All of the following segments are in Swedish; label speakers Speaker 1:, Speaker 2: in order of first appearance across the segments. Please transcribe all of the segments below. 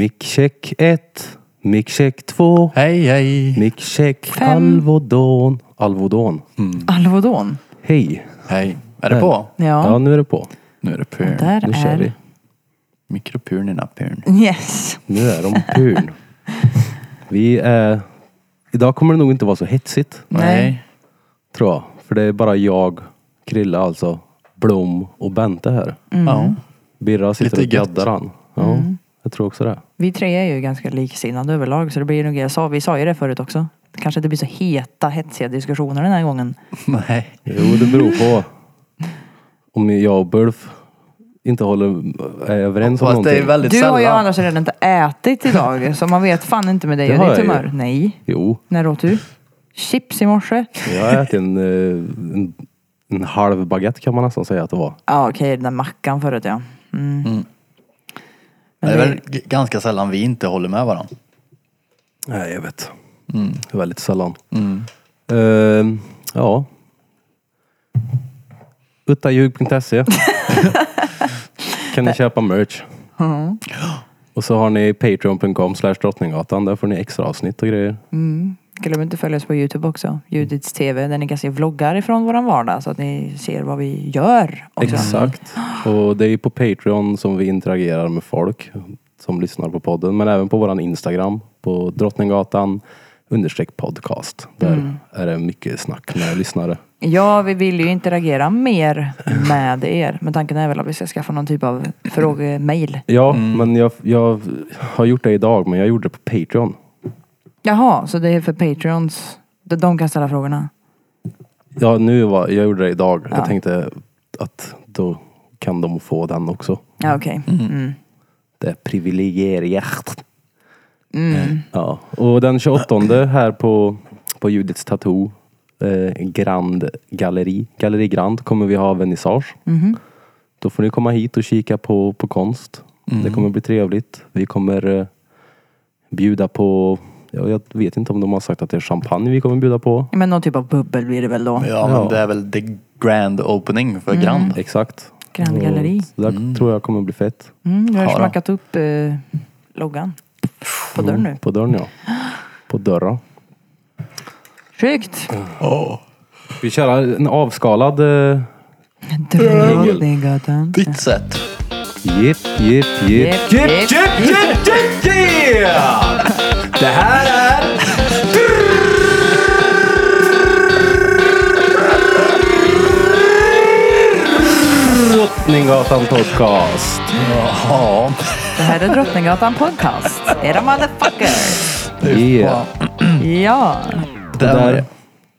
Speaker 1: Mickcheck 1, mickcheck 2,
Speaker 2: Hej, hej.
Speaker 1: mickcheck Alvodon. Alvodon.
Speaker 3: Alvodon.
Speaker 1: Hej.
Speaker 2: Hej. Är det på?
Speaker 3: Ja.
Speaker 1: Ja, nu är det på.
Speaker 2: Nu är det purn.
Speaker 3: Där
Speaker 1: Nu kör
Speaker 3: är...
Speaker 1: vi.
Speaker 2: Mikropurnina purn.
Speaker 3: Yes.
Speaker 1: Nu är de purn. Vi är... Idag kommer det nog inte vara så hetsigt,
Speaker 3: Nej.
Speaker 1: tror jag. För det är bara jag, Krilla alltså, Blom och Bente här.
Speaker 2: Ja.
Speaker 1: Birra sitter
Speaker 2: Lite
Speaker 1: och
Speaker 2: gött.
Speaker 1: gaddar han. Ja, jag tror också det.
Speaker 3: Vi tre är ju ganska liksinnade överlag så det blir nog, jag sa, vi sa ju det förut också. Det kanske inte blir så heta, hetsiga diskussioner den här gången.
Speaker 2: Nej.
Speaker 1: Jo, det beror på om jag och Bulf inte håller, är överens om
Speaker 2: Fast det
Speaker 1: någonting.
Speaker 2: är väldigt
Speaker 3: Du
Speaker 2: sällan.
Speaker 3: har ju annars redan inte ätit idag så man vet fan inte med dig
Speaker 1: Det
Speaker 3: och
Speaker 1: har
Speaker 3: ditt
Speaker 1: jag ju.
Speaker 3: humör. Nej.
Speaker 1: Jo,
Speaker 3: När åt du? Chips i morse?
Speaker 1: jag har ätit en, eh, en, en halv baguette kan man nästan säga att det var.
Speaker 3: Ja okej, den där mackan förut ja. Mm.
Speaker 2: Det är väl g- ganska sällan vi inte håller med varandra.
Speaker 1: Nej, jag vet. Mm. Det är väldigt sällan. Eh, ja. Uttaljug.se Kan ni köpa merch. Och så har ni patreon.com slash drottninggatan. Där får ni extra avsnitt och grejer.
Speaker 3: mm. Glöm inte att följa oss på Youtube också. Judits TV där ni kan se vloggar ifrån våran vardag så att ni ser vad vi gör också.
Speaker 1: Exakt. Och det är ju på Patreon som vi interagerar med folk som lyssnar på podden. Men även på våran Instagram på Drottninggatan understreck podcast. Där
Speaker 3: Mm.
Speaker 1: är det mycket snack med lyssnare.
Speaker 3: Ja, vi vill ju interagera mer med er. Men tanken är väl att vi ska skaffa någon typ av frågemail.
Speaker 1: Ja, Mm. men jag, jag har gjort det idag, men jag gjorde det på Patreon.
Speaker 3: Jaha, så det är för Patreons. De- De kan ställa frågorna.
Speaker 1: Ja, nu var, jag gjorde det idag.
Speaker 3: Ja.
Speaker 1: Jag tänkte att då kan de få den också.
Speaker 3: Ja, okej. Mm.
Speaker 1: Det är privilegierat.
Speaker 2: Mm.
Speaker 3: Mm.
Speaker 1: Ja, och den 28 här på, på Judits Tattoo eh, Grand Galleri, Galleri Grand kommer vi ha vernissage.
Speaker 3: Mhm.
Speaker 1: Då får ni komma hit och kika på, på konst.
Speaker 3: Mm.
Speaker 1: Det kommer bli trevligt. Vi kommer eh, bjuda på, ja, jag vet inte om de har sagt att det är champagne vi kommer bjuda på.
Speaker 3: Men någon typ av bubbel blir det väl då.
Speaker 2: Ja, men det är väl the grand opening
Speaker 3: Mm.
Speaker 2: för grand.
Speaker 1: Exakt.
Speaker 3: Grand
Speaker 1: Och
Speaker 3: Galleri.
Speaker 1: Det där tror jag kommer bli fett.
Speaker 3: Mm, du har
Speaker 2: Ja, då.
Speaker 3: smackat upp eh, loggan. På dörren nu.
Speaker 1: På dörren ja. På dörren.
Speaker 3: Snyggt!
Speaker 1: Vi kör en avskalad eh,
Speaker 3: Drottninggatan.
Speaker 2: Ditt sätt.
Speaker 1: Jipp, jipp, jipp.
Speaker 3: Jipp, jipp, jipp,
Speaker 1: jipp, yeah! Det här är... Drottninggatan Podcast.
Speaker 2: Ja.
Speaker 3: Det här är Drottninggatan Podcast. Era motherfuckers.
Speaker 1: Yeah.
Speaker 2: Mm.
Speaker 3: Ja.
Speaker 1: Det
Speaker 2: Där var
Speaker 1: där
Speaker 2: det.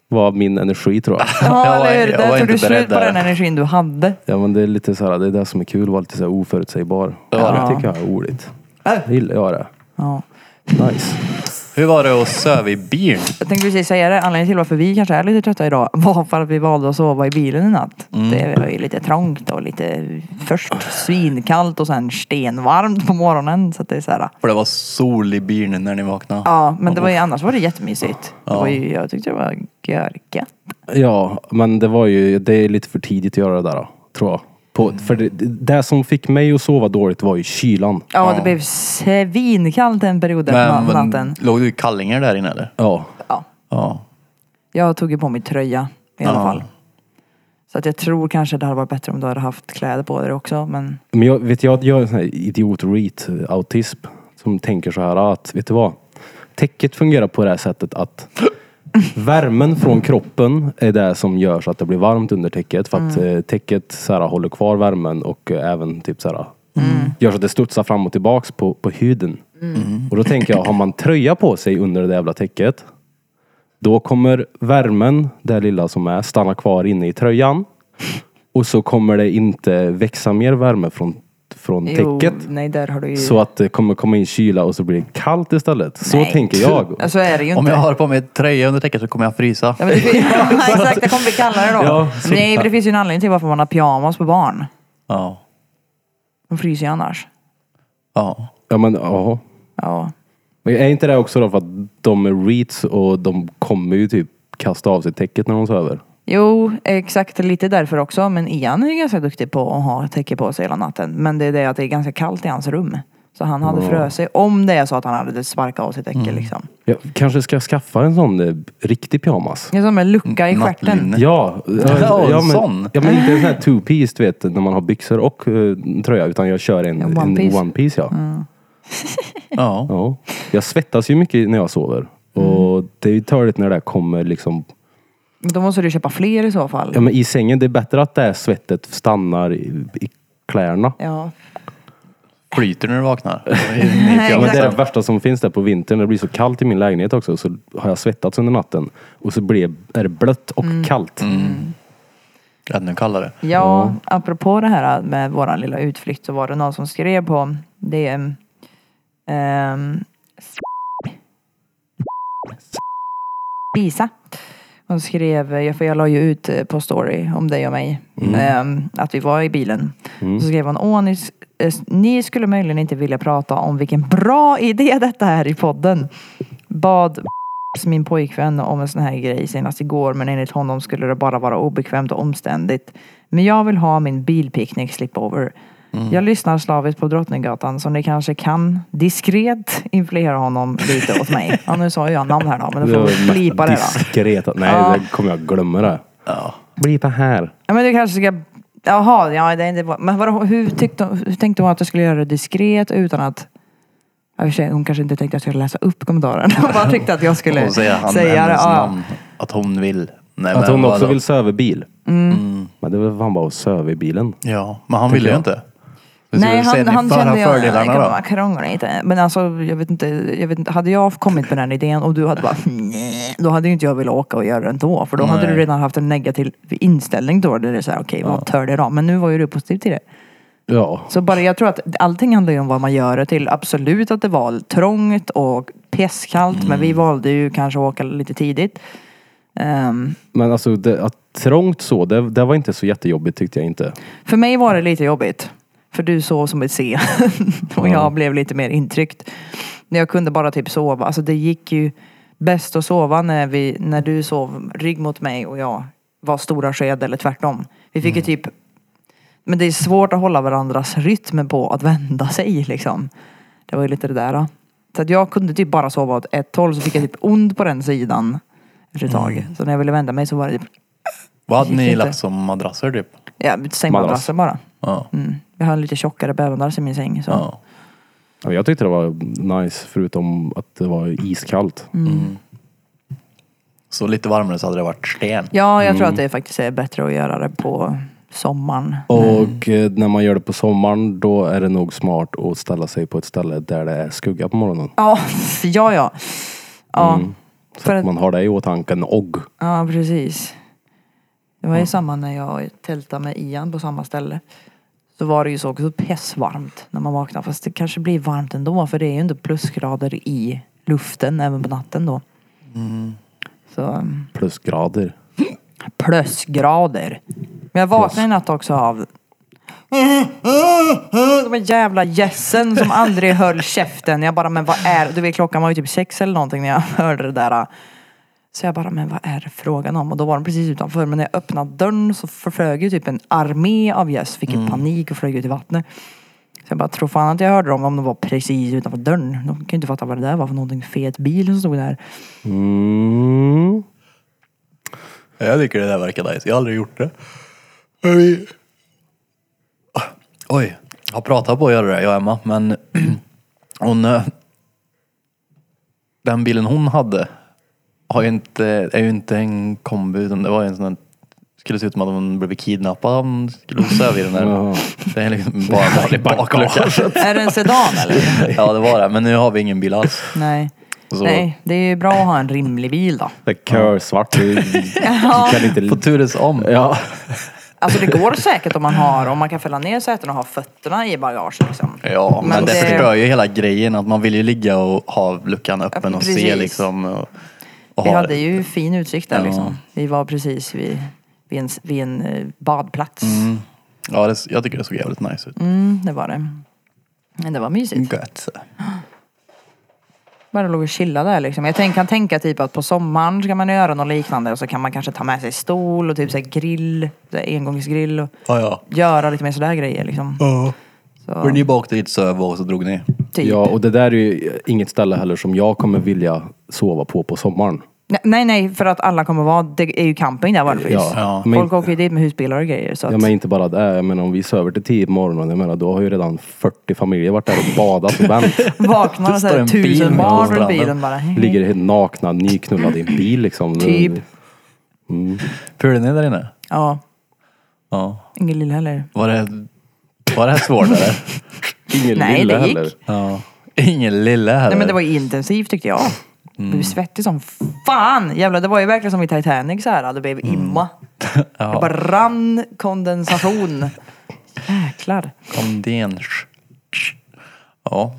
Speaker 1: var min energi tror jag.
Speaker 3: Ja,
Speaker 2: Jag
Speaker 3: eller
Speaker 2: var-
Speaker 3: hur?
Speaker 2: jag var
Speaker 3: Där tog
Speaker 2: inte
Speaker 3: du slut
Speaker 2: beredd
Speaker 3: på
Speaker 2: där.
Speaker 3: den energin du hade.
Speaker 1: Ja men det är lite så här, det är det som är kul, att vara lite så här oförutsägbar.
Speaker 2: Ja.
Speaker 1: Det tycker jag är roligt. Det gillar jag det.
Speaker 3: Ja.
Speaker 1: Nice.
Speaker 2: Hur var det att söva i bilen?
Speaker 3: Jag tänkte precis säga det, anledningen till varför vi kanske är lite trötta idag var för att vi valde att sova i bilen i natt. Det var ju lite trångt och lite först svinkallt och sen stenvarmt på morgonen. Så att det är så här.
Speaker 2: För det var sol i bilen när ni vaknade.
Speaker 3: Ja, men det var ju, annars var det jättemysigt. Det var ju, jag tyckte det var görka.
Speaker 1: Ja, men det var ju, det är lite för tidigt att göra det där, då, tror jag. På, För det, det som fick mig att sova dåligt var ju kylan.
Speaker 3: Ja, det blev svinkallt en period den
Speaker 2: Men,
Speaker 3: na-
Speaker 2: men
Speaker 3: natten.
Speaker 2: låg du i kallingar där inne eller?
Speaker 1: Ja.
Speaker 3: Ja,
Speaker 2: Ja.
Speaker 3: jag tog ju på mig tröja i alla
Speaker 2: Ja.
Speaker 3: fall. Så att jag tror kanske det hade varit bättre om du hade haft kläder på dig också. Men
Speaker 1: Men jag, vet jag, jag är en sån här idiot reet autism som tänker så här att, vet du vad? Täcket fungerar på det här sättet att värmen från kroppen är det som gör så att det blir varmt under täcket. För att eh, täcket så här, håller kvar värmen och eh, även typ så här, gör så att det studsar fram och tillbaks på, på huden. Och då tänker jag, har man tröja på sig under det där jävla täcket Då kommer värmen, det lilla som är, stanna kvar inne i tröjan. Och så kommer det inte växa mer värme från, från
Speaker 3: jo,
Speaker 1: täcket.
Speaker 3: nej, där har du ju...
Speaker 1: Så att det kommer komma in kyla och så blir det kallt istället. Så
Speaker 3: Nej.
Speaker 1: tänker jag.
Speaker 3: Ja, så är det ju inte.
Speaker 2: Om jag har på mig ett tröja under täcket så kommer jag frysa.
Speaker 3: Ja, men det finns, ja, exakt, det kommer bli kallare då.
Speaker 1: Ja, så-
Speaker 3: Nej, men det finns ju en anledning till varför man har pyjamas på barn.
Speaker 2: Ja.
Speaker 3: De fryser ju annars.
Speaker 2: Ja.
Speaker 1: Ja men ja.
Speaker 3: Ja.
Speaker 1: Men är inte det också då för att de är reeds och de kommer ju typ kasta av sig täcket när de sover?
Speaker 3: Jo, exakt lite därför också. Men Ian är ju ganska duktig på att ha täcke på sig hela natten. Men det är det att det är ganska kallt i hans rum. Så han hade frusit. Om det är så att han hade sparkat av sitt däcke
Speaker 1: Mm.
Speaker 3: liksom.
Speaker 1: Jag kanske ska skaffa en sån eh, riktig pyjamas.
Speaker 3: Det är som en lucka i stjärten.
Speaker 2: Nattlinne.
Speaker 1: Ja, eh,
Speaker 2: Ja, en
Speaker 1: men,
Speaker 2: sån.
Speaker 1: ja, men inte en sån här two piece du vet, när man har byxor och eh, tröja, utan jag kör en
Speaker 3: En one
Speaker 1: en
Speaker 3: piece. Mm.
Speaker 1: one piece ja.
Speaker 2: Ja.
Speaker 1: Ja. Jag svettas ju mycket när jag sover. Och
Speaker 3: Mm.
Speaker 1: det är ju törligt när det där kommer liksom.
Speaker 3: Då måste du köpa fler i så fall.
Speaker 1: Ja men i sängen, det är bättre att det här svettet stannar i, i kläderna.
Speaker 3: Ja.
Speaker 2: Flyter när du vaknar.
Speaker 1: Ja, men det är det
Speaker 3: exakt.
Speaker 1: värsta som finns där på vintern. Det blir så kallt i min lägenhet också. Så har jag svettats under natten. Och så blir, är det blött och
Speaker 3: Mm.
Speaker 1: kallt.
Speaker 2: Mm. Ännu kallare.
Speaker 3: Ja, apropå det här med våran lilla utflykt så var det någon som skrev på DM. ehm, Lisa. Hon skrev, eh, för jag la ju ut eh, på story om dig och mig, ehm, att vi var i bilen. Så skrev hon, Åh, ni, s- eh, s- ni skulle möjligen inte vilja prata om vilken bra idé detta är i podden. Bad min pojkvän om en sån här grej senast igår men enligt honom skulle det bara vara obekvämt och omständigt. Men jag vill ha min bilpicknick slipover. Jag lyssnar slaviskt på Drottninggatan som ni kanske kan diskret influera honom lite åt mig. Ja nu sa ju jag namn här då men då får vi
Speaker 1: var
Speaker 3: blipa det då.
Speaker 1: Diskret. Nej,
Speaker 3: Ja.
Speaker 1: det kommer jag glömma det.
Speaker 2: Ja.
Speaker 1: Blipa här.
Speaker 3: Ja men du kanske ska Jaha, ja, det är inte... men vadå, hur, tyckte, hur tänkte hon att du skulle göra det diskret utan att Ja, i och för sig, hon kanske inte tänkte att jag skulle läsa upp kommentaren. Hon bara tyckte att jag skulle
Speaker 2: Hon säger han,
Speaker 3: säga det.
Speaker 2: hennes
Speaker 3: Ja.
Speaker 2: namn. Att hon vill. Nej,
Speaker 1: Att
Speaker 2: men
Speaker 1: hon också
Speaker 2: vadå?
Speaker 1: vill söva bil.
Speaker 3: Mm.
Speaker 1: Men det var fan bara att söva i bilen.
Speaker 2: Ja, men han ville ju
Speaker 1: jag.
Speaker 2: inte. Du skulle
Speaker 3: Nej, han,
Speaker 2: säga
Speaker 3: han
Speaker 2: ni för
Speaker 3: kände jag... det
Speaker 2: fördelarna
Speaker 3: kan vara
Speaker 2: då.
Speaker 3: krångligt. Men alltså, jag vet, inte, jag vet inte. Hade jag kommit med den idén och du hade bara "Nej", Då hade ju inte jag velat åka och göra det ändå. För då hade
Speaker 2: Nej.
Speaker 3: du redan haft en negativ inställning då. Där det är så här, okej, vad tör det då? Men nu var ju du positiv till det.
Speaker 1: Ja.
Speaker 3: Så bara, jag tror att allting handlar ju om vad man gör det till. Absolut att det var trångt och pisskallt. Men vi valde ju kanske att åka lite tidigt. Ehm,
Speaker 1: Men alltså det, att trångt så, det, det var inte så jättejobbigt tyckte jag inte.
Speaker 3: För mig var det lite jobbigt. För du sov som ett C. och jag blev lite mer intryckt. Jag kunde bara typ sova. Alltså det gick ju bäst att sova när, vi, när du sov rygg mot mig och jag var stora sked eller tvärtom. Vi fick ju typ... Men det är svårt att hålla varandras rytm på att vända sig liksom. Det var ju lite det där. då. Så att jag kunde typ bara sova åt ett håll så fick jag typ ont på den sidan efter ett tag. Så när jag ville vända mig så var det typ
Speaker 2: Vad hade
Speaker 3: Gick
Speaker 2: ni
Speaker 3: inte.
Speaker 2: lagt som madrasser typ?
Speaker 3: ja, sängmadrasser bara.
Speaker 2: Ja.
Speaker 3: Mm. Jag har en lite tjockare bävermadrass i min säng. Så.
Speaker 2: Ja.
Speaker 1: Ja, men Jag tyckte det var nice förutom att det var iskallt.
Speaker 2: Så lite varmare så hade det varit sten.
Speaker 3: Ja, jag tror att det faktiskt är bättre att göra det på sommaren.
Speaker 1: Och eh, när man gör det på sommaren då är det nog smart att ställa sig på ett ställe där det är skugga på morgonen.
Speaker 3: Ja, ja, ja. Ja,
Speaker 1: Så
Speaker 3: För
Speaker 1: att
Speaker 3: att-
Speaker 1: man har det i åtanke. Och
Speaker 3: ja precis. Det var ju samma när jag tältade med Ian på samma ställe. Så var det ju så också pessvarmt när man vaknade. Fast det kanske blir varmt ändå för det är ju inte plusgrader i luften även på natten då. Så mm.
Speaker 1: plusgrader.
Speaker 3: plusgrader. Men jag vaknade i natt också av de här jävla gässen som aldrig höll käften. Jag bara, men vad är det? Du vet klockan var ju typ sex eller någonting när jag hörde det där. Så jag bara, men vad är det frågan om? Och då var de precis utanför. Men när jag öppnade dörren så förflög ju typ en armé av gäss. Fick ju panik och flög ut i vattnet. Så jag bara, tror fan att jag hörde dem om de var precis utanför dörren. De kan ju inte fatta vad det där var för någonting fet bil som stod där.
Speaker 1: Mm.
Speaker 2: Jag tycker det där verkar nice. Jag har aldrig gjort det. Men vi... Ah, Oj, jag har pratat på att göra det, jag och Emma, men hon... eh, Den bilen hon hade har ju inte, är ju inte en kombi utan det var ju en sån där... Skulle se ut som att hon blev kidnappad om hon skulle sova i den där.
Speaker 1: Ja.
Speaker 2: Det är liksom bara en vanlig baklucka.
Speaker 3: Är det en sedan eller?
Speaker 2: Ja det var det, men nu har vi ingen bil alls.
Speaker 3: Nej.
Speaker 2: Så-
Speaker 3: Nej, det är ju bra att ha en rimlig bil då.
Speaker 1: Det är körsvart. Du, du kan
Speaker 2: På
Speaker 1: inte...
Speaker 2: turas om.
Speaker 1: Ja.
Speaker 3: Alltså det går säkert om man har, om man kan fälla ner sätena och ha fötterna i bagage liksom.
Speaker 2: Ja, men,
Speaker 3: Men
Speaker 2: det,
Speaker 3: det-
Speaker 2: förstör ju hela grejen att man vill ju ligga och ha luckan öppen och se
Speaker 3: precis.
Speaker 2: liksom. Och, och
Speaker 3: Vi
Speaker 2: ha-
Speaker 3: hade ju fin utsikt där
Speaker 2: Ja.
Speaker 3: liksom. Vi var precis vid, vid, en, vid en eh, badplats.
Speaker 2: Mm. Ja, det, jag tycker det såg jävligt nice ut.
Speaker 3: Mm, det var det. Men det var mysigt.
Speaker 2: Gött.
Speaker 3: Bara låg och chillade där liksom. Jag tänk, kan tänka typ att på sommaren ska man göra något liknande och så kan man kanske ta med sig stol och typ så här grill, så här engångsgrill och
Speaker 2: Ja, ja.
Speaker 3: göra lite mer sådär grejer liksom. Så,
Speaker 2: Var ni bara åkte dit, söv och så drog ni?
Speaker 3: typ.
Speaker 1: Ja, och det där är ju inget ställe heller som jag kommer vilja sova på på sommaren.
Speaker 3: Ne- Nej, nej, för att alla kommer vara, det är ju camping där varför.
Speaker 1: Ja,
Speaker 2: Ja.
Speaker 1: Men,
Speaker 3: Folk åker ju dit med husbilar och grejer. Så att,
Speaker 1: ja, men inte bara det. Jag menar om vi söver till tio på morgonen, jag menar då har ju redan 40 familjer varit där och badat och vänt.
Speaker 3: vaknar och
Speaker 2: står
Speaker 3: säger
Speaker 2: en bil
Speaker 3: tusen
Speaker 2: mitt på
Speaker 3: barn runt
Speaker 2: stranden.
Speaker 3: bilen bara. hej, hej.
Speaker 1: Ligger helt nakna, nyknullade i en bil liksom.
Speaker 3: Typ.
Speaker 2: Pulade ni där inne?
Speaker 3: Ja,
Speaker 2: Ja.
Speaker 3: ingen lilla heller.
Speaker 2: Var det, var det här svårt eller?
Speaker 1: Ingen
Speaker 3: Nej,
Speaker 1: lilla
Speaker 3: det gick.
Speaker 1: heller.
Speaker 2: Ja. Ingen lille heller.
Speaker 3: Nej men det var ju intensivt tyckte jag. Jag blev svettig som fan. Jävlar, det var ju verkligen som i Titanic så här. Det blev
Speaker 1: Mm.
Speaker 3: imma. Det bara rann kondensation. Jäklar.
Speaker 2: Kondens. Ja.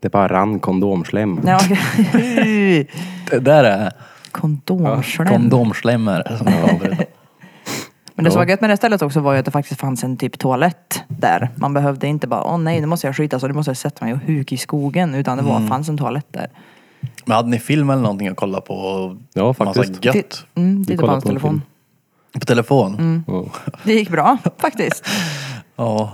Speaker 1: Det bara rann kondomslem.
Speaker 3: Nej, okej.
Speaker 2: Det där är
Speaker 3: Kondomslem.
Speaker 2: kondomslem är det som jag har berättat.
Speaker 3: Men det som var gött med det stället också var ju att det faktiskt fanns en typ toalett där. Man behövde inte bara, åh nej nu måste jag skita så nu måste jag sätta mig och huka i skogen. Utan det var,
Speaker 2: Mm.
Speaker 3: fanns en toalett där.
Speaker 2: Men hade ni film eller någonting att kolla på?
Speaker 1: Ja, faktiskt.
Speaker 2: Massa gött.
Speaker 3: Mm, titta på
Speaker 1: kollade
Speaker 3: hans
Speaker 1: på en
Speaker 3: telefon.
Speaker 1: film.
Speaker 2: På telefon?
Speaker 3: Mm.
Speaker 1: Ja.
Speaker 3: Det gick bra faktiskt.
Speaker 2: Ja.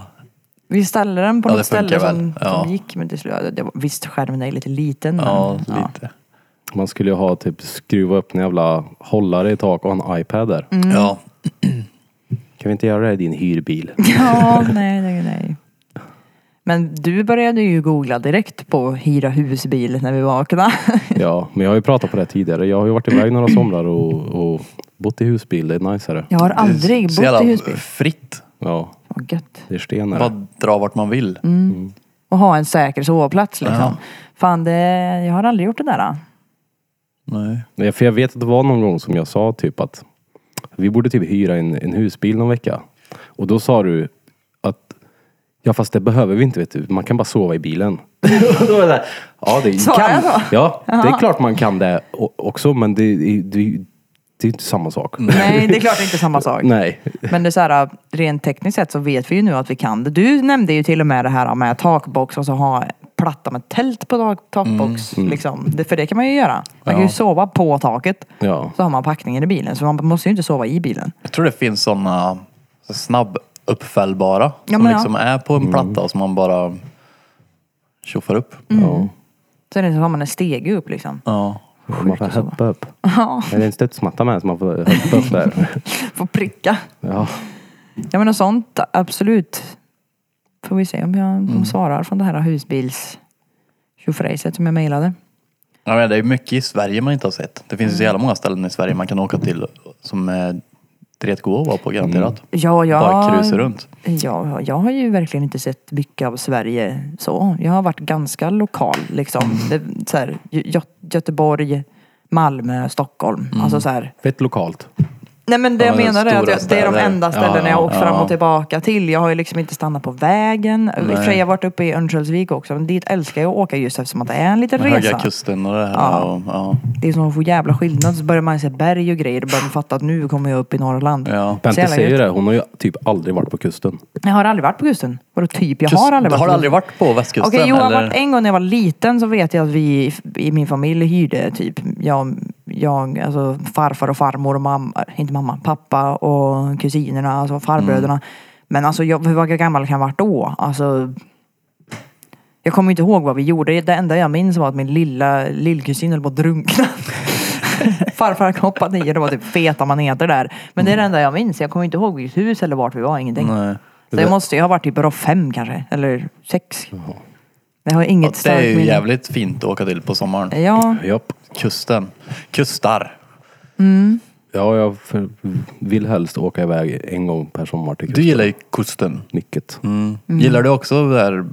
Speaker 3: Vi ställde den på
Speaker 2: Ja,
Speaker 3: något
Speaker 2: det funkar
Speaker 3: ställe som,
Speaker 2: väl. Ja.
Speaker 3: som gick men till slut, det var, visst skärmen är lite liten. Men,
Speaker 2: ja, lite.
Speaker 1: Man skulle ju ha typ skruva upp en jävla hållare i tak och ha en iPad där.
Speaker 3: Mm.
Speaker 2: Ja.
Speaker 1: Kan vi inte göra det i din hyrbil?
Speaker 3: Ja, nej, nej, nej. Men du började ju googla direkt på hyra husbil när vi vaknade.
Speaker 1: Ja, men jag har ju pratat på det här tidigare. Jag har ju varit iväg några somrar och, och bott i husbil. Det är najsare.
Speaker 3: Jag har aldrig
Speaker 2: Så
Speaker 3: bott
Speaker 2: jävla
Speaker 3: i husbil.
Speaker 2: fritt.
Speaker 1: Ja,
Speaker 3: Vad gött.
Speaker 1: det är sten
Speaker 2: Bara
Speaker 1: här.
Speaker 2: dra vart man vill.
Speaker 3: Mm. Och ha en säker sovplats liksom.
Speaker 2: Ja.
Speaker 3: Fan, det, jag har aldrig gjort det där.
Speaker 2: Nej.
Speaker 1: Nej, För jag vet att det var någon gång som jag sa typ att vi borde typ hyra en, en husbil någon vecka. Och då sa du att ja fast det behöver vi inte vet du. Man kan bara sova i bilen. Och då var det där, ja, det
Speaker 3: Sa jag så?
Speaker 1: kan, ja, det är klart man kan det o- också men det, det, det, det är inte samma sak.
Speaker 3: Nej, det är klart det är inte samma sak.
Speaker 1: Nej.
Speaker 3: Men det är så här, rent tekniskt sett så vet vi ju nu att vi kan det. Du nämnde ju till och med det här med takbox och så ha platta med tält på tak, takbox. Liksom. Det, för det kan man ju göra. Man kan ju
Speaker 2: Ja.
Speaker 3: sova på taket.
Speaker 1: Ja.
Speaker 3: Så har man packningen i bilen. Så man måste ju inte sova i bilen.
Speaker 2: Jag tror det finns sådana snabb uppfällbara som
Speaker 3: men ja.
Speaker 2: liksom är på en platta som man bara tjoffar upp.
Speaker 3: Mm.
Speaker 1: Ja.
Speaker 3: Sen är det så har man en stege upp liksom.
Speaker 2: Ja.
Speaker 1: Man får hoppa upp. Är det en studsmatta med som man får hoppa upp där?
Speaker 3: Får pricka.
Speaker 1: Ja.
Speaker 3: Ja men och sånt, absolut. Får vi se om jag om svarar från det här husbils tjofräset som jag mejlade.
Speaker 2: Jag menar, det är mycket i Sverige man inte har sett. Det finns ju så jävla många ställen i Sverige man kan åka till som är dretgoda att vara på garanterat.
Speaker 3: Ja, ja.
Speaker 2: Bara cruisa runt.
Speaker 3: Ja, jag har ju verkligen inte sett mycket av Sverige så. Jag har varit ganska lokal liksom.
Speaker 2: Mm.
Speaker 3: Det, så här, Gö- Gö- Göteborg, Malmö, Stockholm. Alltså så här.
Speaker 1: Fett lokalt.
Speaker 3: Nej men det
Speaker 2: Mm. Ja,
Speaker 3: jag
Speaker 2: det är
Speaker 3: menar är att
Speaker 2: stora
Speaker 3: jag, det är de
Speaker 2: städer.
Speaker 3: enda
Speaker 2: Ja,
Speaker 3: ställena jag har åkt
Speaker 2: ja.
Speaker 3: fram och tillbaka till. Jag har ju liksom inte stannat på vägen. I och för sig, Jag har varit uppe i Örnsköldsvik också. Men dit älskar jag att åka just eftersom att det är en liten
Speaker 2: Med Höga
Speaker 3: resa.
Speaker 2: kusten och det här.
Speaker 3: Ja.
Speaker 2: Och, ja.
Speaker 3: Det är som så jävla skillnad. Så börjar man se berg och grejer. Då börjar man fatta att nu kommer jag upp i Norrland.
Speaker 2: Ja.
Speaker 1: Bente
Speaker 3: jävla
Speaker 1: säger
Speaker 3: gött.
Speaker 1: det, hon har ju typ aldrig varit på kusten.
Speaker 3: Jag har aldrig varit på kusten. Vadå typ? Jag
Speaker 2: Kust-
Speaker 3: har aldrig varit
Speaker 2: har
Speaker 3: på
Speaker 2: du aldrig
Speaker 3: kusten.
Speaker 2: varit på västkusten?
Speaker 3: Okej, jo, jag har
Speaker 2: eller?
Speaker 3: varit en gång när jag var liten så vet jag att vi i- i min familj hyrde typ jag, jag alltså farfar och farmor och mamma, inte mamma, pappa och kusinerna, alltså farbröderna. Men alltså jag, hur var jag gammal kan jag ha varit då? Alltså jag kommer inte ihåg vad vi gjorde. Det enda jag minns var att min lilla lillkusin höll på att drunkna. Farfar hoppade i och det var typ feta maneter där. Men det är det enda jag minns. Jag kommer inte ihåg vilket hus eller vart vi var, ingenting.
Speaker 2: Nej.
Speaker 3: Så det måste ju ha varit typ bara fem kanske, eller sex. Det har
Speaker 2: Ja,
Speaker 3: inget
Speaker 2: Det är
Speaker 3: starkt
Speaker 2: ju
Speaker 3: minne.
Speaker 2: jävligt fint att åka till på sommaren.
Speaker 3: Ja,
Speaker 1: Japp.
Speaker 2: Kusten. Kustar.
Speaker 1: Ja, jag för, vill helst åka iväg en gång per sommar till
Speaker 2: Du
Speaker 1: kusten.
Speaker 2: gillar ju kusten.
Speaker 1: Mycket.
Speaker 2: Mm. Gillar du också där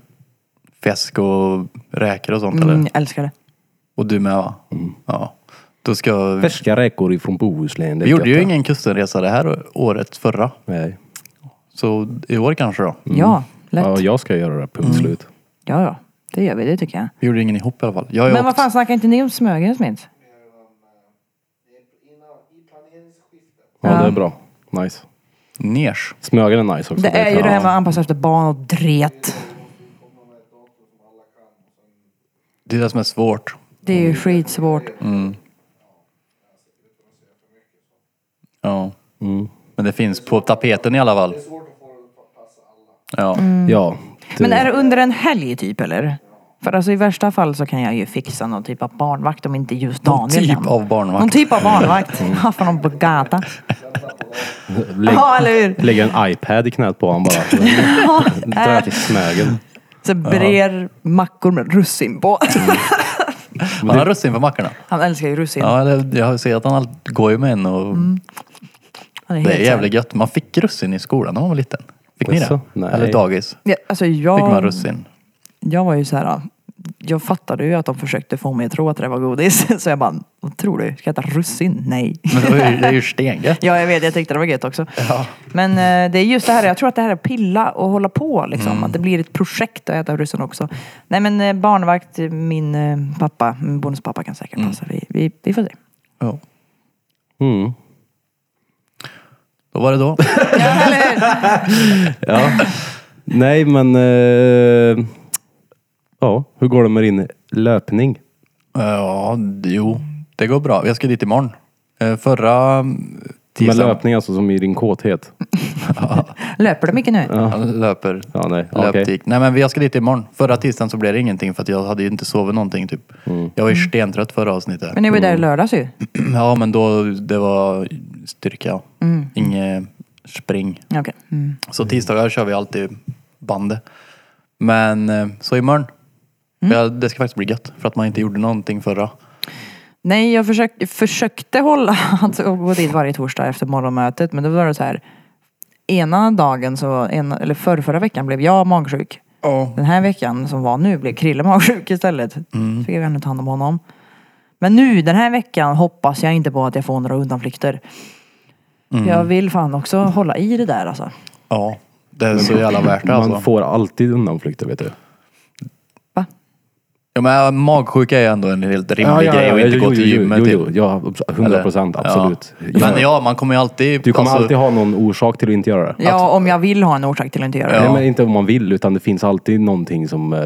Speaker 2: fisk och räkor och sånt
Speaker 3: mm,
Speaker 2: eller?
Speaker 3: jag älskar det.
Speaker 2: Och du med va? Ja. Då ska... Vi
Speaker 1: Färska räkor ifrån Bohuslän. det är
Speaker 2: Vi gjorde
Speaker 1: gött
Speaker 2: ju
Speaker 1: det.
Speaker 2: ingen kustenresa det här året förra.
Speaker 1: Nej.
Speaker 2: Så i år kanske då.
Speaker 3: Ja, lätt. Mm.
Speaker 1: Ja, jag ska göra det. Punkt slut.
Speaker 3: Ja, ja. Det gör vi, det tycker jag.
Speaker 2: Vi gjorde ingen ihop i alla fall. Jag har ju
Speaker 3: Men vad
Speaker 2: åkt-
Speaker 3: fan, snackar inte ni om Smögenäs
Speaker 1: Ja, det är bra. Nice.
Speaker 2: Ners.
Speaker 1: Smögen är nice också.
Speaker 3: Det är ju
Speaker 1: bra.
Speaker 3: det här med att anpassa efter barn och dret.
Speaker 2: Det är det som är svårt.
Speaker 3: Det är ju
Speaker 2: Mm.
Speaker 3: skitsvårt.
Speaker 2: Mm. Ja. Men det finns på tapeten i alla fall. Ja.
Speaker 3: Mm.
Speaker 1: Ja. det-
Speaker 3: Men är det under en helg typ eller? För alltså i värsta fall så kan jag ju fixa någon typ av barnvakt om inte just Daniel
Speaker 2: Någon typ
Speaker 3: kan.
Speaker 2: av barnvakt. Mm.
Speaker 3: Någon typ av barnvakt. Ja, för någon på gatan.
Speaker 1: Lägg,
Speaker 3: Ja, eller hur?
Speaker 1: lägger en iPad i knät på honom bara. Drar till smägen.
Speaker 3: Så brer mackor med russin på.
Speaker 2: Han har russin på mackorna.
Speaker 3: Han älskar ju russin.
Speaker 2: Ja, det, jag ser att han alltid går ju med en och
Speaker 3: Mm. Han är
Speaker 2: det
Speaker 3: helt
Speaker 2: är jävligt gött. Man fick russin i skolan när man var liten. Fick ni det?
Speaker 1: Jaså? Nej.
Speaker 2: Eller dagis?
Speaker 3: Ja, alltså
Speaker 2: Fick man
Speaker 3: jag,
Speaker 2: russin?
Speaker 3: jag var ju så här. Jag fattade ju att de försökte få mig att tro att det var godis. Så jag bara, vad tror du? Ska jag äta russin? Nej.
Speaker 2: Men det, var ju, det är ju stengött.
Speaker 3: Ja, jag vet. Jag tyckte det var gött också.
Speaker 2: Ja.
Speaker 3: Men eh, det är just det här, jag tror att det här är pilla och hålla på liksom.
Speaker 2: Mm.
Speaker 3: Att det blir ett projekt att äta russin också. Nej men eh, barnvakt, min eh, pappa, min bonuspappa kan säkert
Speaker 2: Mm.
Speaker 3: passa. Vi, vi, vi får se.
Speaker 2: Ja.
Speaker 1: Mm.
Speaker 2: Då var det då.
Speaker 1: Nej, men... eh, ja, hur går det med din löpning?
Speaker 2: Ja, d- jo. Det går bra. Jag ska dit imorgon. Eh, Förra
Speaker 1: Med
Speaker 2: tisdagen
Speaker 1: löpning alltså, som i din kåthet?
Speaker 3: Löper du mycket nu?
Speaker 2: Ja, löper.
Speaker 1: Ja, nej.
Speaker 2: Löptik.
Speaker 1: Okej.
Speaker 2: Nej men jag ska dit imorgon. Förra tisdagen så blev det ingenting för att jag hade ju inte sovit någonting typ. Jag var ju stentrött förra avsnittet.
Speaker 3: Men ni var ju där i lördags
Speaker 2: Mm.
Speaker 3: ju.
Speaker 2: Ja men då, det var styrka. Mm. Inget spring.
Speaker 3: Ja, Okej. Mm.
Speaker 2: Så tisdagar kör vi alltid bandet. Men eh, så imorgon.
Speaker 1: Mm.
Speaker 2: Ja, det ska faktiskt bli gött. För att man inte gjorde någonting förra.
Speaker 3: Nej, jag försökte, försökte hålla alltså, att gå dit varje torsdag efter morgonmötet. Men då var det så här. Ena dagen, så, en, eller förra, förra veckan blev jag magsjuk.
Speaker 2: Ja.
Speaker 3: Den här veckan som var nu blev Krille magsjuk istället. Fick jag ändå ta hand om honom. Men nu den här veckan hoppas jag inte på att jag får några undanflykter. Jag vill fan också hålla i det där alltså.
Speaker 2: Ja. Det är så jävla värt det alltså.
Speaker 1: Man får alltid undanflykter, vet du.
Speaker 3: Va?
Speaker 2: Ja, men eh, magsjuka är ju ändå en helt rimlig grej och inte
Speaker 1: jo,
Speaker 2: gå
Speaker 1: jo,
Speaker 2: till
Speaker 1: jo,
Speaker 2: gymmet.
Speaker 1: jo,
Speaker 2: typ.
Speaker 1: jo, Ja, abs- 100 procent,
Speaker 2: Eller?
Speaker 1: absolut.
Speaker 2: Ja. Men ja, man kommer ju alltid...
Speaker 1: Du kommer
Speaker 2: alltså,
Speaker 1: alltid ha någon orsak till att inte göra det.
Speaker 3: Ja, om jag vill ha en orsak till att inte göra det.
Speaker 1: Nej, men inte om man vill, utan det finns alltid någonting som... eh,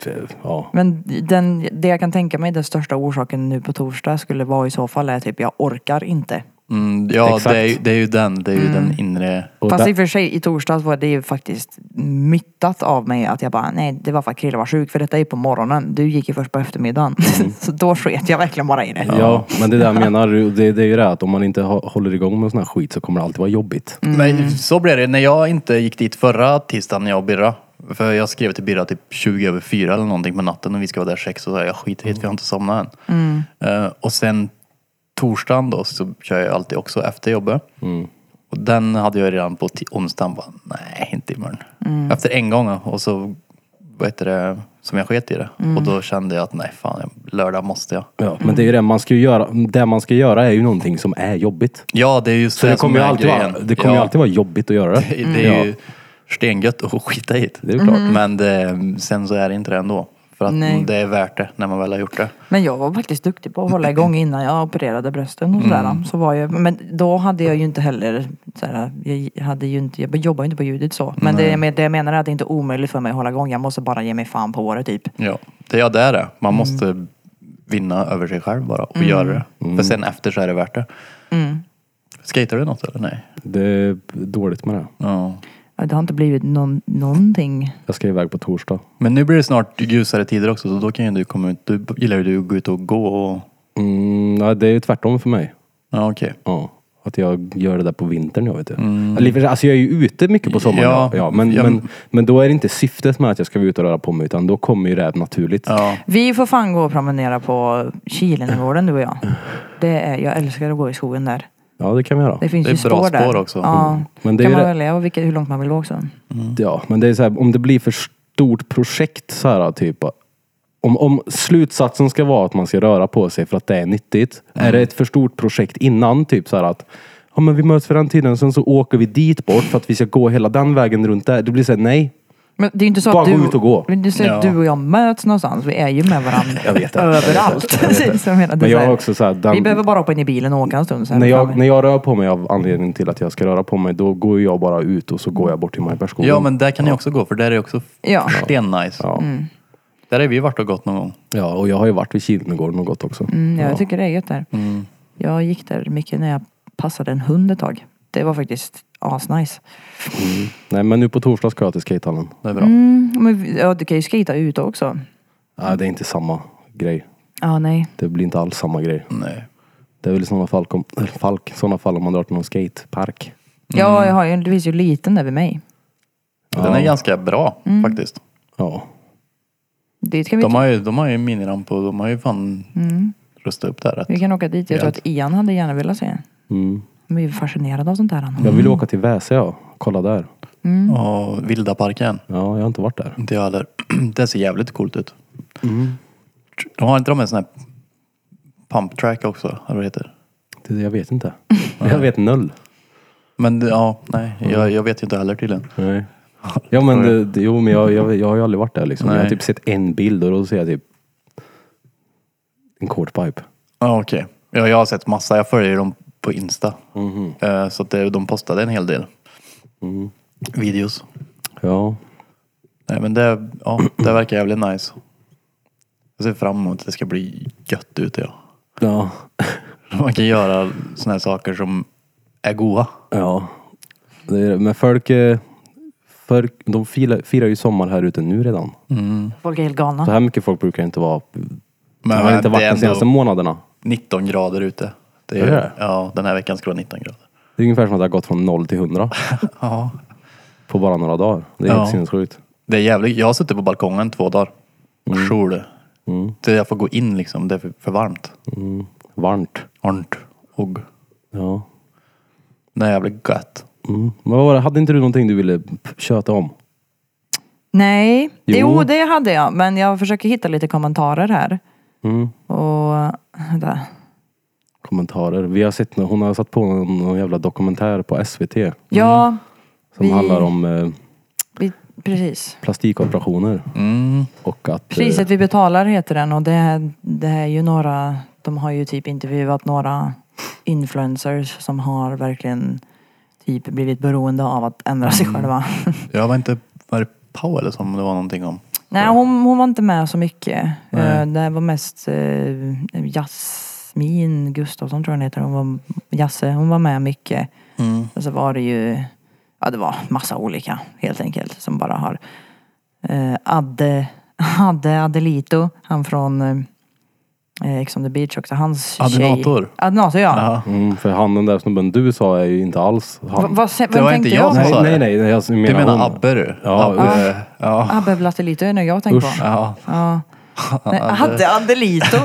Speaker 1: f- Ja.
Speaker 3: Men den, det jag kan tänka mig, den största orsaken nu på torsdag skulle vara i så fall är typ jag orkar inte.
Speaker 2: Mm, ja,
Speaker 1: Exakt. Mm.
Speaker 2: det är, ju- det är ju den. Det är ju den inre...
Speaker 1: Och
Speaker 3: Fast
Speaker 1: där-
Speaker 3: i och för sig i torsdags var det ju faktiskt myttat av mig att jag bara nej det var för att Krille var sjuk för detta är ju på morgonen. Du gick ju först på eftermiddagen. så då sket jag verkligen bara i det.
Speaker 1: Mm. Ja, men det där menar du, det, det är ju det att om man inte ha- håller igång med sån här skit så kommer det alltid vara jobbigt.
Speaker 2: Men så blev det när jag inte gick dit förra tisdagen, jag och Birra. För jag skrev till Birra typ 20 över 4 eller någonting på natten och vi ska vara där 6 och så här, jag skiter i det för jag har inte somnat än. Eh, och sen torsdagen då så kör jag alltid också efter jobbet.
Speaker 1: Mm.
Speaker 2: Och den hade jag redan på t- onsdagen bara, nej inte imorgon. Efter en gång och så, vad heter det, som jag sket i det. Och då kände jag att nej fan, lördag måste jag.
Speaker 1: Ja, men det är ju det man ska ju göra, det man ska göra är ju någonting som är jobbigt.
Speaker 2: Ja det är just
Speaker 1: Så det,
Speaker 2: det, som
Speaker 1: kommer, ju
Speaker 2: är
Speaker 1: alltid vara,
Speaker 2: grejen.
Speaker 1: det kommer ju
Speaker 2: Ja.
Speaker 1: alltid vara jobbigt att göra det.
Speaker 2: Det det är
Speaker 1: Mm. Ja.
Speaker 2: ju stengött att skita i
Speaker 1: Det är
Speaker 2: det. Mm.
Speaker 1: ju klart.
Speaker 2: Men det, sen så är det inte det ändå. För att
Speaker 3: Nej.
Speaker 2: det är värt det när man väl har gjort det.
Speaker 3: Men jag var faktiskt duktig på att hålla igång innan jag opererade brösten och sådär.
Speaker 1: Mm.
Speaker 3: Så var jag, men då hade jag ju inte heller, såhär, jag, hade ju inte, jag jobbar ju inte på ljudet så. Men det, jag men- det jag menar är att det är inte omöjligt för mig att hålla igång. Jag måste bara ge mig fan på det typ.
Speaker 2: Ja, det, ja, det är det. Man måste vinna över sig själv bara och göra det.
Speaker 1: Mm.
Speaker 2: För sen efter så är det värt det. Skater du något eller nej?
Speaker 1: Det är dåligt med det.
Speaker 2: Ja.
Speaker 3: Ja, Det har inte blivit någon, någonting.
Speaker 1: Jag ska iväg på torsdag.
Speaker 2: Men nu blir det snart ljusare tider också så då kan ju du komma ut. Du gillar ju du att gå ut och gå och...
Speaker 1: Mm, nej, det är ju tvärtom för mig.
Speaker 2: Ja okej.
Speaker 1: Ja. Att jag gör det där på vintern, jag vet du. Eller i och för sig, Alltså jag är ju ute mycket på sommaren.
Speaker 2: Ja.
Speaker 1: Ja. Ja, men,
Speaker 2: Ja, men-
Speaker 1: men, men då är det inte syftet med att jag ska vara ute och röra på mig, utan då kommer ju det här naturligt.
Speaker 2: Ja.
Speaker 3: Vi får fan gå och promenera på Kilenegården du och jag. Det är, jag älskar att gå i skogen där.
Speaker 1: Ja, det kan vi göra.
Speaker 3: Det finns
Speaker 2: Det är
Speaker 3: ju
Speaker 2: bra
Speaker 3: spår där.
Speaker 2: spår också.
Speaker 3: Ja.
Speaker 2: Mm.
Speaker 1: Men det är
Speaker 3: kan
Speaker 1: ju
Speaker 3: man
Speaker 1: det-
Speaker 3: välja vilket, hur långt man vill gå också.
Speaker 1: Ja, men det är så här, om det blir för stort projekt så här typ. Om, om slutsatsen ska vara att man ska röra på sig för att det är nyttigt. Är
Speaker 2: Mm.
Speaker 1: det ett för stort projekt innan, typ så här att ja, men vi möts för den tiden, sen så åker vi dit bort för att vi ska gå hela den vägen runt där. Det blir så här, nej.
Speaker 3: Men det är ju inte så
Speaker 1: Bara
Speaker 3: att,
Speaker 1: gå
Speaker 3: du,
Speaker 1: ut och gå.
Speaker 3: Det är inte så att
Speaker 2: Ja.
Speaker 3: du och jag möts någonstans. Vi är ju med varandra
Speaker 1: Jag vet det.
Speaker 3: överallt. Precis som jag menar. Det
Speaker 1: Men
Speaker 3: är
Speaker 1: jag
Speaker 3: så
Speaker 1: har
Speaker 3: här,
Speaker 1: också så här,
Speaker 3: Vi behöver
Speaker 1: den,
Speaker 3: bara hoppa in i bilen och åka en stund. Sen
Speaker 1: när,
Speaker 3: framme.
Speaker 1: jag, när jag rör på mig av anledning till att jag ska röra på mig, då går jag bara ut och så går jag bort till Majbergsskogen.
Speaker 2: ja men där kan ni också gå för där är det också
Speaker 3: Ja.
Speaker 2: stennice.
Speaker 1: ja.
Speaker 3: Mm.
Speaker 2: Där har vi varit och gått någon gång.
Speaker 1: ja, och jag har ju varit vid Kilmegården och gått också.
Speaker 3: Mm, jag
Speaker 1: Mm.
Speaker 3: tycker det är gött där. Jag gick där mycket när jag passade en hund ett tag. Det var faktiskt asnice.
Speaker 1: Nej, men nu på torsdag ska jag till skatehallen.
Speaker 2: Det är bra.
Speaker 3: Mm, men, vi- ja, du kan ju skita ute också.
Speaker 1: Nej, det är inte samma grej.
Speaker 3: Ja, nej.
Speaker 1: Det blir inte alls samma grej.
Speaker 2: Nej.
Speaker 1: Det är väl i sådana fall, kom, eller falk, sådana fall om man drar till någon skatepark.
Speaker 3: Ja, jag har ju, det finns ju liten där vid mig.
Speaker 2: Den är ganska bra faktiskt.
Speaker 1: Ja.
Speaker 3: Dit kan Mm. Mm. vi,
Speaker 2: De har ju, de har ju miniramp och de har ju fan rustat upp där rätt.
Speaker 3: vi kan åka dit. Jag tror att Ian hade gärna velat se.
Speaker 1: Mm.
Speaker 3: Han är ju fascinerad av sånt där. Han.
Speaker 1: Jag vill åka till Väsö, ja. Kolla där.
Speaker 3: Mm.
Speaker 2: Och Vilda parken.
Speaker 1: Ja, jag har inte varit där.
Speaker 2: Inte jag heller. Det ser jävligt coolt ut. Mm. De har inte de en sån här pump track också? Eller vad det heter?
Speaker 1: Det- Jag vet inte. Jag vet noll.
Speaker 2: Men ja, nej. Jag, jag vet ju inte heller tydligen.
Speaker 1: Nej. Mm. Ja men, det, det- jo, men jag, jag, jag har ju aldrig varit där liksom. Jag har
Speaker 2: Nej.
Speaker 1: typ sett en bild och då ser jag typ en quarterpipe.
Speaker 2: Ja, okej. Ja, jag har sett massa. Jag följer dem på Insta.
Speaker 1: Mm.
Speaker 2: Eh, Så att det, de postade en hel del mhm. videos.
Speaker 1: Ja.
Speaker 2: Nej, men det, ja, det verkar jävligt nice. Jag ser fram emot att det ska bli gött ute. Ja.
Speaker 1: Ja.
Speaker 2: Man kan göra såna här saker som är goa.
Speaker 1: Ja. Det är, det. men folk, eh, folk de firar, firar ju sommar här ute nu redan.
Speaker 3: Folk är helt
Speaker 1: Så
Speaker 3: galna.
Speaker 1: här mycket folk brukar det inte vara.
Speaker 2: Men
Speaker 1: det har inte
Speaker 2: det
Speaker 1: varit
Speaker 2: är
Speaker 1: de
Speaker 2: ändå
Speaker 1: senaste månaderna.
Speaker 2: 19 grader ute. Det
Speaker 1: Är
Speaker 2: är,
Speaker 1: det?
Speaker 2: Ja, den här veckan ska det vara 19 grader.
Speaker 1: Det är ungefär som att det har gått från noll till hundra
Speaker 2: Ja.
Speaker 1: på bara några dagar. Det är
Speaker 2: Ja.
Speaker 1: helt sinnessjukt.
Speaker 2: Det är jävligt. Jag har suttit på balkongen två dagar.
Speaker 1: Mm.
Speaker 2: Sol. Så jag får gå in liksom. Det är för, för varmt.
Speaker 1: Mm. Varmt.
Speaker 2: Arnt. Och.
Speaker 1: Ja.
Speaker 2: Det är jävligt gött.
Speaker 1: Mm. Men vad var det? Hade inte du någonting du ville p- köta om?
Speaker 3: Nej,
Speaker 1: Jo.
Speaker 3: jo. det hade jag. Men jag försöker hitta lite kommentarer här.
Speaker 1: Mm.
Speaker 3: Och... Vänta.
Speaker 1: kommentarer. Vi har sett, hon har satt på någon, någon jävla dokumentär på SVT
Speaker 3: Ja,
Speaker 1: som
Speaker 3: Vi-
Speaker 1: handlar om eh,
Speaker 3: vi, precis.
Speaker 1: plastikoperationer
Speaker 2: Mm.
Speaker 1: och att... eh,
Speaker 3: Priset vi betalar heter den och det, det är ju några, de har ju typ intervjuat några influencers som har verkligen typ blivit beroende av att ändra sig själva.
Speaker 2: Jag var inte... Var det Powell som det var någonting om?
Speaker 3: Nej, hon, hon var inte med så mycket.
Speaker 2: Nej.
Speaker 3: Eh, Det var mest eh, Jasmin Gustafsson tror jag hon heter. Hon var, Jasse, hon var med mycket.
Speaker 2: Mm.
Speaker 3: Och så var det ju, ja det var massa olika helt enkelt som bara har eh, Adde, Adde Adelito, han från eh, Ex on the beach också, hans tjej.
Speaker 2: Adenator.
Speaker 3: Adenator ja.
Speaker 2: Ja.
Speaker 1: Mm, för han den där snubben du sa är ju inte alls han.
Speaker 3: Va, vad se-
Speaker 2: Det
Speaker 3: vem
Speaker 2: var
Speaker 3: tänkte
Speaker 2: inte
Speaker 3: jag
Speaker 2: jag
Speaker 3: på?
Speaker 2: som
Speaker 1: nej,
Speaker 2: sa det?
Speaker 1: nej, nej, nej. Alltså,
Speaker 2: Du
Speaker 1: menar
Speaker 2: menar
Speaker 1: hon.
Speaker 2: Abbe du?
Speaker 1: Ja.
Speaker 2: Abbe. Ja.
Speaker 3: Abbe Blattelito är nog jag tänker på.
Speaker 1: Usch.
Speaker 2: Ja.
Speaker 3: Ja. Nej, hade Adelito.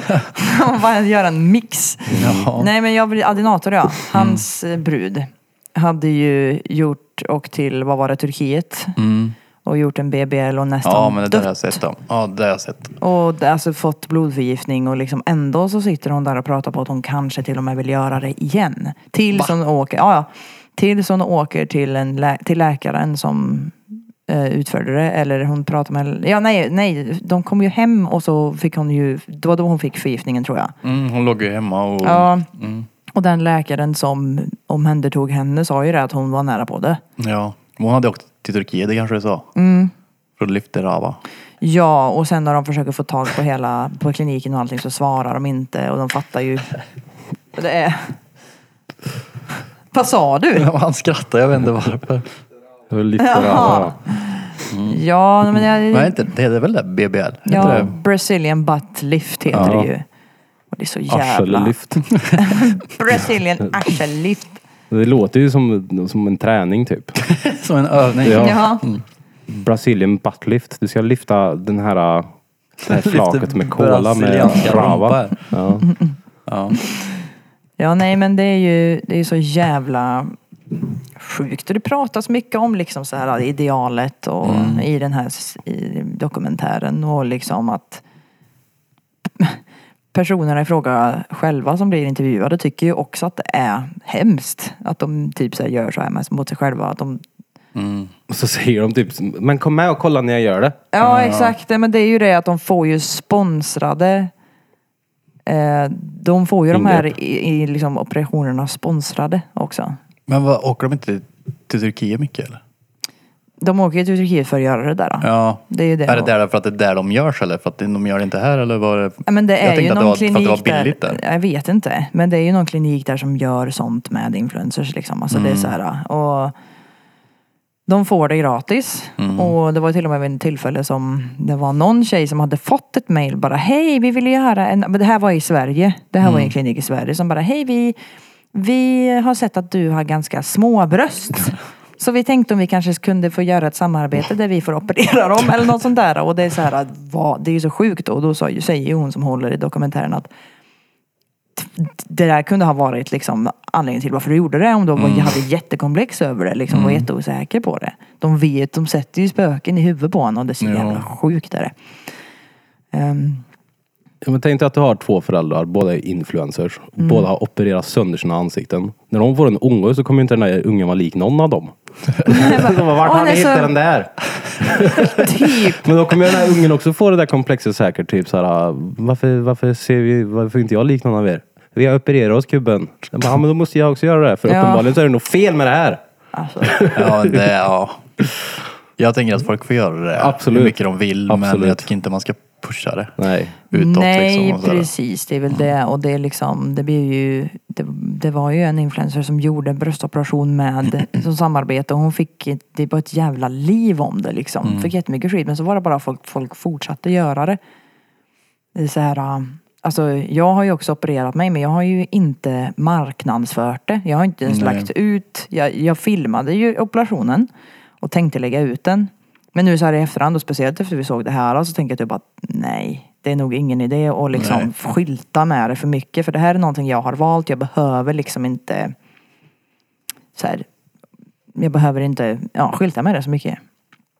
Speaker 3: Hon bara göra en mix.
Speaker 1: Mm.
Speaker 3: Nej men jag blir Adinator ja.
Speaker 2: Mm.
Speaker 3: Hans eh, brud hade ju gjort och till, vad var det, Turkiet. Och gjort en BBL och
Speaker 2: Mm.
Speaker 3: nästan
Speaker 2: Ja, men det där har
Speaker 3: dött.
Speaker 2: jag sett. Då. Ja, det har jag sett.
Speaker 3: Och det- alltså fått blodförgiftning och liksom ändå så sitter hon där och pratar på att hon kanske till och med vill göra det igen. Tills hon åker, ja, ja, tills hon åker till, en lä- till läkaren som eh, utförde det. Eller hon pratar med, ja nej, nej, de kom ju hem och så fick hon ju, det var då hon fick förgiftningen tror jag.
Speaker 2: Mm, hon låg ju hemma och...
Speaker 3: Ja.
Speaker 2: Mm.
Speaker 3: Och den läkaren som omhändertog henne sa ju det att hon var nära på det.
Speaker 2: Ja. Hon hade åkt till Turkiet, det kanske du sa?
Speaker 3: Mm.
Speaker 2: För att lyfta Rava.
Speaker 3: Ja, och sen när de försöker få tag på hela på kliniken och allting så svarar de inte och de fattar ju. Det är... Vad sa du?
Speaker 2: Ja, han skrattar, jag vet inte varför.
Speaker 3: Mm.
Speaker 1: Det var lite
Speaker 3: Jaha.
Speaker 1: Jaha.
Speaker 3: Ja, men jag...
Speaker 2: Nej, inte, det är väl det BBL? Heter
Speaker 3: ja,
Speaker 2: det?
Speaker 3: Brazilian butt lift heter
Speaker 1: Ja.
Speaker 3: det ju. Och det är så jävla...
Speaker 1: Arsellyft.
Speaker 3: Brazilian arsellift.
Speaker 1: Det låter ju som, som en träning typ.
Speaker 2: Som en övning.
Speaker 1: Ja.
Speaker 3: Ja.
Speaker 1: Brazilian buttlift. Du ska lyfta den här, eh, det här flaket med cola med
Speaker 2: Brasilianska
Speaker 1: rava.
Speaker 2: rumpar.
Speaker 1: Ja.
Speaker 3: Ja, nej men det är ju det är ju så jävla sjukt. Och det pratas mycket om liksom så här idealet och i den här s- i dokumentären och liksom att personerna i fråga själva som blir intervjuade tycker ju också att det är hemskt. Att de typ så här gör så här med- mot sig själva. Att de,
Speaker 1: Och så säger de typ, men kom med och kolla när jag gör det.
Speaker 3: ja exakt, Nej, men det är ju det att de får ju sponsrade eh, de får ju de
Speaker 1: Ingrepp.
Speaker 3: här i, i liksom operationerna sponsrade också.
Speaker 2: Men vad, åker de inte till Turkiet mycket eller?
Speaker 3: De åker ju till Turkiet för att göra det där. då.
Speaker 2: Ja.
Speaker 3: Det är ju det.
Speaker 2: Är det där för att det är där de görs eller för att de gör det inte här eller vad är det?
Speaker 3: Ja, men det
Speaker 2: Jag
Speaker 3: är
Speaker 2: tänkte
Speaker 3: ju
Speaker 2: att det
Speaker 3: någon
Speaker 2: var- för att det
Speaker 3: klinik
Speaker 2: var billigt
Speaker 3: där.
Speaker 2: där.
Speaker 3: Jag vet inte. Men det är ju någon klinik där som gör sånt med influencers liksom. Alltså
Speaker 2: Mm.
Speaker 3: det är så här. Och de får det gratis. Och det var till och med vid ett tillfälle som det var någon tjej som hade fått ett mail bara hej vi vill göra en, men det här var i Sverige. Det här var ju en klinik i Sverige som bara hej vi, vi har sett att du har ganska små bröst. Så vi tänkte om vi kanske kunde få göra ett samarbete där vi får operera dem eller något sånt där. Och det är så här, att, vad, det är ju så sjukt. Och då sa ju- säger ju hon som håller i dokumentären att det där kunde ha varit liksom anledningen till varför du gjorde det. Om du var- hade jättekomplex över det, liksom, var jätteosäker på det. De vet, de sätter ju spöken i huvudet på honom och det är så
Speaker 2: Ja.
Speaker 3: jävla sjukt. Är det. Ehm,
Speaker 1: Ja, men tänk dig att du har två föräldrar, båda är influencers. och
Speaker 3: Mm.
Speaker 1: Båda har opererat sönder sina ansikten. När de får en unge så kommer ju inte den där ungen vara lik någon av dem. Så de bara, Vart
Speaker 3: "Åh,
Speaker 1: har ni
Speaker 3: nej, så-
Speaker 1: hittat den där?
Speaker 3: typ.
Speaker 1: Men då kommer den här ungen också få det där komplexet säkert. Typ så här, varför, varför, ser vi, varför är inte jag lik någon av er? Vi har opererat oss kubben. Jag bara, ja, men då måste jag också göra det. För
Speaker 3: Ja.
Speaker 1: uppenbarligen så är det nog fel med det här.
Speaker 3: Alltså,
Speaker 2: Ja, det, ja. Jag tänker att folk får göra det
Speaker 1: Absolut.
Speaker 2: hur mycket de vill men
Speaker 1: Absolut.
Speaker 2: jag tycker inte man ska pusha det
Speaker 1: Nej.
Speaker 2: utåt.
Speaker 3: nej,
Speaker 2: liksom, och sådär.
Speaker 3: precis. Det är väl det. Och det, är liksom, det, blir ju, det, det var ju en influencer som gjorde en bröstoperation med som samarbete och hon fick, ett- det var ett jävla liv om det liksom.
Speaker 2: Mm.
Speaker 3: Fick jättemycket skit men så var det bara folk, folk fortsatte göra det. Det är så här, äh, alltså jag har ju också opererat mig men jag har ju inte marknadsfört det. Jag har inte ens
Speaker 2: Nej.
Speaker 3: lagt ut, jag, jag filmade ju operationen och tänkte lägga ut den. Men nu så här i efterhand och speciellt efter vi såg det här så tänker jag typ att nej, det är nog ingen idé att liksom
Speaker 2: Nej.
Speaker 3: skylta med det för mycket. För det här är någonting jag har valt, jag behöver liksom inte så här, jag behöver inte ja, skylta med det så mycket.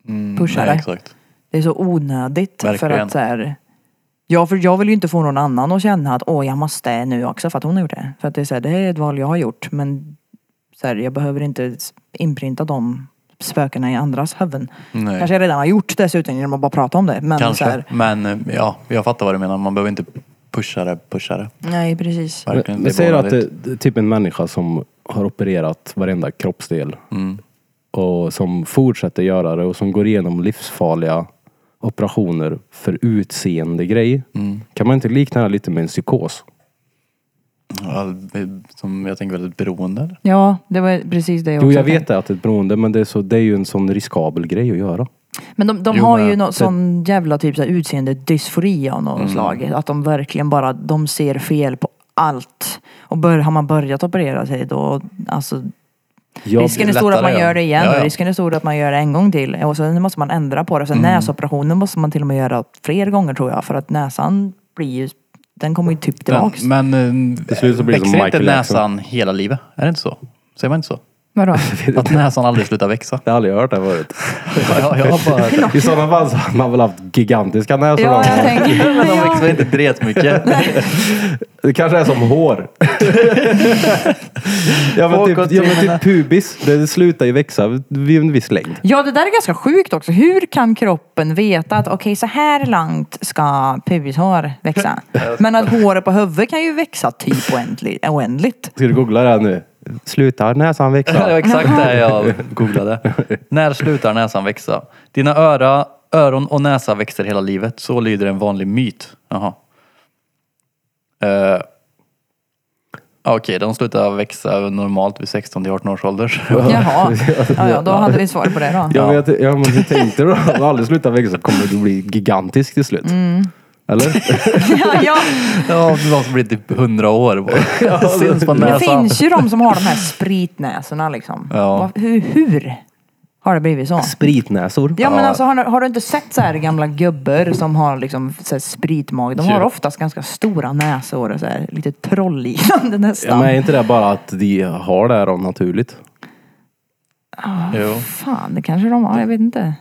Speaker 2: Mm,
Speaker 3: pusha
Speaker 2: nej,
Speaker 3: det.
Speaker 2: Exakt.
Speaker 3: Det är så onödigt för
Speaker 2: Verkligen.
Speaker 3: att så här, ja, för jag vill ju inte få någon annan att känna att åh jag måste nu också för att hon har gjort det. För att det är så här, det här är ett val jag har gjort men så här, jag behöver inte s- inprinta de spökena i andras huvuden.
Speaker 2: Nej.
Speaker 3: Kanske jag redan har gjort dessutom genom att bara prata om det. Men Så
Speaker 2: Kanske.
Speaker 3: här,
Speaker 2: Men eh, ja, jag fattar vad du menar. Man behöver inte pusha det, pusha det.
Speaker 3: nej precis.
Speaker 1: Men,
Speaker 2: Verkligen.
Speaker 1: men
Speaker 2: det är
Speaker 1: säger du att
Speaker 2: onödigt.
Speaker 1: det, det är typ en människa som har opererat varenda kroppsdel
Speaker 2: Mm.
Speaker 1: och som fortsätter göra det och som går igenom livsfarliga operationer för utseende grej.
Speaker 2: Mm.
Speaker 1: Kan man inte likna det här lite med en psykos?
Speaker 2: Ja, det- som jag tänker väldigt beroende. eller?
Speaker 3: Ja, det var precis det jag
Speaker 1: Jo,
Speaker 3: också
Speaker 1: jag vet
Speaker 3: tänkte.
Speaker 1: att det är ett beroende, men det är, så, det är ju en sån riskabel grej att göra.
Speaker 3: Men de, de
Speaker 2: Jo,
Speaker 3: har
Speaker 2: men
Speaker 3: ju
Speaker 2: att
Speaker 3: någon
Speaker 2: det-
Speaker 3: sån jävla typ så här, utseende dysfori av
Speaker 2: Mm.
Speaker 3: något slag. Att de verkligen bara, de ser fel på allt. Och bör, har man börjat operera sig då, alltså
Speaker 1: Jag,
Speaker 3: risken är stor att man
Speaker 2: lättare, ja.
Speaker 3: gör det igen
Speaker 2: Ja, ja.
Speaker 3: och risken är stor att man gör det en gång till. Och sen måste man ändra på det. Sen näsoperationen måste man till och med göra fler gånger tror jag. För att näsan blir ju, den kommer ju typ tillbaks.
Speaker 2: Men, men eh,
Speaker 1: Till slut så blir det som
Speaker 2: växer inte
Speaker 1: Michael Jackson.
Speaker 2: näsan hela livet? Är det inte så? Säger man inte så?
Speaker 3: Vadå?
Speaker 2: Att näsan aldrig slutar växa?
Speaker 1: jag har aldrig hört det här förut.
Speaker 2: Ja, jag har bara...
Speaker 1: I sådana fall så hade man väl haft gigantiska näsor.
Speaker 3: Ja,
Speaker 1: då.
Speaker 3: jag tänker.
Speaker 2: Men de
Speaker 3: ja.
Speaker 2: växer inte dretmycket.
Speaker 1: Det kanske är som hår. ja, men typ, ja men typ pubis, det slutar ju växa vid en viss längd.
Speaker 3: Ja, det där är ganska sjukt också. Hur kan kroppen veta att okej, så här långt ska pubishår växa? Men att håret på huvudet kan ju växa typ oändligt. oändligt.
Speaker 1: Ska du googla det här nu? Slutar näsan
Speaker 2: Ja, det var
Speaker 1: växa?
Speaker 2: exakt det jag googlade. När slutar näsan växa? Dina öra, öron och näsa växer hela livet. Så lyder en vanlig myt. Jaha. Uh, Okej, de slutar växa normalt vid 16 till 18 års ålder.
Speaker 3: Jaha, ja, ja, då hade vi svar på det då.
Speaker 1: Ja, men jag, ja, men jag tänkte då, om du aldrig slutar växa kommer du bli gigantisk till slut. Eller?
Speaker 3: Mm. Ja, ja.
Speaker 2: Ja, det var som blir typ 100 år. bara. Syns på
Speaker 3: Det
Speaker 2: näsan.
Speaker 3: finns ju de som har de här spritnäsorna liksom.
Speaker 2: Alltså, Ja.
Speaker 3: Vad- Hur, hur har det blivit så?
Speaker 1: Spritnäsor.
Speaker 3: Ja men alltså har, har du inte sett så här gamla gubbar som har liksom så här spritmag? De har
Speaker 2: Jo.
Speaker 3: oftast ganska stora näsor och så här lite trollliknande
Speaker 1: Ja,
Speaker 3: nästan.
Speaker 1: men är inte det bara att de har det här av naturligt?
Speaker 2: Jo.
Speaker 3: Fan, det kanske de har. Jag vet inte.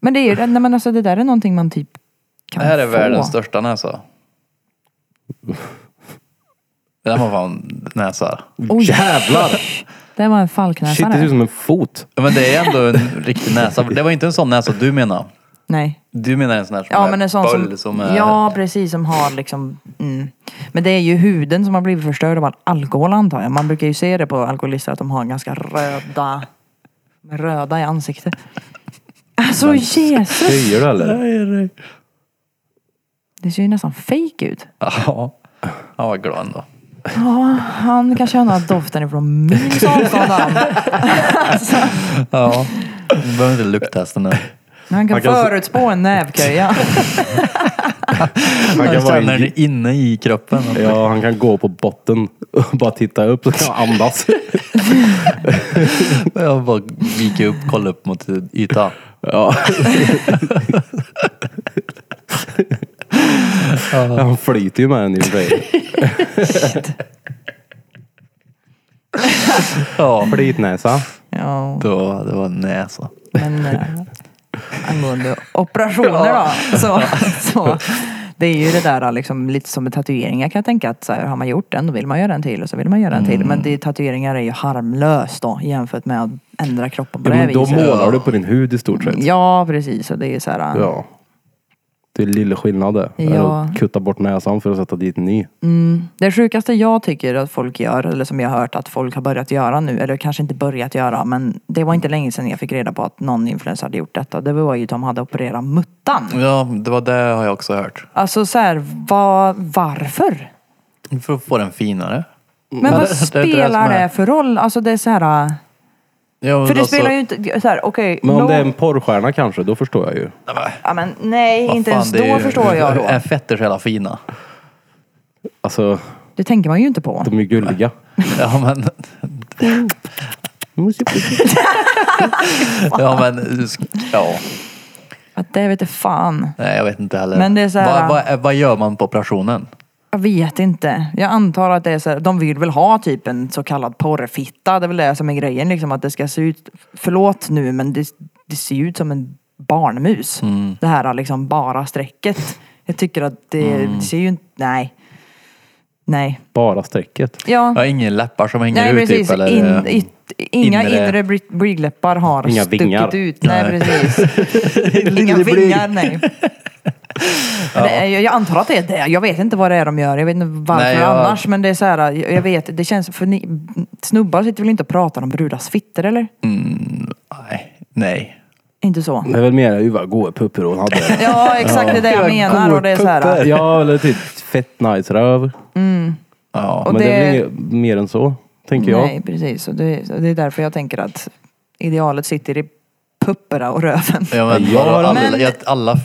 Speaker 3: Men det är ju, nej men alltså det där är någonting man typ kan
Speaker 2: Det här är
Speaker 3: få.
Speaker 2: världens största näsa. Det där var fan näsa.
Speaker 3: Oj.
Speaker 1: Jävlar!
Speaker 3: Det var en
Speaker 1: Shit,
Speaker 3: falknäsa
Speaker 1: det ser ut
Speaker 3: det.
Speaker 1: som en fot.
Speaker 2: Ja, Men det är ändå en riktig näsa. Det var inte en sån näsa du menar.
Speaker 3: Nej.
Speaker 2: Du menar en sån här som
Speaker 3: Ja
Speaker 2: är
Speaker 3: men en sån
Speaker 2: böll
Speaker 3: som,
Speaker 2: som är...
Speaker 3: Ja precis, som har liksom... Mm. Men det är ju huden som har blivit förstörd av all alkohol antar jag. Man brukar ju se det på alkoholister att de har ganska röda... Röda i ansiktet. Alltså Jesus!
Speaker 1: Höjer du eller?
Speaker 2: Nej,
Speaker 3: Det ser ju nästan fake ut.
Speaker 2: Ja, han var glad ändå.
Speaker 3: Ja, han kan känna doften ifrån mils avstånd. han.
Speaker 2: Ja, du behöver inte lukttesta nu.
Speaker 3: Han kan
Speaker 1: Man kan-
Speaker 3: förutspå en nävköja.
Speaker 1: Han
Speaker 2: Jag
Speaker 1: kan, vara
Speaker 2: känner
Speaker 1: i,
Speaker 2: det inne i kroppen.
Speaker 1: ja, han kan gå på botten och bara titta upp så kan han andas.
Speaker 2: Jag bara viker upp, kollar upp mot ytan.
Speaker 1: Ja. Han flyter ju med den i och för sig.
Speaker 2: Ja,
Speaker 1: Flytnäsa.
Speaker 3: Ja,
Speaker 2: då, det var näsa.
Speaker 3: men eh, angående operationer då. Så, så, det är ju det där liksom, lite som med tatueringar kan jag tänka att så här, har man gjort en då vill man göra en till och så vill man göra en till.
Speaker 1: Mm.
Speaker 3: Men det, tatueringar är ju harmlöst då jämfört med att ändra kroppen på
Speaker 1: Ja,
Speaker 3: det här
Speaker 1: men då
Speaker 3: viset.
Speaker 1: målar du på din hud i stort sett.
Speaker 3: Ja precis och det är ju så här.
Speaker 1: Ja. Det är lilla skillnad det.
Speaker 3: Ja.
Speaker 1: Eller att kutta bort näsan för att sätta dit en ny.
Speaker 3: Det sjukaste jag tycker att folk gör, eller som jag har hört att folk har börjat göra nu, eller kanske inte börjat göra, men det var inte länge sedan jag fick reda på att någon influencer hade gjort detta. Det var ju att de hade opererat muttan.
Speaker 2: Ja, det var det har jag också hört.
Speaker 3: Alltså så här, vad, varför?
Speaker 2: För att få den finare.
Speaker 3: Men vad
Speaker 2: Mm. det- det är inte det
Speaker 3: spelar
Speaker 2: som är-
Speaker 3: det för roll? Alltså det är så här...
Speaker 2: Ja, men
Speaker 3: För det
Speaker 2: alltså-
Speaker 3: spelar ju inte... Så här, okej.
Speaker 1: Men om
Speaker 3: no-
Speaker 1: det är en porrstjärna kanske, då förstår jag ju.
Speaker 2: Nej, men,
Speaker 3: ja, men, nej,
Speaker 2: vad
Speaker 3: inte
Speaker 2: fan,
Speaker 3: ens
Speaker 2: det är
Speaker 3: då
Speaker 2: ju-
Speaker 3: förstår jag då.
Speaker 2: Är fetter så jävla fina?
Speaker 1: Alltså,
Speaker 3: Det tänker man ju inte på.
Speaker 1: de är gulliga.
Speaker 2: Ja men, ja men, ja.
Speaker 3: Att det vet fan.
Speaker 2: Nej jag vet inte heller.
Speaker 3: Men det är så här-
Speaker 2: vad, vad, vad gör man på operationen?
Speaker 3: Jag vet inte. Jag antar att det är så här, de vill väl ha typ en så kallad porrfitta. Det är väl det som är grejen liksom att det ska se ut, förlåt nu men det, det ser ju ut som en barnmus.
Speaker 2: Mm.
Speaker 3: Det här liksom bara strecket. Jag tycker att det,
Speaker 2: Mm.
Speaker 3: det ser ju inte, nej. Nej.
Speaker 1: Bara strecket.
Speaker 3: Ja,
Speaker 2: Ja, ingen läppar som hänger
Speaker 3: nej
Speaker 2: ut
Speaker 3: precis.
Speaker 2: typ eller?
Speaker 3: In, yt, inga
Speaker 2: inre-
Speaker 3: inre, bri- blygdläppar har
Speaker 1: Inga
Speaker 3: stuckit
Speaker 1: vingar.
Speaker 3: ut. Nej, precis. inga vingar, nej. Nej, Jag jag antar att det är det. Jag vet inte vad det är de gör. Jag vet inte varför
Speaker 2: Nej, jag-
Speaker 3: annars. Men det är så här, jag jag vet, det känns, för ni, snubbar sitter väl inte och pratar om brudars fitter eller?
Speaker 2: Nej, nej.
Speaker 3: Inte så?
Speaker 1: Det är väl mer, ju vad goa puppor hon hade.
Speaker 3: Ja, exakt det är det jag menar. Och det är så här,
Speaker 1: Ja, eller typ fett nice röv.
Speaker 2: Ja.
Speaker 3: Och
Speaker 1: Men det är väl
Speaker 3: det-
Speaker 1: inget mer än så, tänker jag.
Speaker 3: nej precis. Och det, och det är därför jag tänker att idealet sitter i pupperna och röven.
Speaker 2: Ja, men,
Speaker 1: Jag har
Speaker 2: alla,
Speaker 3: aldrig-
Speaker 2: jag- alla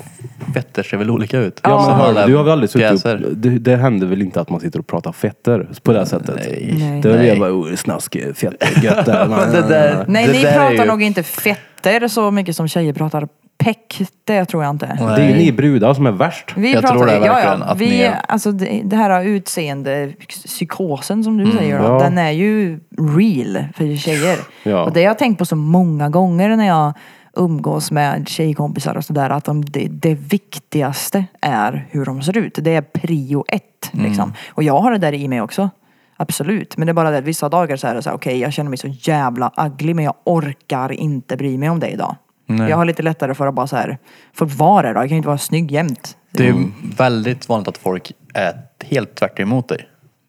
Speaker 2: fetter ser väl olika ut?
Speaker 1: Ja, men
Speaker 2: Som
Speaker 1: hör,
Speaker 2: alla
Speaker 1: du, du har väl aldrig suttit
Speaker 2: pjäser.
Speaker 1: upp, det, det händer väl inte att man sitter och pratar fetter på det här sättet?
Speaker 2: Nej.
Speaker 1: Det är väl
Speaker 2: Nej.
Speaker 1: jag bara, oh, snask, fett, gött där.
Speaker 2: Men det där-
Speaker 3: Nej,
Speaker 2: det
Speaker 3: ni
Speaker 2: där är
Speaker 3: pratar
Speaker 2: ju-
Speaker 3: nog inte fetter så mycket som tjejer pratar peck. Det tror jag inte.
Speaker 1: Det är ju ni brudar som är värst.
Speaker 3: Vi
Speaker 2: Jag
Speaker 3: pratar,
Speaker 2: tror det
Speaker 3: ja,
Speaker 2: verkligen
Speaker 3: ja,
Speaker 2: att
Speaker 3: vi,
Speaker 2: ni är-
Speaker 3: alltså det, det här utseende psykosen som du
Speaker 2: Mm,
Speaker 3: säger, då,
Speaker 1: ja.
Speaker 3: den är ju real för tjejer.
Speaker 1: Ja.
Speaker 3: Och det har jag tänkt på så många gånger när jag umgås med tjejkompisar och sådär att de, det, det viktigaste är hur de ser ut. Det är prio ett
Speaker 2: Mm.
Speaker 3: liksom. Och jag har det där i mig också. Absolut, men det är bara det att vissa dagar så är det så här, okej jag känner mig så jävla ugly men jag orkar inte bry mig om det idag. Jag har lite lättare för att bara så här, för vara det då, jag kan ju inte vara snygg jämt.
Speaker 2: Det är
Speaker 1: Mm.
Speaker 2: ju väldigt vanligt att folk är helt tvärt emot dig.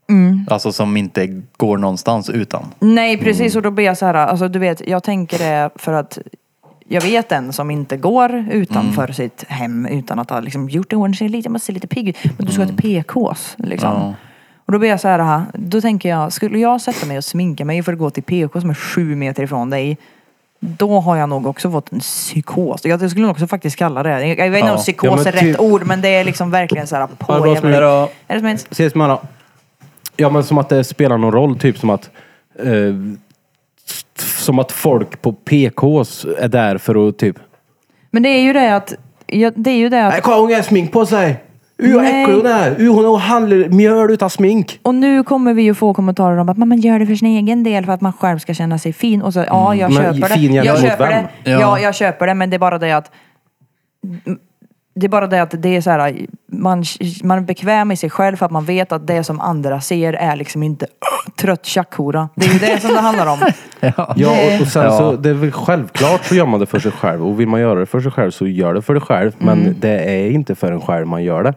Speaker 3: Mm.
Speaker 2: Alltså som inte går någonstans utan.
Speaker 3: Nej precis
Speaker 1: Mm.
Speaker 3: och då blir jag så här, alltså du vet jag tänker det för att jag vet en som inte går utanför
Speaker 1: Mm.
Speaker 3: sitt hem utan att ha liksom gjort i ordning sig lite, jag måste se lite pigg ut. Men du ska till
Speaker 1: Mm.
Speaker 3: PKs liksom. Och då blir jag så här, aha, då tänker jag, skulle jag sätta mig och sminka mig för att gå till PK som är sju meter ifrån dig då har jag nog också fått en psykos. Jag skulle nog också faktiskt kalla det. Jag vet inte
Speaker 2: Ja.
Speaker 3: om psykos
Speaker 1: Ja, men
Speaker 3: är
Speaker 1: typ-
Speaker 3: rätt ord men det är liksom verkligen så här på.
Speaker 1: Ja, det var som
Speaker 3: jävla-
Speaker 1: det då.
Speaker 3: Är det som en-
Speaker 1: Ses med alla. Ja men som att det spelar någon roll, typ som att eh, som att folk på PKs är där för att typ
Speaker 3: Men det är ju det att, ja, det är ju det att
Speaker 1: Nej, kolla hon har smink på sig! U vad
Speaker 3: Nej.
Speaker 1: äcklig hon är! U hon handlar mjöl utan smink!
Speaker 3: Och nu kommer vi ju få kommentarer om att man gör det för sin egen del för att man själv ska känna sig fin. Och så, ja, jag
Speaker 1: Mm. Men
Speaker 3: köper
Speaker 1: fin
Speaker 3: det.
Speaker 1: jävla
Speaker 3: Jag
Speaker 1: mot
Speaker 3: köper
Speaker 1: vem?
Speaker 3: det. Ja.
Speaker 2: Ja.
Speaker 3: jag köper det. Men det är bara det att det är bara det att det är så här, man, man är bekväm i sig själv för att man vet att det som andra ser är liksom inte "Åh, trött tjackhora. Det är ju det som det handlar om.
Speaker 1: Ja
Speaker 3: Nej.
Speaker 1: och, och sen
Speaker 2: Ja.
Speaker 1: så, det är väl självklart så gör man det för sig själv och vill man göra det för sig själv så gör det för dig själv
Speaker 3: Mm.
Speaker 1: men det är inte för en själv man gör det.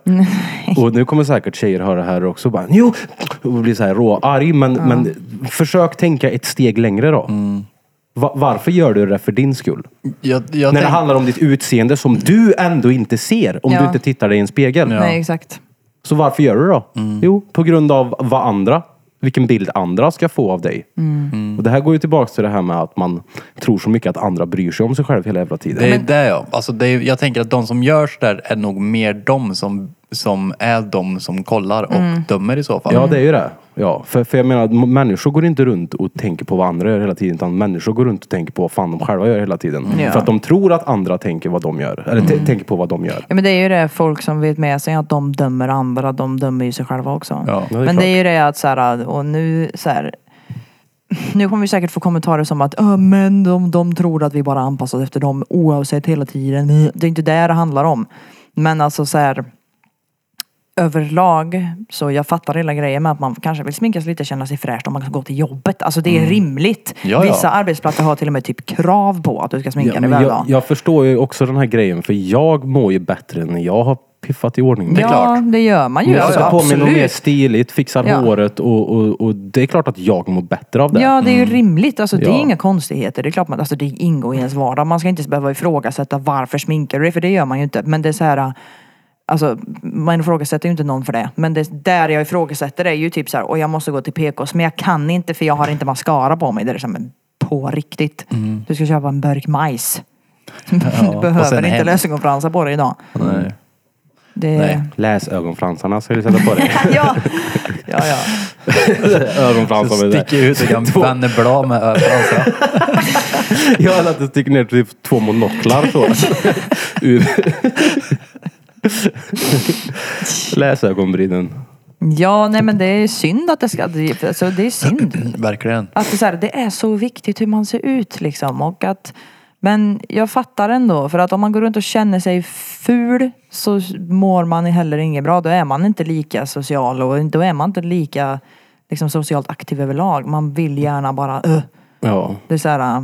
Speaker 1: Och nu kommer säkert tjejer höra det här också bara jo!
Speaker 2: Mm.
Speaker 1: Och blir så här råarg men, men försök tänka ett steg längre då. Va, varför gör du det för din skull?
Speaker 2: Jag, jag
Speaker 1: När det
Speaker 2: tänk-
Speaker 1: handlar om ditt utseende som du ändå inte ser om
Speaker 3: Ja.
Speaker 1: du inte tittar dig i en spegel.
Speaker 2: Ja.
Speaker 3: Nej, exakt.
Speaker 1: Så varför gör du det då? Jo, på grund av vad andra, vilken bild andra ska få av dig. Och det här går ju tillbaka till det här med att man tror så mycket att andra bryr sig om sig själv hela jävla tiden.
Speaker 2: Det är det ja. Alltså det är, jag tänker att de som görs där är nog mer de som, som är de som kollar och
Speaker 3: Mm.
Speaker 2: dömer i så fall.
Speaker 1: Ja, det är ju det. Ja, för, för jag menar, m- människor går inte runt och tänker på vad andra gör hela tiden. Utan människor går runt och tänker på vad fan de själva gör hela tiden.
Speaker 3: Ja.
Speaker 1: För att de tror att andra tänker vad de gör. Eller t- tänker på vad de gör.
Speaker 3: Ja, men det är ju det folk som vet med sig att de dömer andra, de dömer ju sig själva också.
Speaker 2: Ja, det
Speaker 1: är
Speaker 3: men
Speaker 1: klart.
Speaker 3: det är ju det att så här, och nu så här, nu kommer vi säkert få kommentarer som att "Äh, men de, de tror att vi bara anpassar oss efter dem oavsett hela tiden. Det är inte det det handlar om. Men alltså så här överlag så jag fattar hela grejen med att man kanske vill sminka sig lite, känna sig fräsch om man kan gå till jobbet. Alltså det är rimligt.
Speaker 2: Ja, ja.
Speaker 3: Vissa arbetsplatser har till och med typ krav på att du ska sminka
Speaker 1: Ja,
Speaker 3: dig
Speaker 1: men
Speaker 3: varje
Speaker 1: jag,
Speaker 3: dag.
Speaker 1: jag förstår ju också den här grejen. För jag mår ju bättre när jag har piffat i ordning.
Speaker 2: är
Speaker 3: Ja,
Speaker 2: klart.
Speaker 3: det gör man ju.
Speaker 1: jag
Speaker 3: alltså,
Speaker 1: sätter på mig något mer
Speaker 3: absolut.
Speaker 1: stiligt, fixar
Speaker 3: Ja.
Speaker 1: håret och, och, och det är klart att jag mår bättre av det.
Speaker 3: Ja, det är ju
Speaker 2: Mm.
Speaker 3: rimligt. Alltså, det
Speaker 1: Ja.
Speaker 3: är inga konstigheter. Det är klart man, alltså, det ingår i ens vardag. Man ska inte ens behöva ifrågasätta varför sminkar du dig, för det gör man ju inte. Men det är så här, alltså, man ifrågasätter ju inte någon för det. Men det där jag ifrågasätter är ju typ så här, och jag måste gå till PKs, men jag kan inte för jag har inte mascara på mig. Det är som en på riktigt. Du ska köpa en burk majs. du
Speaker 2: Mm. och sen
Speaker 3: behöver inte
Speaker 2: hem.
Speaker 3: lösögonfransar på dig idag.
Speaker 2: Nej.
Speaker 3: Det...
Speaker 2: Nej.
Speaker 1: Läsögonfransarna ska du sätta på dig.
Speaker 3: ja, ja, ja.
Speaker 1: Ögonfransar med Alltså, det.
Speaker 2: Sticker ut och kan vända blad med alltså. ögonfransar.
Speaker 1: Jag hade att det sticker ner typ två monoklar så. Ur läsögonbrynen.
Speaker 3: Ja, nej men det är synd att det ska... Alltså, det är synd.
Speaker 2: Verkligen.
Speaker 3: Att det, så här, det är så viktigt hur man ser ut liksom. Och att, men jag fattar ändå, för att om man går runt och känner sig ful så mår man heller inget bra. Då är man inte lika social och då är man inte lika liksom, socialt aktiv överlag. Man vill gärna bara... "Ugh."
Speaker 1: Ja.
Speaker 3: Det är så här... äh,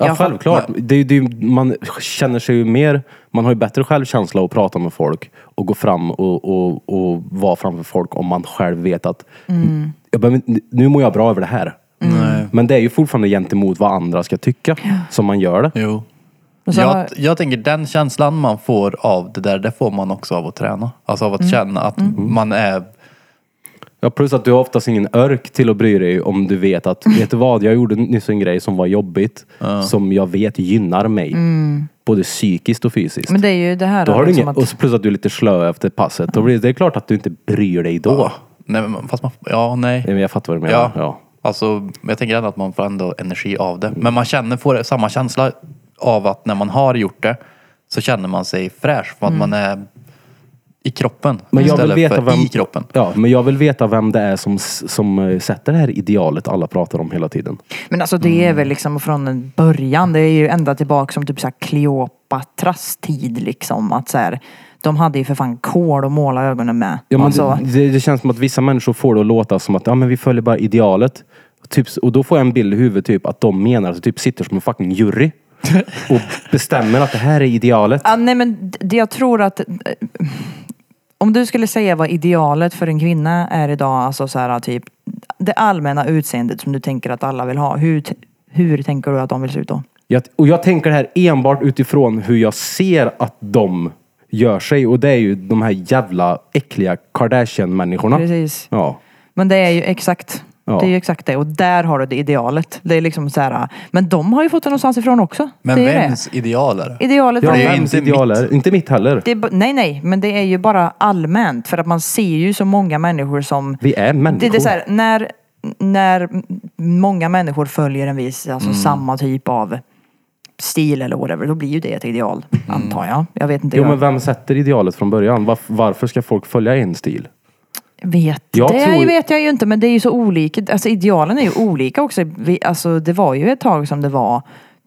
Speaker 1: Ja,
Speaker 3: jag-
Speaker 1: självklart. Det, är ju- det, är ju- man känner sig ju mer, man har ju bättre självkänsla att prata med folk och gå fram och, och, och vara framför folk om man själv vet att
Speaker 3: Mm.
Speaker 1: jag behöver, inte- nu mår jag bra över det här.
Speaker 2: Nej.
Speaker 1: Men det är ju fortfarande gentemot vad andra ska tycka som man gör det.
Speaker 2: Jo.
Speaker 3: Och så
Speaker 2: Jag,
Speaker 3: har-
Speaker 2: jag tänker den känslan man får av det där, det får man också av att träna. Alltså
Speaker 3: Mm.
Speaker 2: av att känna att man är...
Speaker 1: Ja, plus att du har oftast ingen örk till att bry dig om du vet att, vet du vad, jag gjorde nyss en grej som var jobbigt, som jag vet gynnar mig. Både psykiskt och fysiskt.
Speaker 3: Mm. Men det är ju det här...
Speaker 1: då har du
Speaker 3: liksom
Speaker 1: ingen,
Speaker 3: att-
Speaker 1: och så plus att du är lite slö efter passet. Då blir det, det är klart att du inte bryr dig då.
Speaker 2: Åh, nej, men fast man, ja, nej.
Speaker 1: Nej, men Jag fattar vad du menar.
Speaker 2: Ja.
Speaker 1: Ja.
Speaker 2: Alltså, jag tänker ändå att man får ändå energi av det. Men man känner, får samma känsla av att när man har gjort det så känner man sig fräsch
Speaker 3: Mm.
Speaker 2: för att man är i kroppen
Speaker 1: Men jag, vill
Speaker 2: istället
Speaker 1: veta
Speaker 2: för
Speaker 1: vem,
Speaker 2: i kroppen.
Speaker 1: ja, men jag vill veta vem det är som, s- som eh, sätter det här idealet alla pratar om hela tiden.
Speaker 3: Men alltså det är väl liksom från en början. Det är ju ända tillbaka som typ så här Kleopatras tid liksom. Att så här, de hade ju för fan kol att måla ögonen med.
Speaker 1: Ja, men
Speaker 3: alltså,
Speaker 1: det, det känns som att vissa människor får det att låta som att ja, men vi följer bara idealet. Typ, s- och då får jag en bild i huvudet typ, att de menar att de typ sitter som en fucking jury och bestämmer att det här är idealet.
Speaker 3: ah, nej men det, jag tror att eh, om du skulle säga vad idealet för en kvinna är idag, alltså så här typ det allmänna utseendet som du tänker att alla vill ha. Hur, t- hur tänker du att de vill se ut då?
Speaker 1: Jag, och jag tänker det här enbart utifrån hur jag ser att de gör sig. Och det är ju de här jävla äckliga Kardashian-människorna.
Speaker 3: Precis.
Speaker 1: Ja.
Speaker 3: Men det är ju exakt.
Speaker 1: Ja.
Speaker 3: Det är ju exakt det. Och där har du det idealet. Det är liksom så här, men de har ju fått det någonstans ifrån också.
Speaker 2: Men
Speaker 3: det är det.
Speaker 2: vems ideal är det?
Speaker 3: Idealet
Speaker 1: Ja,
Speaker 3: var
Speaker 2: det är ju
Speaker 1: vems
Speaker 2: inte
Speaker 1: ideal är- Inte mitt heller.
Speaker 3: det är, ba- nej, nej, men det är ju bara allmänt för att man ser ju så många människor som...
Speaker 1: Vi är människor.
Speaker 3: Det, det är så här, när, när många människor följer en viss, alltså
Speaker 1: Mm.
Speaker 3: samma typ av stil eller whatever, då blir ju det ett ideal, antar jag. Jag vet inte.
Speaker 1: Mm. Jo
Speaker 3: jag
Speaker 1: men vem sätter idealet från början? Varf- varför ska folk följa en stil?
Speaker 3: vet.
Speaker 1: Jag
Speaker 3: det
Speaker 1: tror-
Speaker 3: vet jag ju inte, men det är ju så olika. Alltså idealen är ju olika också. Vi, alltså, det var ju ett tag som det var,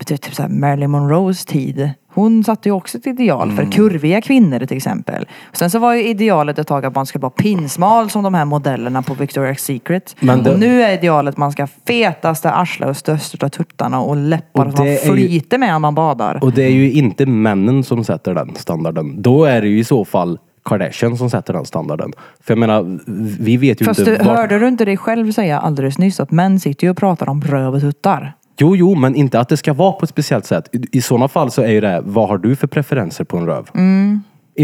Speaker 3: typ typ så här Marilyn Monroes tid. Hon satte ju också ett ideal
Speaker 1: Mm.
Speaker 3: för kurviga kvinnor till exempel. Sen så var ju idealet ett tag att man skulle vara pinsmal som de här modellerna på Victoria's Secret.
Speaker 1: Men det-
Speaker 3: Och nu är idealet att man ska ha fetaste arslet och största tuttarna och läppar
Speaker 1: Och
Speaker 3: som man
Speaker 1: det är ju-
Speaker 3: flyter med om man badar.
Speaker 1: Och det är ju inte männen som sätter den standarden. Då är det ju i så fall Kardashian som sätter den standarden. För jag menar, vi vet ju
Speaker 3: Fast
Speaker 1: inte...
Speaker 3: du,
Speaker 1: vart-
Speaker 3: hörde du inte dig själv säga alldeles nyss att män sitter ju och pratar om röv och tuttar?
Speaker 1: Jo, jo, men inte att det ska vara på ett speciellt sätt. I, i sådana fall så är ju det, här, vad har du för preferenser på en röv? Inte
Speaker 3: Mm.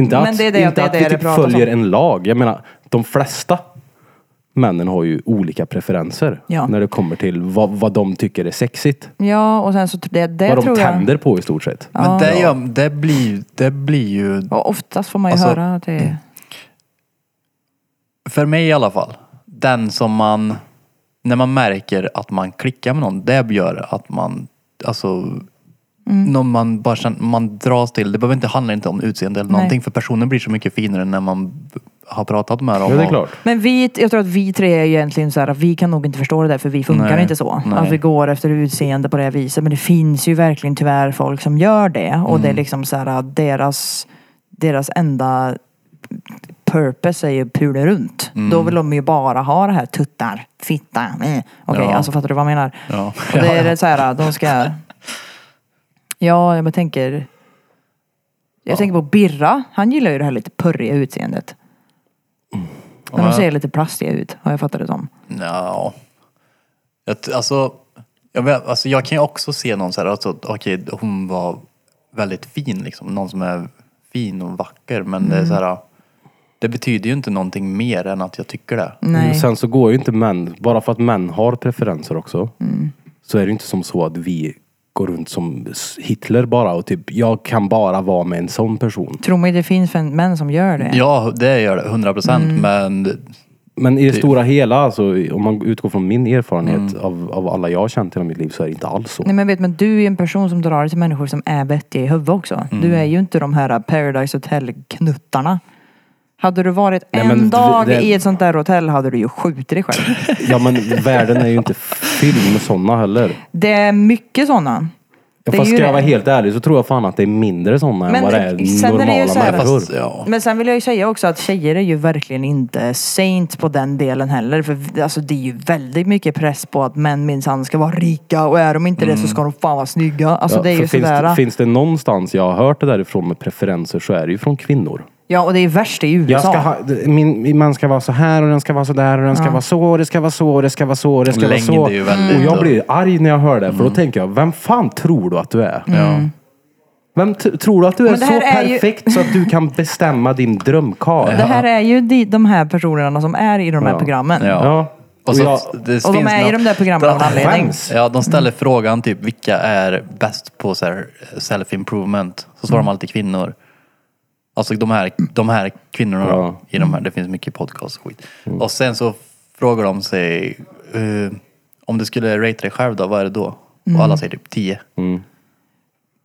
Speaker 3: Men
Speaker 1: att,
Speaker 3: det är det-
Speaker 1: inte
Speaker 3: det är
Speaker 1: att
Speaker 3: det
Speaker 1: vi
Speaker 3: det
Speaker 1: typ
Speaker 3: pratas om.
Speaker 1: följer en lag. Jag menar, de flesta männen har ju olika preferenser
Speaker 3: Ja.
Speaker 1: när det kommer till vad, vad de tycker är sexigt.
Speaker 3: Ja, och sen så det, det
Speaker 1: vad de
Speaker 3: tror jag.
Speaker 1: tänder på i stort sett.
Speaker 2: Men det, gör, det, blir, det blir ju,
Speaker 3: Och oftast får man ju
Speaker 2: Alltså-
Speaker 3: höra att det är...
Speaker 2: för mig i alla fall, den som man, när man märker att man klickar med någon, det gör att man, alltså, någon man bara känner, man dras till. Det behöver inte handla inte om utseende eller
Speaker 3: Nej.
Speaker 2: någonting, för personen blir så mycket finare när man har pratat med dem.
Speaker 1: Ja, det är
Speaker 2: och-
Speaker 1: klart.
Speaker 3: Men vi, jag tror att vi tre är egentligen så här, att vi kan nog inte förstå det där för vi funkar
Speaker 2: Nej,
Speaker 3: inte så.
Speaker 2: nej.
Speaker 3: Att vi går efter utseende på det här viset. Men det finns ju verkligen tyvärr folk som gör det. Och det är liksom så här, att deras, deras enda purpose är ju pulen runt. Då vill de ju bara ha det här tuttar, fitta, eh. okej,
Speaker 2: Ja.
Speaker 3: alltså fattar du vad jag menar?
Speaker 2: Ja.
Speaker 3: Och det är det så här, de ska... Ja, jag tänker... Jag tänker på Birra. Han gillar ju det här lite purriga utseendet. När de ser lite plastiga ut, har jag fattat det som.
Speaker 2: Ja. Jag, t- alltså, jag, vet- alltså, jag kan ju också se någon så här, alltså, okej, hon var väldigt fin liksom. Någon som är fin och vacker. Men det är så här, det betyder ju inte någonting mer än att jag tycker det.
Speaker 3: Nej.
Speaker 1: Sen så går ju inte män, bara för att män har preferenser också,
Speaker 3: Mm.
Speaker 1: så är det ju inte som så att vi går runt som s- Hitler bara och typ, jag kan bara vara med en sån person.
Speaker 3: Tror mig det finns fem män som gör det.
Speaker 2: Ja, det gör det. 100 procent.
Speaker 3: Mm.
Speaker 2: Men
Speaker 1: Men
Speaker 2: Typ.
Speaker 1: i det stora hela, alltså, om man utgår från min erfarenhet
Speaker 2: Mm.
Speaker 1: av, av alla jag har känt i hela mitt liv så är det inte alls så.
Speaker 3: Nej men vet man, du är en person som drar dig till människor som är vettiga i huvudet också.
Speaker 1: Mm.
Speaker 3: Du är ju inte de här Paradise Hotel-knuttarna. Hade du varit
Speaker 1: Nej, men
Speaker 3: en
Speaker 1: det-
Speaker 3: dag
Speaker 1: det-
Speaker 3: i ett sånt där hotell hade du ju skjutit dig själv.
Speaker 1: Ja men världen är ju inte fylld med sådana heller.
Speaker 3: det är mycket sådana.
Speaker 1: Ja,
Speaker 3: Det är
Speaker 1: fast
Speaker 3: ju
Speaker 1: ska jag
Speaker 3: det.
Speaker 1: vara helt ärlig så tror jag fan att det är mindre sådana än
Speaker 3: Men
Speaker 1: vad det är
Speaker 3: sen är det ju
Speaker 1: normala
Speaker 3: så här-
Speaker 1: människor.
Speaker 2: fast, ja.
Speaker 3: Men sen vill jag ju säga också att tjejer är ju verkligen inte saint på den delen heller. För vi- alltså, det är ju väldigt mycket press på att män minsann ska vara rika och är de inte det så ska de fan vara snygga. Alltså
Speaker 1: Mm. Ja,
Speaker 3: det är
Speaker 1: för
Speaker 3: ju
Speaker 1: finns,
Speaker 3: sådär.
Speaker 1: finns det någonstans jag har hört det därifrån med preferenser så är det ju från kvinnor.
Speaker 3: Ja och det är värst i USA.
Speaker 1: Jag ska ha, min, min man ska vara så här och den ska vara så där och den ska vara så och det ska vara så och det ska vara så och det ska
Speaker 2: Längd
Speaker 1: vara så.
Speaker 2: är ju väldigt- Mm.
Speaker 1: Och jag blir arg när jag hör det för då tänker jag, vem fan tror du att du är? Vem t- tror du att du är
Speaker 3: Mm. Men det
Speaker 1: så
Speaker 3: här är ju-
Speaker 1: perfekt så att du kan bestämma din drömkarl?
Speaker 3: Det här är ju de, de här personerna som är i de här
Speaker 1: Ja.
Speaker 3: programmen.
Speaker 2: Ja.
Speaker 1: Ja.
Speaker 2: Och, så,
Speaker 1: Och jag-
Speaker 2: det
Speaker 3: Och de
Speaker 2: finns
Speaker 3: är i
Speaker 2: några-
Speaker 3: de där programmen av en anledning.
Speaker 1: Skäms.
Speaker 2: Ja, de ställer frågan typ vilka är bäst på så här self-improvement? Så
Speaker 3: Mm.
Speaker 2: svarar de alltid kvinnor. Alltså de här, de här kvinnorna då,
Speaker 1: Ja. Mm.
Speaker 2: i de här, det finns mycket podcast och skit. Och sen så frågar de sig, eh, om du skulle rate dig själv då, vad är det då?
Speaker 3: Mm.
Speaker 2: Och alla säger typ 10.
Speaker 1: Mm.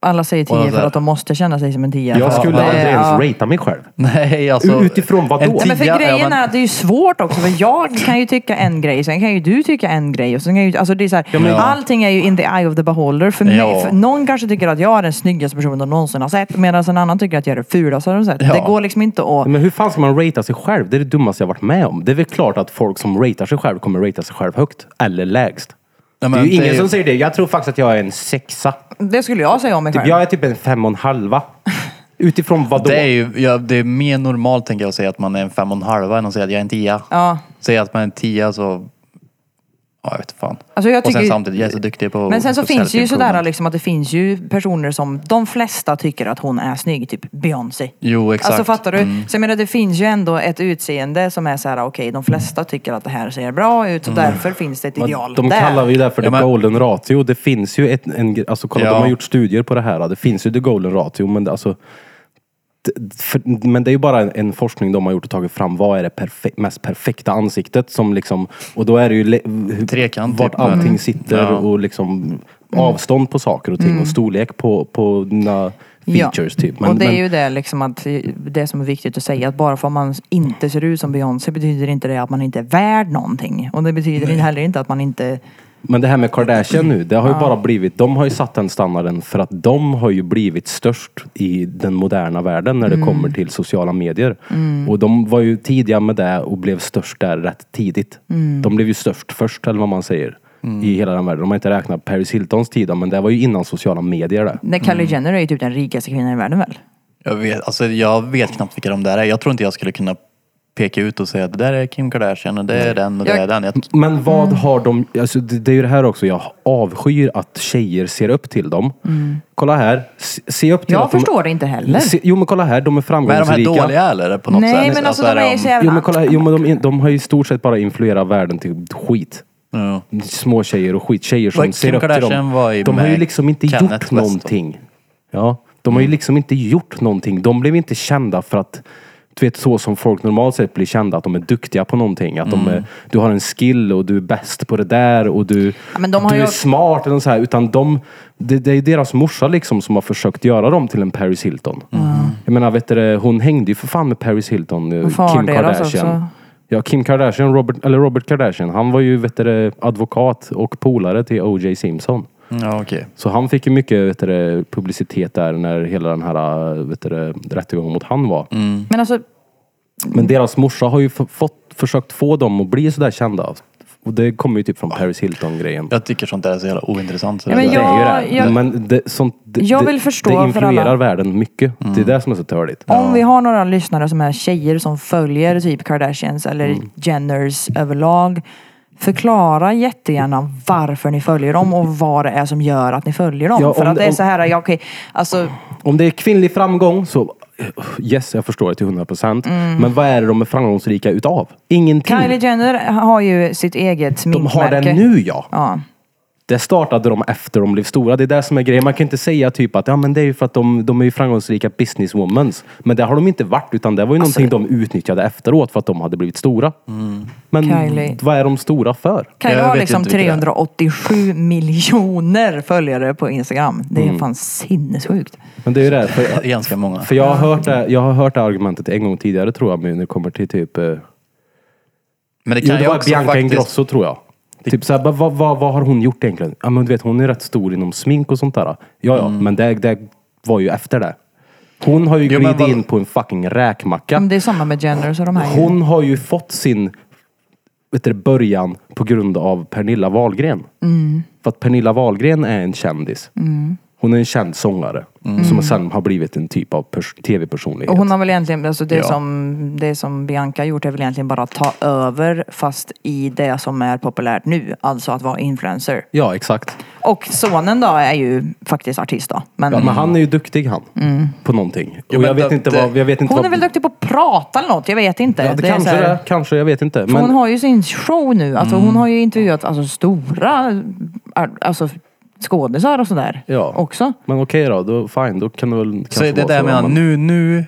Speaker 3: Alla säger
Speaker 2: Och
Speaker 3: tio
Speaker 2: där.
Speaker 3: för att de måste känna sig som en tia.
Speaker 1: Jag
Speaker 3: För
Speaker 1: skulle
Speaker 3: det-
Speaker 1: aldrig ens
Speaker 3: ja.
Speaker 1: ratea mig själv.
Speaker 2: Nej, alltså.
Speaker 1: Utifrån vad
Speaker 2: en
Speaker 1: då?
Speaker 3: Nej, men för
Speaker 2: tia-
Speaker 3: grejen
Speaker 2: ja, men-
Speaker 3: är att det är ju svårt också. För jag kan ju tycka en grej, sen kan ju du tycka en grej. Och sen kan ju, alltså det är så här, Allting är ju in the eye of the beholder. För mig,
Speaker 2: Ja.
Speaker 3: för någon kanske tycker att jag är den snyggaste personen de någonsin har sett. Medan en annan tycker att jag är den fulaste de har sett.
Speaker 2: Ja.
Speaker 3: Det går liksom inte att...
Speaker 1: Men hur fan ska man ratea sig själv? Det är det dummaste jag varit med om. Det är väl klart att folk som ratear sig själv kommer ratea sig själv högt. Eller lägst.
Speaker 2: Ja, men
Speaker 1: det är ju
Speaker 2: det är
Speaker 1: ingen
Speaker 2: ju-
Speaker 1: som säger det. Jag tror faktiskt att jag är en sexa.
Speaker 3: Det skulle jag säga om mig
Speaker 1: Typ,
Speaker 3: själv.
Speaker 1: jag är typ en fem och en halva. Utifrån vad då?
Speaker 2: Det är ju ja, det är mer normalt tänker jag att säga att man är en fem och en halva än att säga att jag är en tia.
Speaker 3: Ja.
Speaker 2: Säga att man är en tia så... Ja, jag vet fan.
Speaker 3: Alltså, jag
Speaker 2: och sen
Speaker 3: tycker-
Speaker 2: samtidigt, jag är så duktig på
Speaker 3: Men sen så
Speaker 2: på
Speaker 3: finns det ju sådär
Speaker 2: self-improvement.
Speaker 3: liksom att det finns ju personer som de flesta tycker att hon är snygg, typ Beyoncé.
Speaker 2: Jo, exakt.
Speaker 3: Alltså fattar du? Så jag menar det finns ju ändå ett utseende som är så här: okej de flesta tycker att det här ser bra ut och därför finns det ett ideal
Speaker 1: De
Speaker 3: där.
Speaker 1: kallar ju det för
Speaker 2: Ja, men-
Speaker 1: the golden ratio. Det finns ju ett, en, gre- alltså kolla
Speaker 2: Ja.
Speaker 1: de har gjort studier på det här. Det finns ju the golden ratio men det, alltså d- för, men det är ju bara en, en forskning de har gjort och tagit fram. Vad är det perfe mest perfekta ansiktet som liksom, och då är det ju le, hur-
Speaker 2: Trekant, typ,
Speaker 1: vart
Speaker 2: men-
Speaker 1: allting sitter
Speaker 2: Ja.
Speaker 1: och liksom avstånd på saker och ting och storlek på, på dina features typ.
Speaker 3: Mm. och det är
Speaker 1: men,
Speaker 3: ju det liksom att det som är viktigt att säga att bara för att man inte ser ut som Beyoncé betyder inte det att man inte är värd någonting. Och det betyder heller inte att man inte...
Speaker 1: Men det här med Kardashian nu, det har ju bara blivit, de har ju satt den standarden för att de har ju blivit störst i den moderna världen
Speaker 3: Mm.
Speaker 1: när det kommer till sociala medier. Och de var ju tidiga med det och blev störst där rätt tidigt.
Speaker 3: Mm.
Speaker 1: De blev ju störst först eller vad man säger. I hela den världen. De har inte räknat Paris Hiltons tid men det var ju innan sociala medier det.
Speaker 3: Nej, Kylie Jenner är ju typ den rikaste kvinnan i världen väl?
Speaker 2: Jag vet, alltså, jag vet knappt vilka de där är. Jag tror inte jag skulle kunna peka ut och säga att det där är Kim Kardashian och det är den och det
Speaker 3: Jag-
Speaker 2: är den. Jag,
Speaker 1: Men vad
Speaker 3: Mm.
Speaker 1: har de, alltså det, det är ju det här också, jag avskyr att tjejer ser upp till dem. Kolla här, se, se upp till
Speaker 3: Mm. Jag
Speaker 1: att de-
Speaker 3: förstår det inte heller.
Speaker 1: Mm. Se, jo men kolla här, de är
Speaker 2: men är de här
Speaker 1: framgångsrika.
Speaker 2: dåliga eller? På något
Speaker 3: Nej
Speaker 2: sätt?
Speaker 3: men alltså de är ju så
Speaker 1: Jo
Speaker 3: jävla...
Speaker 1: men kolla, jo, men de, de har ju i stort sett bara influerat världen till skit.
Speaker 2: Ja.
Speaker 1: Små tjejer och skit. Tjejer
Speaker 2: Var
Speaker 1: som
Speaker 2: Kim
Speaker 1: ser upp till
Speaker 2: Kardashian
Speaker 1: dem.
Speaker 2: var i
Speaker 1: De har ju
Speaker 2: med
Speaker 1: liksom inte
Speaker 2: Kenneth Mm.
Speaker 1: gjort
Speaker 2: West, va?
Speaker 1: någonting. Ja, de har ju liksom inte gjort någonting. De blev inte kända för att du vet så som folk normalt sett blir kända, att de är duktiga på någonting. Att
Speaker 2: Mm.
Speaker 1: de är, du har en skill och du är bäst på det där och du,
Speaker 3: Ja, men de har
Speaker 1: du
Speaker 3: ju-
Speaker 1: är smart. Eller så här, utan de, det, det är deras morsa liksom som har försökt göra dem till en Paris Hilton.
Speaker 3: Mm.
Speaker 1: Jag menar, vet du, det, hon hängde ju för fan med Paris Hilton. eh,
Speaker 3: Och far
Speaker 1: Kim
Speaker 3: deras
Speaker 1: Kardashian.
Speaker 3: också.
Speaker 1: Ja, Kim Kardashian, Robert, eller Robert Kardashian, han var ju vet du, det, advokat och polare till O.J. Simpson.
Speaker 2: Ja, okej.
Speaker 1: Så han fick ju mycket vet du, det, publicitet där när hela den här vet du, det, rättegången mot han var.
Speaker 3: Men alltså,
Speaker 1: Men deras morsa har ju f- fått, försökt få dem att bli sådär kända. Och det kommer ju typ från Paris Hilton-grejen.
Speaker 2: Jag tycker sånt där är så jävla ointressant. Så
Speaker 3: Ja,
Speaker 2: det
Speaker 3: men
Speaker 2: är-
Speaker 1: det är ju det.
Speaker 3: jag- jag-
Speaker 1: Men det, sånt, det,
Speaker 3: Jag vill
Speaker 1: det-
Speaker 3: förstå
Speaker 1: det
Speaker 3: för
Speaker 1: influerar
Speaker 3: alla.
Speaker 1: världen mycket. Det är det som är så törligt.
Speaker 3: Om vi har några lyssnare som är tjejer som följer typ Kardashians eller
Speaker 1: Mm.
Speaker 3: Jenners överlag. Förklara jättegärna varför ni följer dem och vad det är som gör att ni följer dem.
Speaker 1: Ja,
Speaker 3: För
Speaker 1: om-
Speaker 3: att det är
Speaker 1: om-
Speaker 3: så här, ja okej, alltså
Speaker 1: Om det är kvinnlig framgång så yes, jag förstår det till 100 procent. Men vad är det de är framgångsrika utav? Ingenting.
Speaker 3: Mm. Kylie Jenner har ju sitt eget
Speaker 1: de har
Speaker 3: minkmärke.
Speaker 1: det nu ja.
Speaker 3: Ja.
Speaker 1: Det startade de efter de blev stora. Det är det som är grejen. Man kan inte säga typ att ja, men det är ju för att de, de är ju framgångsrika businesswomans. Men det har de inte varit utan det var ju
Speaker 3: Alltså-
Speaker 1: någonting de utnyttjade efteråt för att de hade blivit stora. Men
Speaker 3: Kylie.
Speaker 1: vad är de stora för?
Speaker 3: Kylie
Speaker 2: Jag
Speaker 3: har
Speaker 2: vet
Speaker 3: liksom
Speaker 2: inte vilka det är.
Speaker 3: 387 miljoner följare på Instagram. Det är fan sinnessjukt.
Speaker 1: Men det är ju det. För,
Speaker 2: Det är ganska många.
Speaker 1: För jag har, hört det, jag har hört det argumentet en gång tidigare tror jag, men när det kommer till typ... Eh, jo,
Speaker 2: Men det kan
Speaker 1: det
Speaker 2: ju
Speaker 1: var
Speaker 2: också
Speaker 1: Bianca
Speaker 2: faktiskt...
Speaker 1: Ingrosso tror jag. Typ såhär, bara, vad, vad, vad har hon gjort egentligen? Ja men du vet, hon är rätt stor inom smink och sånt där. Ja, ja, men det, det var ju efter det. Hon har ju
Speaker 2: Mm. Jo, men
Speaker 1: glidit
Speaker 2: vad-
Speaker 1: in på en fucking räkmacka.
Speaker 3: Men det är samma med Jenners och de här.
Speaker 1: Hon har ju fått sin vet du, början på grund av Pernilla Wahlgren.
Speaker 3: Mm.
Speaker 1: För att Pernilla Wahlgren är en kändis. Hon är en känd sångare. Som sen har blivit en typ av pers- tv-personlighet.
Speaker 3: Mm. Och hon har väl egentligen, alltså det,
Speaker 2: Ja.
Speaker 3: som, det som Bianca har gjort är väl egentligen bara att ta över fast i det som är populärt nu. Alltså att vara influencer.
Speaker 1: Ja, exakt.
Speaker 3: Och sonen då är ju faktiskt artist då. Men
Speaker 1: Ja, men han är ju duktig han. På någonting.
Speaker 2: Jo,
Speaker 1: och
Speaker 2: men
Speaker 1: jag vet
Speaker 2: det-
Speaker 1: inte vad... Jag vet inte
Speaker 3: Mm. hon
Speaker 1: vad,
Speaker 3: är väl duktig på att prata eller något, jag vet inte.
Speaker 1: Ja, det,
Speaker 3: är
Speaker 1: kanske
Speaker 3: så här-
Speaker 1: det. Kanske, jag vet inte.
Speaker 3: För
Speaker 1: Men Mm.
Speaker 3: hon har ju sin show nu. Alltså hon har ju intervjuat alltså, stora ar- alltså, skådisar och sådär.
Speaker 1: Ja.
Speaker 3: Också.
Speaker 1: men okej då, då, fine. Då kan det väl kanske
Speaker 2: Så det är
Speaker 1: vara
Speaker 2: det
Speaker 1: så.
Speaker 2: med
Speaker 1: men-
Speaker 2: nu, nu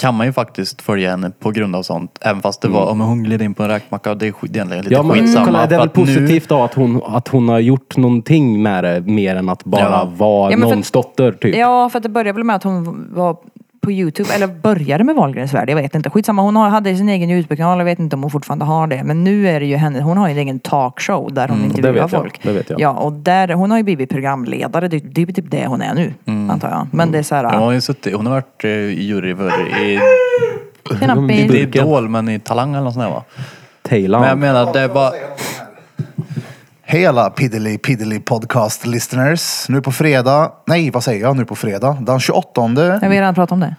Speaker 2: kan man ju faktiskt följa henne på grund av sånt. Även fast det var, om hon gled in på en räkmacka, det är skit, det är egentligen lite
Speaker 1: Mm. Ja, men
Speaker 2: skitsamma.
Speaker 1: kolla, det är
Speaker 2: för
Speaker 1: väl
Speaker 2: att nu-
Speaker 1: positivt då att hon, att hon har gjort någonting med det mer än att bara
Speaker 2: Ja.
Speaker 1: vara
Speaker 3: Ja, men för-
Speaker 1: någons dotter typ.
Speaker 3: Ja, för att det började väl med att hon var på Youtube, eller började med Wahlgrens värld, jag vet inte. Skitsamma, hon har- hade sin egen Youtube-kanal, jag vet inte om hon fortfarande har det. Men nu är det ju henne, hon har ju en egen talkshow där hon intervjuar
Speaker 1: Mm, det vet jag,
Speaker 3: folk.
Speaker 1: det vet jag.
Speaker 3: Ja, och där, hon har ju blivit programledare, det, det är typ det hon är nu,
Speaker 1: Mm.
Speaker 3: antar jag. Men det är så här,
Speaker 2: Hon har ju suttit, hon har varit eh, jury för i,
Speaker 3: tjena,
Speaker 2: inte i
Speaker 3: Bin.
Speaker 2: Idol men i Talang eller något sånt där va?
Speaker 1: Thailand.
Speaker 2: Men jag menar det är bara,
Speaker 4: Hela Piddly Piddly Podcast listeners. Nu på fredag, nej vad säger jag nu på fredag? Den 28. Okej
Speaker 3: Men vi har redan pratat om det.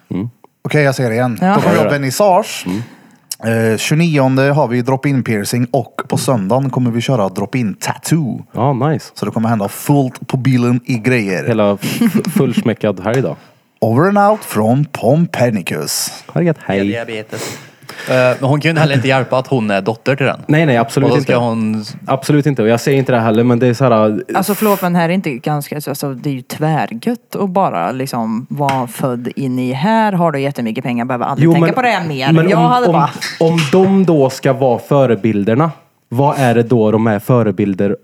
Speaker 4: jag säger det igen.
Speaker 3: Ja.
Speaker 4: Då kommer
Speaker 1: Ja,
Speaker 4: vi
Speaker 1: gör
Speaker 4: ha
Speaker 1: det.
Speaker 4: vernissage. Eh, 29 har vi drop-in piercing och på söndagen kommer vi köra drop-in tattoo.
Speaker 1: Ja, nice.
Speaker 4: Så det kommer hända fullt på bilen i grejer.
Speaker 1: Hela f- fullsmäckad helg då.
Speaker 4: Over and out från Pompernicus.
Speaker 1: Har det hej.
Speaker 2: diabetes. Eh, Men hon kan ju heller inte hjälpa att hon är dotter till den.
Speaker 1: Nej, nej,
Speaker 2: Och
Speaker 1: absolut
Speaker 2: då ska
Speaker 1: inte.
Speaker 2: hon...
Speaker 1: Absolut inte. Och jag säger inte det heller, men det är så här...
Speaker 3: Alltså förlåt men här är inte ganska, alltså, det är ju tvärgött att bara liksom vara född in i här har du jättemycket pengar, behöver aldrig tänka på det här mer.
Speaker 1: men
Speaker 3: jag
Speaker 1: om,
Speaker 3: hade
Speaker 1: om,
Speaker 3: bara,
Speaker 1: om de då ska vara förebilderna, vad är det då de är förebilder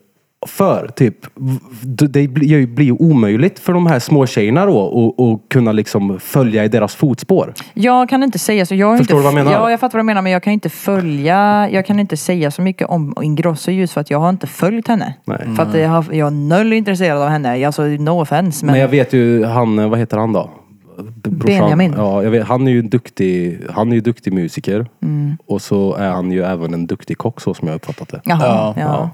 Speaker 1: för? Typ, v- det det blir ju blir ju omöjligt för de här små tjejerna då att- att kunna liksom följa i deras fotspår.
Speaker 3: jag kan inte säga så, jag har
Speaker 1: Förstår
Speaker 3: inte,
Speaker 1: du vad jag menar?
Speaker 3: Ja, jag fattar vad du menar men jag kan inte följa, jag kan inte säga så mycket om Ingrosso just för att jag har inte följt henne.
Speaker 1: Nej. Mm.
Speaker 3: För att jag, har, jag är noll intresserad av henne, alltså no offense men,
Speaker 1: Men jag vet ju han, eh, vad heter han då? B- brorsan.
Speaker 3: Benjamin.
Speaker 1: Ja, jag vet, han är ju en duktig, han är ju duktig musiker.
Speaker 3: Mm.
Speaker 1: Och så är han ju även en duktig kock så som jag har uppfattat det.
Speaker 3: Jaha, ja.
Speaker 2: Ja,
Speaker 3: ja.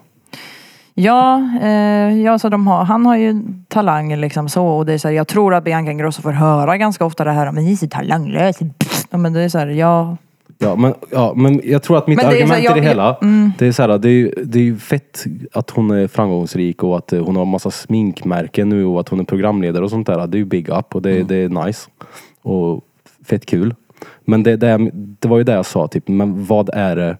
Speaker 3: eh, ja, så de har, han har ju talang liksom så och det är så här, jag tror att Bianca Ingrosso får höra ganska ofta det här, men ni är så talanglös. Ja, Men det är så här, ja,
Speaker 1: Ja men, ja, men jag tror att mitt
Speaker 3: Men det är så här,
Speaker 1: argument i det
Speaker 3: jag- mm.
Speaker 1: hela, det är så här, det är, ju- det är ju fett att hon är framgångsrik och att eh, hon har massa sminkmärken nu och att hon är programledare och sånt där. Det är ju big up och det,
Speaker 3: Mm.
Speaker 1: det är nice. Och fett kul. Men det, det, är- det var ju det jag sa, typ, men vad är det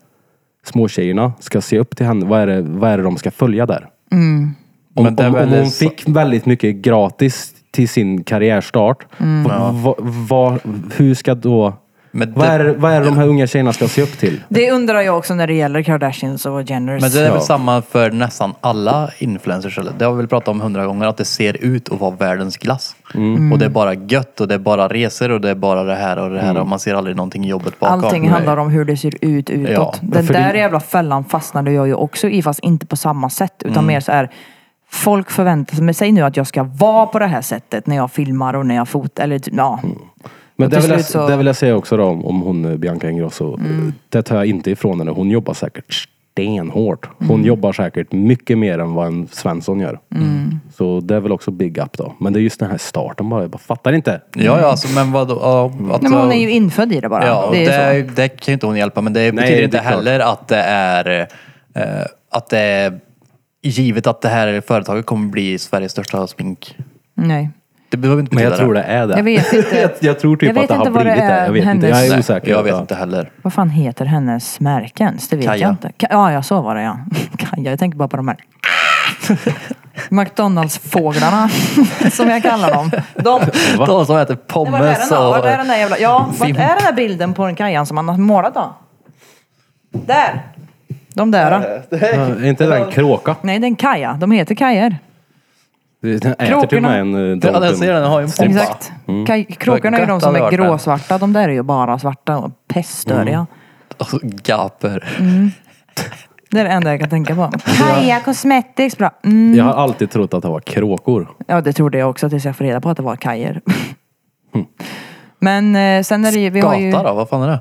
Speaker 1: småtjejerna ska se upp till henne? Vad är det, vad är det de ska följa där?
Speaker 3: Mm.
Speaker 1: Om,
Speaker 2: Men det är
Speaker 1: om,
Speaker 2: väl
Speaker 1: om hon
Speaker 2: så-
Speaker 1: fick väldigt mycket gratis till sin karriärstart,
Speaker 3: Mm.
Speaker 1: v, va- va, hur ska då
Speaker 2: Men
Speaker 1: vad
Speaker 2: det-
Speaker 1: är, det- vad är det de här unga tjejerna ska se upp till?
Speaker 3: Det undrar jag också när det gäller Kardashians och Jenners.
Speaker 2: Men det är väl
Speaker 1: Ja.
Speaker 2: samma för nästan alla influencers. Eller? Det har vi väl pratat om hundra gånger, att det ser ut att vara världens glass.
Speaker 1: Mm.
Speaker 3: Mm.
Speaker 2: Och det är bara gött och det är bara resor och det är bara det här och det här
Speaker 1: Mm.
Speaker 2: och man ser aldrig någonting i jobbet bakom.
Speaker 3: Allting handlar om hur det ser ut utåt.
Speaker 2: Ja,
Speaker 3: Den
Speaker 1: för
Speaker 3: där
Speaker 1: det-
Speaker 3: jävla fällan fastnade jag ju också i, fast inte på samma sätt. Utan
Speaker 2: Mm.
Speaker 3: mer så här, folk förväntar sig, men säg nu att jag ska vara på det här sättet när jag filmar och när jag fotar. Eller typ, ja.
Speaker 2: Mm.
Speaker 1: Men
Speaker 3: Och
Speaker 1: det
Speaker 3: till
Speaker 1: vill, jag,
Speaker 3: slut så- Mm.
Speaker 1: det vill jag säga också då om, om hon eh, Bianca Ingrosso. Eh, Det tar jag inte ifrån henne. Hon jobbar säkert stenhårt. Hon
Speaker 3: Mm.
Speaker 1: jobbar säkert mycket mer än vad en Svensson gör.
Speaker 3: Mm.
Speaker 1: Så det är väl också big up då. Men det är just den här starten bara. Jag bara fattar inte.
Speaker 2: Ja, ja, alltså, men vadå? Ja,
Speaker 1: Mm.
Speaker 2: att,
Speaker 3: Nej, men hon är ju infödd i det bara.
Speaker 2: Ja, och
Speaker 3: det är
Speaker 2: det,
Speaker 3: så.
Speaker 2: är det kan ju inte hon hjälpa, men det betyder
Speaker 1: det är
Speaker 2: inte
Speaker 1: klart.
Speaker 2: heller att det är eh, att det är givet att det här företaget kommer bli Sveriges största smink.
Speaker 3: Nej.
Speaker 2: Det behöver inte
Speaker 1: Men
Speaker 2: betyda
Speaker 1: jag tror det är det.
Speaker 3: Jag vet inte.
Speaker 1: jag, jag tror typ
Speaker 3: Jag vet
Speaker 1: att det har
Speaker 3: inte vad det
Speaker 1: blivit det.
Speaker 3: är
Speaker 1: Jag vet inte. Jag
Speaker 3: hennes-
Speaker 1: är
Speaker 2: Nej,
Speaker 1: osäker.
Speaker 2: Jag vet
Speaker 1: Ja.
Speaker 2: inte heller.
Speaker 3: Vad fan heter hennes märke ens? Det vet
Speaker 2: Kaja.
Speaker 3: jag inte. Ka- ja, ja, så var det ja. Kaja, jag tänker bara på de här McDonalds-fåglarna, som jag kallar dem. De,
Speaker 1: Va?
Speaker 2: De som äter
Speaker 3: det var där den
Speaker 2: pommes
Speaker 3: då? Vart är
Speaker 2: och...
Speaker 3: den där jävla... Ja, vart är den där bilden på den kajan som han har målat då? Där! De där
Speaker 2: Eh.
Speaker 3: då.
Speaker 1: Ja, Är inte det en kråka?
Speaker 3: Nej, det är en kaja. De heter kajer.
Speaker 1: Den äter till och med en... eh,
Speaker 2: Ja, den
Speaker 1: dolken.
Speaker 2: ser den, den har ju en pompa.
Speaker 3: Exakt. Kaj, kråkorna är ju
Speaker 2: mm. Gött
Speaker 3: de som
Speaker 2: hade
Speaker 3: är
Speaker 2: varit det. Mm.
Speaker 3: gråsvarta. De där är ju bara svarta och peststöriga.
Speaker 2: Och så Alltså, gaper.
Speaker 3: Mm, Det är det enda jag kan tänka på. Kaja Cosmetics, bra. Mm.
Speaker 1: Jag har alltid trott att det var kråkor.
Speaker 3: Ja, det trodde jag också tills jag fick reda på att det var kajer. Men eh, sen är det ju... Vi har ju...
Speaker 2: Gata
Speaker 3: Ja,
Speaker 2: Hm. då, vad fan är det?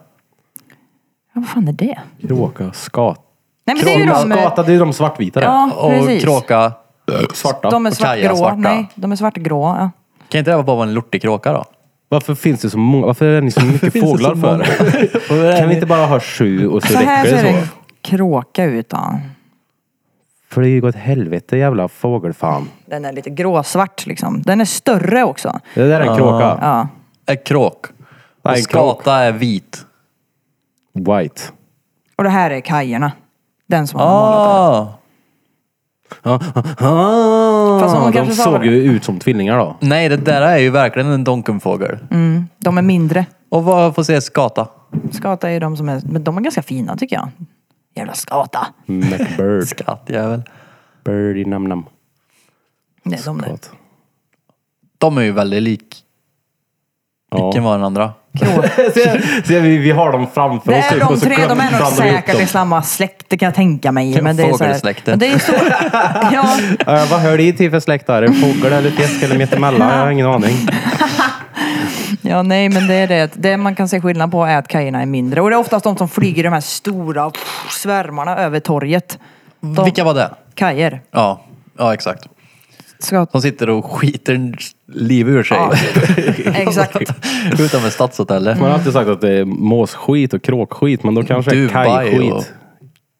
Speaker 3: vad fan är det?
Speaker 1: Kråka, skat.
Speaker 3: Nej, men det är ju de... eh,
Speaker 1: Skata, det är de svartvita där. Eh,
Speaker 3: Ja,
Speaker 2: Och
Speaker 3: precis.
Speaker 2: kråka.
Speaker 1: Svarta.
Speaker 3: De är
Speaker 2: Och kaja,
Speaker 3: svartgrå.
Speaker 2: svarta.
Speaker 3: Nej, de är svartgrå. Ja.
Speaker 2: Kan inte det vara bara en lortig kråka då?
Speaker 1: Varför finns det så många? Varför är ni så mycket
Speaker 2: finns det
Speaker 1: fåglar
Speaker 2: så
Speaker 1: för? kan vi inte bara ha sju och så,
Speaker 3: Så här
Speaker 1: räcker
Speaker 3: ser
Speaker 1: det
Speaker 3: en
Speaker 1: så?
Speaker 3: kråka ut. Då.
Speaker 1: Flyg åt helvete jävla fågelfan.
Speaker 3: Den är lite gråsvart liksom. Den är större också.
Speaker 1: Det där är en kråka.
Speaker 3: Ja.
Speaker 2: En Äh, kråk.
Speaker 1: Nej,
Speaker 2: Och
Speaker 1: en kråk.
Speaker 2: skata är vit.
Speaker 1: White.
Speaker 3: Och det här är kajerna. Den som har målat.
Speaker 2: Ah,
Speaker 1: Ah, ah,
Speaker 3: Fast hon
Speaker 1: de
Speaker 3: kanske sa
Speaker 1: såg
Speaker 3: det.
Speaker 1: ju ut som tvillingar då.
Speaker 2: nej, det där är ju verkligen en donkenfågel.
Speaker 3: Mm. De är mindre.
Speaker 2: Och vad får se skata?
Speaker 3: Skata är ju de som är... Men de är ganska fina tycker jag. Jävla skata.
Speaker 1: McBird.
Speaker 2: Skattjävel.
Speaker 1: Birdie nam nam.
Speaker 3: Nej, de där.
Speaker 1: Gott.
Speaker 2: De är ju väldigt lik. Vilken
Speaker 1: Ja.
Speaker 2: var den andra?
Speaker 3: Krå-
Speaker 1: Ser- Ser vi, vi har dem framför
Speaker 3: Det
Speaker 1: oss.
Speaker 3: är
Speaker 1: typ, och
Speaker 3: de
Speaker 1: så
Speaker 3: tre, de är nog
Speaker 1: blandar vi upp
Speaker 3: säkert
Speaker 1: dem.
Speaker 3: i samma släkte kan jag tänka mig. Men det är så här,
Speaker 2: Fågelsläkte.
Speaker 3: men det är så, ja,
Speaker 1: Eh, vad hör de till för släkt där? En Fågel eller fisk eller mittemellan? Jag har ingen aning.
Speaker 3: ja, nej men det är det. att Det man kan se skillnad på är att kajerna är mindre. Och det är oftast de som flyger i de här stora pff, svärmarna över torget. De,
Speaker 2: Vilka var det?
Speaker 3: Kajer.
Speaker 2: Ja, ja exakt.
Speaker 3: Ska,
Speaker 2: Som sitter och skiter liv ur sig.
Speaker 3: ja, exakt.
Speaker 2: Utanför stadshotellet.
Speaker 1: Man har alltid sagt att det är måsskit och kråkskit, men då kanske det är
Speaker 2: Dubai
Speaker 1: kajskit.
Speaker 2: och-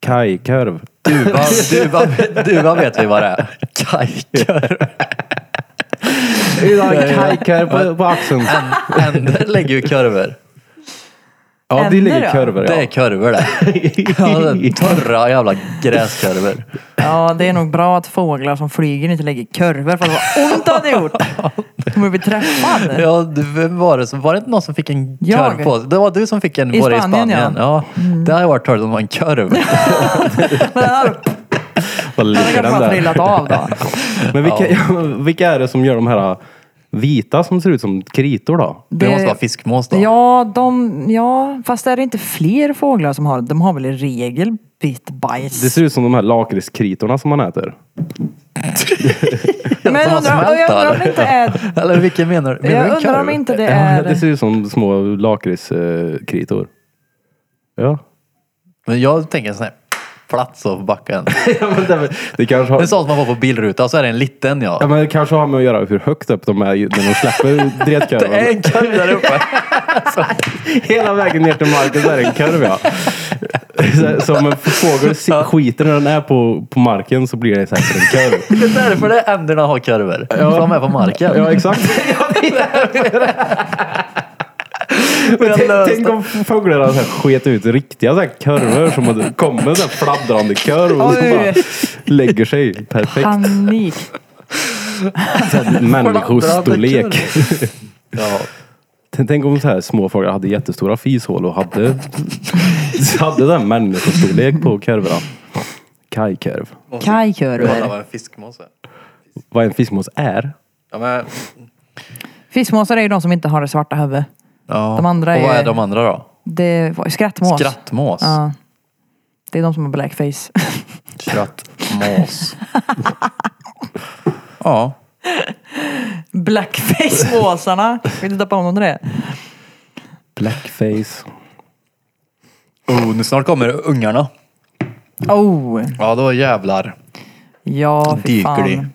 Speaker 1: Kajkorv.
Speaker 2: Duva, duva, duva vet vi vad det är. Kajkör.
Speaker 1: Kajkorv på, på axeln.
Speaker 2: Änder lägger ju korvar.
Speaker 1: Ja,
Speaker 3: Änder
Speaker 1: det ligger
Speaker 3: då?
Speaker 1: korvar
Speaker 2: Det är
Speaker 1: ja.
Speaker 2: korvar det. Ja, det är torra jävla gräskorvar.
Speaker 3: Ja, det är nog bra att fåglar som flyger inte lägger kurvor för vad ont det hade gjort. De blir träffade.
Speaker 2: Ja, du, vem var, det, som- var det inte någon som fick en
Speaker 3: Jag?
Speaker 2: korv på sig? Det var du som fick en
Speaker 3: I
Speaker 2: var det i
Speaker 3: Spanien,
Speaker 2: Spanien.
Speaker 3: ja. Mm.
Speaker 2: ja. Det hade varit tråkigt om det var en korv.
Speaker 3: Men den hade
Speaker 1: Vad
Speaker 3: den hade
Speaker 1: ligger
Speaker 3: kanske
Speaker 1: den
Speaker 3: bara
Speaker 1: där?
Speaker 3: trillat av då.
Speaker 1: Men vilka, vilka är det som gör de här uh, vita som ser ut som kritor då?
Speaker 2: Det måste vara fiskmås då.
Speaker 3: Ja, de, ja, fast är det inte fler fåglar som har De har väl i regel bit bajs.
Speaker 1: Det ser ut som de här lakritskritorna som man äter.
Speaker 3: Men jag
Speaker 2: som har
Speaker 3: undrar, och
Speaker 2: smält
Speaker 3: jag
Speaker 2: där.
Speaker 3: undrar om inte är,
Speaker 2: Eller vilken menar du? Menar du
Speaker 3: jag
Speaker 2: en
Speaker 3: undrar om
Speaker 2: korv?
Speaker 3: inte det
Speaker 1: Ja, det
Speaker 3: är...
Speaker 1: ser ut som små lakritskritor. Ja.
Speaker 2: Men jag tänker en sån här plats av backen.
Speaker 1: ja, men det, det kanske
Speaker 2: Det
Speaker 1: har,
Speaker 2: är sånt man får på bilruta och så är det en liten ja.
Speaker 1: ja, men det kanske har med att göra hur högt upp de är när de släpper
Speaker 2: Det är
Speaker 1: dretkurvan.
Speaker 2: en kurv där uppe.
Speaker 1: Hela vägen ner till marken så är det en kurv ja. Så- Som en fågel si- skiter när den är på, på marken så blir det säkert en kurv.
Speaker 2: Det är därför det är änderna har kurvor. För de är på marken.
Speaker 1: Ja exakt. Ja, det är det. Men tänk, tänk om fåglarna så här sket ut riktiga så här kurvor som hade- kommer en så här fladdrande kurv och så
Speaker 3: Oj.
Speaker 1: bara lägger sig. Perfekt.
Speaker 3: Panik.
Speaker 1: Så här Människostorlek.
Speaker 2: Ja.
Speaker 1: Tänk- Tänk om så här små fåglar hade jättestora fishål och hade, hade den människostorlek på kurvorna. Kajkurv.
Speaker 2: Kolla
Speaker 3: Kajkurvor.
Speaker 2: vad en fiskmås är.
Speaker 1: Vad en fiskmås är?
Speaker 2: Ja, men,
Speaker 3: Fiskmåsar är ju de som inte har det svarta huvudet.
Speaker 2: ja.
Speaker 3: De andra
Speaker 2: och vad
Speaker 3: är-
Speaker 2: är de andra då?
Speaker 3: Det var ju skrattmås.
Speaker 2: Skrattmås.
Speaker 3: Ja. Det är de som har blackface.
Speaker 2: Skrattmås. ja.
Speaker 3: Blackface-måsarna. Vill du döpa om dem till det?
Speaker 1: Blackface.
Speaker 2: Oh, nu snart kommer ungarna.
Speaker 3: Oh,
Speaker 2: Ja, då jävlar.
Speaker 3: ja fy
Speaker 2: Dyker det.
Speaker 3: fan.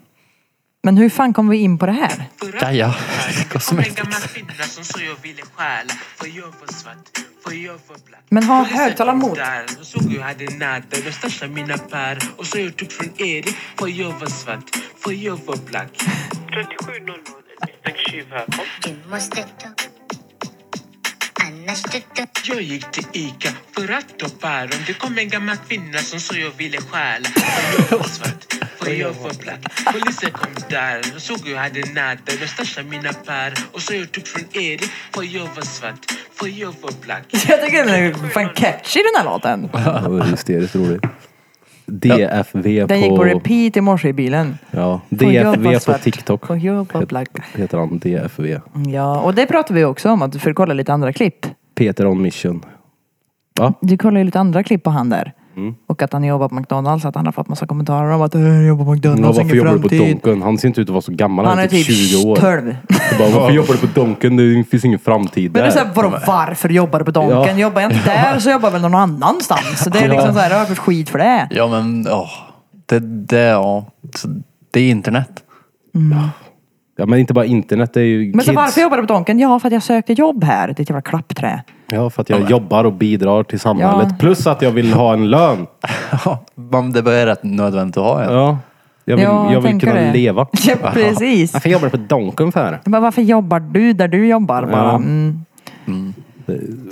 Speaker 3: Men hur fan kom vi in på det här?
Speaker 2: Ja, ja. Vad som
Speaker 5: Som en
Speaker 2: helst.
Speaker 5: gammal kvinna som så jag ville stjäla. För jag var svart, för jag var black.
Speaker 3: Men ha
Speaker 5: Polisen
Speaker 3: högtalaren
Speaker 5: kom
Speaker 3: mot.
Speaker 5: där och såg jag hade nadder och stashade mina pär. Och så jag tog från Erik, för jag var svart, för jag var black. 3700, misstänkt tjuv här. Kom.
Speaker 6: Du måste ta Annars du dör
Speaker 5: Jag gick till Ica för att ta päron. Det kom en gammal kvinna som sa jag ville stjäla. För jag var svart, för jag var black. Polisen kom där och såg jag hade nadder och stashade mina pär. Och så jag tog från Erik, för jag var svart, för jag var black.
Speaker 3: Jag tycker den är fan catchy den här låten.
Speaker 1: Det var hysteriskt roligt. DFV
Speaker 3: Den gick på
Speaker 1: på...
Speaker 3: repeat i morse i bilen.
Speaker 1: Ja,
Speaker 3: Får jag vara
Speaker 1: DFV på
Speaker 3: svart?
Speaker 1: TikTok.
Speaker 3: Får jag vara black?
Speaker 1: Heter han DFV.
Speaker 3: Ja, och det pratar vi också om, att du får kolla lite andra klipp.
Speaker 1: Peter on mission.
Speaker 3: Du kollar ju lite andra klipp på han där.
Speaker 1: Mm.
Speaker 3: Och att han jobbar på McDonalds, att han har fått massa kommentarer om att "Äh, jag jobbar på
Speaker 1: Men
Speaker 3: McDonalds,
Speaker 1: varför
Speaker 3: ingen
Speaker 1: jobbar du på
Speaker 3: framtid.
Speaker 1: Donken? Han ser inte ut att vara så gammal.
Speaker 3: Han är typ
Speaker 1: 20 år.
Speaker 3: 12.
Speaker 1: Jag Bara, varför jobbar du på Donken? Det finns ingen framtid
Speaker 3: Men det är
Speaker 1: där.
Speaker 3: såhär, vadå varför jobbar du på Donken?
Speaker 1: Ja.
Speaker 3: Jobbar jag inte där så jobbar jag väl någon annanstans. Så det är liksom såhär, jag har fått skit för det.
Speaker 2: Ja, men ja. Det, det, ja. Så det är internet.
Speaker 1: Ja, men inte bara internet. Det är ju
Speaker 3: Men så
Speaker 1: kids.
Speaker 3: varför jobbar du på Donken? Ja, för att jag sökte jobb här. Det är ett jävla klappträ.
Speaker 1: Ja, för att jag jobbar och bidrar till samhället.
Speaker 3: Ja.
Speaker 1: Plus att jag vill ha en lön.
Speaker 2: Ja, men det är rätt nödvändigt att ha en.
Speaker 1: Ja. Jag vill,
Speaker 3: Ja,
Speaker 1: jag vill
Speaker 3: tänker
Speaker 1: kunna
Speaker 3: det.
Speaker 1: leva.
Speaker 3: Ja, precis.
Speaker 1: Varför jobbar du på Donken för?
Speaker 3: Men varför jobbar du där du jobbar bara?
Speaker 1: Ja.
Speaker 3: Mm.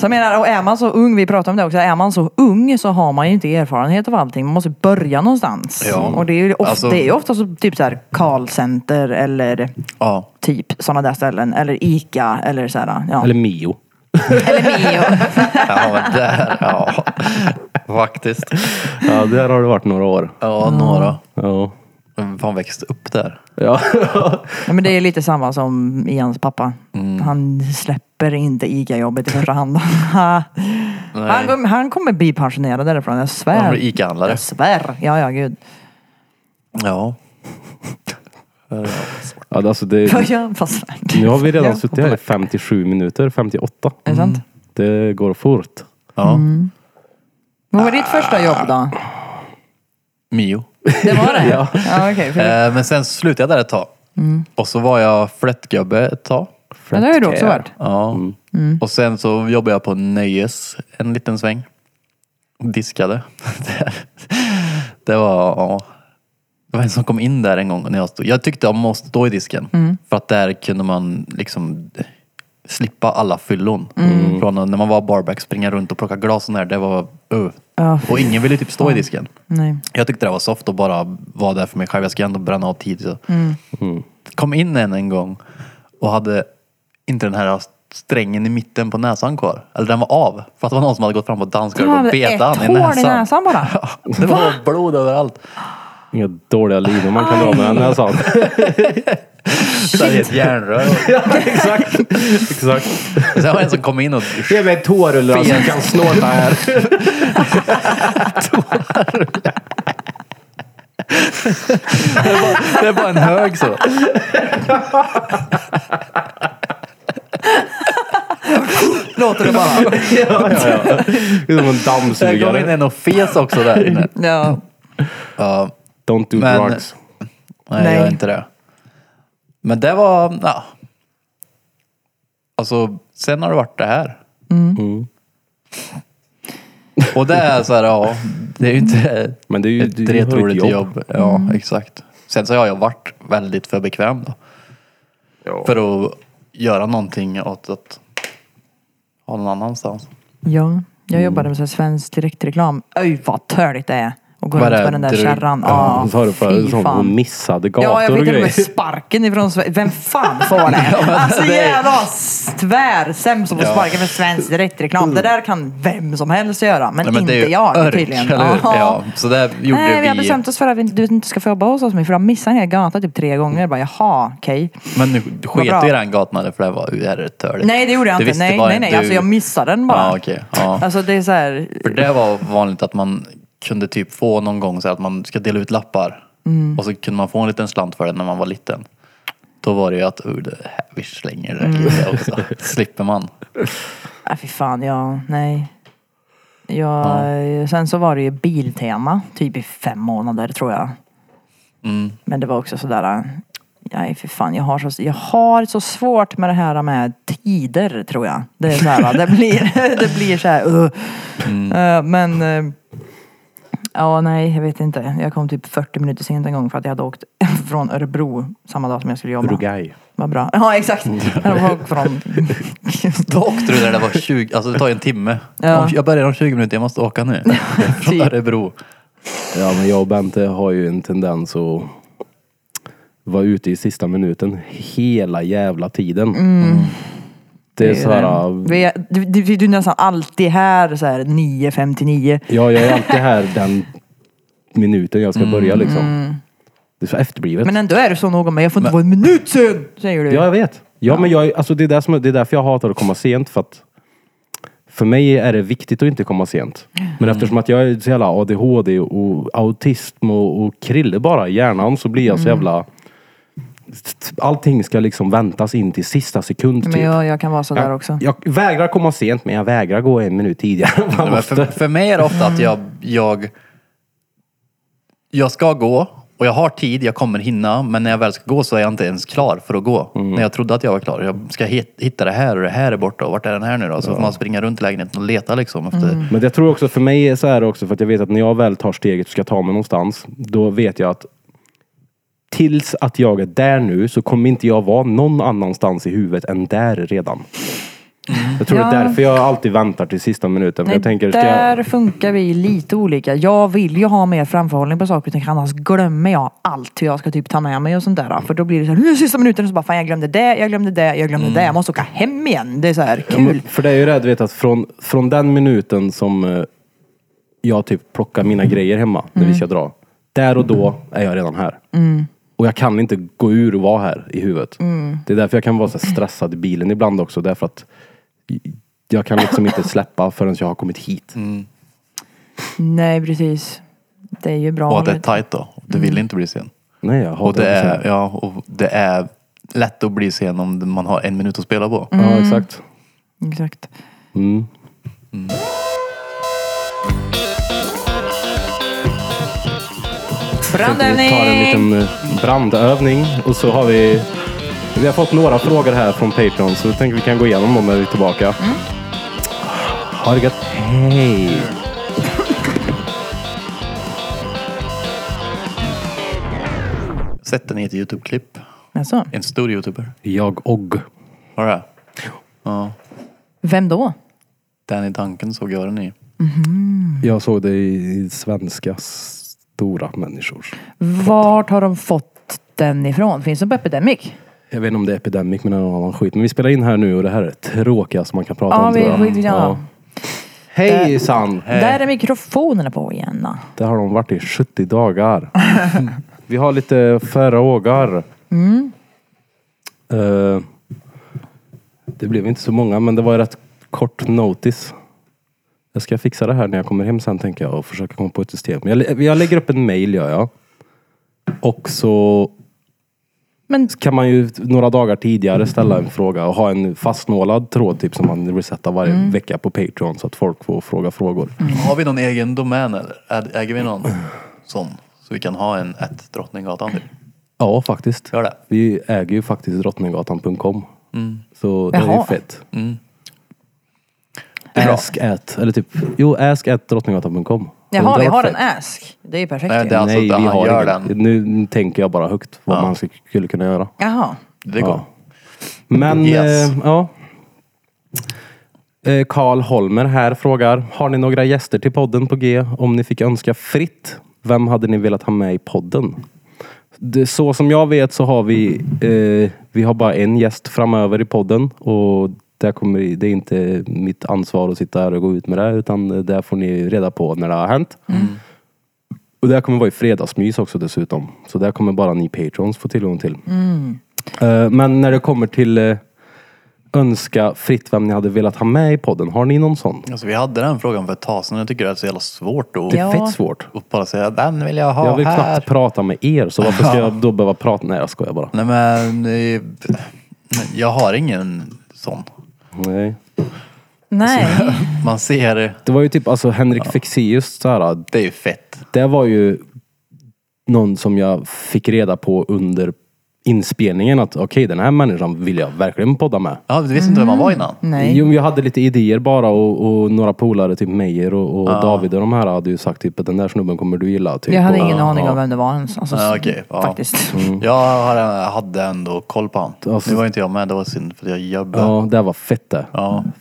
Speaker 3: Så jag menar, och är man så ung, vi pratade om det också, är man så ung så har man ju inte erfarenhet av allting. Man måste börja någonstans.
Speaker 2: Ja.
Speaker 3: Och det är ju ofta,
Speaker 2: Alltså-
Speaker 3: det är ju ofta så, typ såhär callcenter eller
Speaker 2: Ja.
Speaker 3: typ sådana där ställen. Eller ICA eller såhär. Ja.
Speaker 1: Eller Mio.
Speaker 3: eller Mio.
Speaker 2: Ja, men där, ja. Faktiskt.
Speaker 1: Ja, där har det varit några år.
Speaker 2: Ja, några.
Speaker 1: Ja.
Speaker 2: Vem fan växte upp där?
Speaker 1: Ja.
Speaker 3: Ja, men det är lite samma som Ians pappa. Han släpper inte ICA-jobbet i första hand. han, kom- han kommer bli pensionerad därifrån, jag svär.
Speaker 2: Han blir ICA-handlare.
Speaker 3: Jag svär. Ja, ja, gud.
Speaker 2: Ja.
Speaker 1: ja alltså det,
Speaker 3: Ja, ja, vad svärt.
Speaker 1: nu har vi redan
Speaker 3: Ja.
Speaker 1: suttit här i 57 minuter, 58.
Speaker 3: Är det sant?
Speaker 1: Det går fort.
Speaker 2: ja.
Speaker 3: Vad var ditt första jobb då?
Speaker 2: Mio.
Speaker 3: Det var det? ja. ja okej. för-
Speaker 2: Eh, men sen slutade jag där ett tag. Och så var jag flättgubbe ett tag.
Speaker 3: Ja, det har ju du också varit.
Speaker 2: Ja. Och sen så jobbade jag på Nöjes en liten sväng. Diskade. det var... Ja. Det var en som kom in där en gång när jag stod. Jag tyckte jag måste stå i disken.
Speaker 3: Mm.
Speaker 2: För att där kunde man liksom slippa alla fyllon.
Speaker 3: Mm.
Speaker 2: Från när man var barback, springa runt och plocka glas och där. Det var... Uh.
Speaker 3: Ja,
Speaker 2: Och ingen ville typ stå i disken.
Speaker 3: Nej.
Speaker 2: Jag tyckte det var soft att bara vara där för mig själv. Jag ska ändå bränna av tid. Så.
Speaker 3: Mm.
Speaker 2: Kom in en en gång och hade inte den här strängen i mitten på näsan kvar. Eller den var av. För att det var någon som hade gått fram på
Speaker 3: Du
Speaker 2: dansgolvet och
Speaker 3: hade ett
Speaker 2: betat han i
Speaker 3: hål
Speaker 2: näsan.
Speaker 3: i näsan bara.
Speaker 2: Det var blod överallt.
Speaker 1: Inga dåliga linor man kan dra med den näsan.
Speaker 2: Så här i ett järnrör.
Speaker 1: Exakt. Exakt.
Speaker 2: Och Sen var det en som kom in och
Speaker 1: Ge mig tårullar
Speaker 2: som
Speaker 1: kan snåta här.
Speaker 2: Det är bara en hög så.
Speaker 3: Då
Speaker 2: låter det bara.
Speaker 1: Det är som en
Speaker 2: Sen kom in
Speaker 1: dammsugare.
Speaker 2: en och fes också där inne.
Speaker 3: Ja.
Speaker 2: Ja,
Speaker 1: Don't do
Speaker 2: Men-
Speaker 1: drugs.
Speaker 2: nej,
Speaker 3: Nej.
Speaker 2: jag gör inte det. Men det var, ja. Alltså, sen har det varit det här.
Speaker 1: Mm.
Speaker 2: Och det är så här, ja, det är ju inte
Speaker 1: Men det är ju
Speaker 2: ett
Speaker 1: det är ju ett
Speaker 2: retroligt
Speaker 1: jobb.
Speaker 2: jobb. Ja,
Speaker 3: Mm.
Speaker 2: exakt. Sen så har jag varit väldigt för bekväm då. För att göra någonting åt att ha någon annanstans.
Speaker 3: Ja, jag
Speaker 2: Mm.
Speaker 3: jobbade med så här svensk direktreklam. Öj vad töligt det är. Och gå
Speaker 2: Vad
Speaker 3: runt
Speaker 2: är
Speaker 3: med den där
Speaker 2: direkt-
Speaker 3: kärran.
Speaker 1: Ja,
Speaker 3: Ja,
Speaker 1: så har du förut
Speaker 3: fy
Speaker 1: som hon
Speaker 3: fan.
Speaker 1: missade
Speaker 3: Ja, jag
Speaker 1: gator och
Speaker 3: fick till och
Speaker 1: grejer.
Speaker 3: med sparken ifrån Sverige. Vem fan får det? Alltså
Speaker 2: det-
Speaker 3: jävla tvärsämst som får sparken för svensk direktreklam. Det där kan vem som helst göra, men,
Speaker 2: Nej, men
Speaker 3: inte
Speaker 2: det är ju
Speaker 3: jag
Speaker 2: örk,
Speaker 3: tydligen.
Speaker 2: eller hur?
Speaker 3: Ja.
Speaker 2: Ja, så det gjorde
Speaker 3: Nej, vi
Speaker 2: vi.
Speaker 3: har bestämt oss för att vi inte- du inte ska få jobba hos oss mer, för du har missat en hel gata typ tre gånger. Jag bara, jaha, okej.
Speaker 2: Men nu
Speaker 3: bra.
Speaker 2: sket du i den gatan för det var ju är det töligt.
Speaker 3: Nej, det gjorde jag
Speaker 2: Du
Speaker 3: inte.
Speaker 2: visste
Speaker 3: Nej,
Speaker 2: bara
Speaker 3: nej, nej.
Speaker 2: du-
Speaker 3: Alltså jag missade den bara.
Speaker 2: Ja, okej. Ja.
Speaker 3: Alltså det är så här,
Speaker 2: För det var vanligt att man kunde typ få någon gång så här att man ska dela ut lappar.
Speaker 3: Mm.
Speaker 2: Och så kunde man få en liten slant för det när man var liten. Då var det ju att "Ur, det här, vi slänger
Speaker 3: Mm.
Speaker 2: det lite också. Slipper man.
Speaker 3: Nej Äh, fy fan, ja, nej. Ja, Sen så var det ju Biltema, typ i fem månader tror jag. Men det var också sådär, äh, nej fy fan, jag har, så, jag har så svårt med det här med tider tror jag. Det är såhär, det blir, det blir såhär, uh. Eh, men eh, Ja, nej, jag vet inte. Jag kom typ 40 minuter sent en gång för att jag hade åkt från Örebro samma dag som jag skulle jobba.
Speaker 1: Uruguay.
Speaker 3: Vad bra. Ja, exakt. Jag hade åkt från
Speaker 2: Då åkte du där det var 20, alltså det tar ju en timme.
Speaker 3: Ja. Typ.
Speaker 2: Om, jag börjar om 20 minuter, jag måste åka nu. Från Örebro.
Speaker 1: Ja, men jag och Bente har ju en tendens att vara ute i sista minuten hela jävla tiden. Det är så här,
Speaker 3: Eh,
Speaker 1: äh,
Speaker 3: Vi Mm. är, du, du, du är nästan alltid här så här 9.59.
Speaker 1: ja, jag är alltid här den minuten jag ska börja liksom. Det är så efterblivet.
Speaker 3: Men ändå är du så noga med jag får inte vara en minut sen, säger du.
Speaker 1: Ja, jag vet. Ja, men jag, alltså, det, är där som, det är därför jag hatar att komma sent. För, att, för mig är det viktigt att inte komma sent.
Speaker 3: Mm.
Speaker 1: Men eftersom att jag är så jävla ADHD och autism och, och krille bara i hjärnan så blir jag
Speaker 3: Mm.
Speaker 1: så jävla... Allting ska liksom väntas in till sista sekund.
Speaker 3: Men
Speaker 1: typ.
Speaker 3: jag, jag kan vara så där
Speaker 1: jag,
Speaker 3: också.
Speaker 1: jag vägrar komma sent men jag vägrar gå en minut tidigare. Man
Speaker 2: Nej, men för,
Speaker 1: måste-
Speaker 2: för mig är det ofta att jag, jag, jag ska gå och jag har tid, jag kommer hinna. Men när jag väl ska gå så är jag inte ens klar för att gå. När jag trodde att jag var klar. Jag ska hit- hitta det här och det här är borta och vart är den här nu då? Så får man springa runt i lägenheten och leta liksom. Efter,
Speaker 1: Men jag tror också, för mig är så här också, för att jag vet att när jag väl tar steget och ska ta mig någonstans, då vet jag att tills att jag är där nu så kommer inte jag vara någon annanstans i huvudet än där redan. Jag tror det
Speaker 3: Ja.
Speaker 1: är därför jag alltid väntar till sista minuten. för
Speaker 3: Nej,
Speaker 1: jag tänker, ska
Speaker 3: där
Speaker 1: jag...
Speaker 3: funkar vi lite olika. Jag vill ju ha mer framförhållning på saker och ting, annars glömmer jag allt hur jag ska typ ta med mig och sånt där. För då blir det så här, nu är det sista minuten och så bara, fan jag glömde det, jag glömde det, jag
Speaker 1: Mm.
Speaker 3: glömde det. Jag måste åka hem igen. Det är så här kul.
Speaker 1: För det är ju det, du vet att från, från den minuten som eh, jag typ plockar mina grejer hemma, när vi ska dra. Där och då är jag redan här. Och jag kan inte gå ur och vara här i huvudet. Det är därför jag kan vara så här stressad i bilen ibland också. Därför att jag kan liksom inte släppa förrän jag har kommit hit.
Speaker 2: Mm.
Speaker 3: Nej, precis. Det är ju bra.
Speaker 2: Och att det är tajt då. Du vill inte bli sen.
Speaker 1: Nej, jag hatar
Speaker 2: Och det,
Speaker 1: så här.
Speaker 2: är, Mm. ja, och det är lätt att bli sen om man har en minut att spela på.
Speaker 1: Ja, exakt.
Speaker 3: Exakt.
Speaker 1: Mm. Vi tar en
Speaker 3: Brandövning!
Speaker 1: liten eh, brandövning och så har vi Vi har fått några frågor här från Patreon så jag tänker vi kan gå igenom dem när vi är tillbaka. Mm. Ha det gött. Hej!
Speaker 2: Sätt den i ett YouTube-klipp.
Speaker 3: Alltså,
Speaker 2: En stor YouTuber.
Speaker 1: Jag och.
Speaker 2: Har du det? Ja.
Speaker 3: vem då?
Speaker 2: Den i tanken såg jag den i.
Speaker 1: Jag såg det i svenska stora människor.
Speaker 3: Vart har de fått den ifrån? Finns den på
Speaker 2: Eh.
Speaker 3: Epidemic?
Speaker 1: Jag vet inte om det är Epidemic men det är någon annan skit. Men vi spelar in här nu och det här är det tråkigaste man kan prata
Speaker 3: Ja,
Speaker 1: om
Speaker 3: vi
Speaker 1: tror jag.
Speaker 3: skiter i det.
Speaker 1: Hejsan!
Speaker 3: Där är mikrofonerna på igen. då.
Speaker 1: Det har de varit i 70 dagar. Vi har lite frågor. Eh, det blev inte så många, men det var ju rätt kort notice. Jag ska fixa det här när jag kommer hem sen tänker jag och försöka komma på ett system. Jag, lä- jag lägger upp en mail gör jag. Och så
Speaker 3: Men
Speaker 1: Så kan man ju några dagar tidigare ställa en fråga och ha en fastnålad tråd typ som man resetar varje vecka på Patreon så att folk får fråga frågor.
Speaker 2: Har vi någon egen domän eller? Ä- Äger vi någon sån? Så vi kan ha en ett Drottninggatan typ.
Speaker 1: Ja, faktiskt.
Speaker 2: Gör det. Mm.
Speaker 1: Vi äger ju faktiskt drottninggatan.com. Så det är ju
Speaker 3: Jaha.
Speaker 1: fett.
Speaker 2: Det är Mm. bra.
Speaker 1: Ask at, eller typ, jo ask at drottninggatan.com.
Speaker 3: jaha, vi
Speaker 1: Det hade
Speaker 3: har
Speaker 1: varit
Speaker 3: en
Speaker 1: fett.
Speaker 3: ask. Det är ju perfekt
Speaker 2: Nej,
Speaker 3: ju.
Speaker 2: det är- Alltså,
Speaker 1: Nej,
Speaker 2: att
Speaker 1: vi
Speaker 2: han
Speaker 1: har
Speaker 2: gör
Speaker 1: ingen.
Speaker 2: den.
Speaker 1: Nu nu tänker jag bara högt vad man skulle kunna göra.
Speaker 3: Jaha.
Speaker 2: Det går.
Speaker 1: Ja. Men,
Speaker 2: Yes.
Speaker 1: eh, ja. Eh, Karl Holmer här frågar, har ni några gäster till podden på G? Om ni fick önska fritt, vem hade ni velat ha med i podden? Det, så som jag vet så har vi, eh, vi har bara en gäst framöver i podden och där kommer, det det är inte mitt ansvar att sitta här och gå ut med det utan där får ni reda på när det har hänt. Och det här kommer vara i fredagsmys också dessutom. Så det här kommer bara ni patrons få tillgång till. Eh, Men när det kommer till eh, önska fritt vem ni hade velat ha med i podden. Har ni någon sån?
Speaker 2: Alltså, vi hade den frågan för ett tag sedan. Jag tycker det är så jävla svårt att,
Speaker 1: Det är
Speaker 3: Ja.
Speaker 1: fett svårt.
Speaker 2: att bara säga den vill jag ha
Speaker 1: Jag vill
Speaker 2: här.
Speaker 1: knappt prata med er så varför ska jag då behöva prata? Nej jag skojar bara.
Speaker 2: Nej men eh, jag har ingen sån.
Speaker 3: Mm.
Speaker 1: Nej. Alltså-
Speaker 3: Nej.
Speaker 2: Man ser,
Speaker 1: Det var ju typ alltså Henrik Fexeus så här,
Speaker 2: det är ju fett.
Speaker 1: Det var ju någon som jag fick reda på under inspelningen att okej den här människan vill jag verkligen podda med.
Speaker 2: Ja, du visste inte vem man var innan?
Speaker 3: Nej.
Speaker 1: Jo, men jag hade lite idéer bara och, och några polare, typ Meyer och, och David och de här hade ju sagt typ att den där snubben kommer du gilla. Typ.
Speaker 3: Jag hade
Speaker 1: och,
Speaker 3: ingen aning om vem det var ens. Alltså,
Speaker 2: Ja, Ah, okej, ja.
Speaker 3: Faktiskt.
Speaker 1: Mm.
Speaker 2: Jag har- hade ändå koll på han.
Speaker 1: Alltså-
Speaker 2: nu var inte jag med, det var synd för jag jobbade. Ja.
Speaker 1: Ja, det var fett det.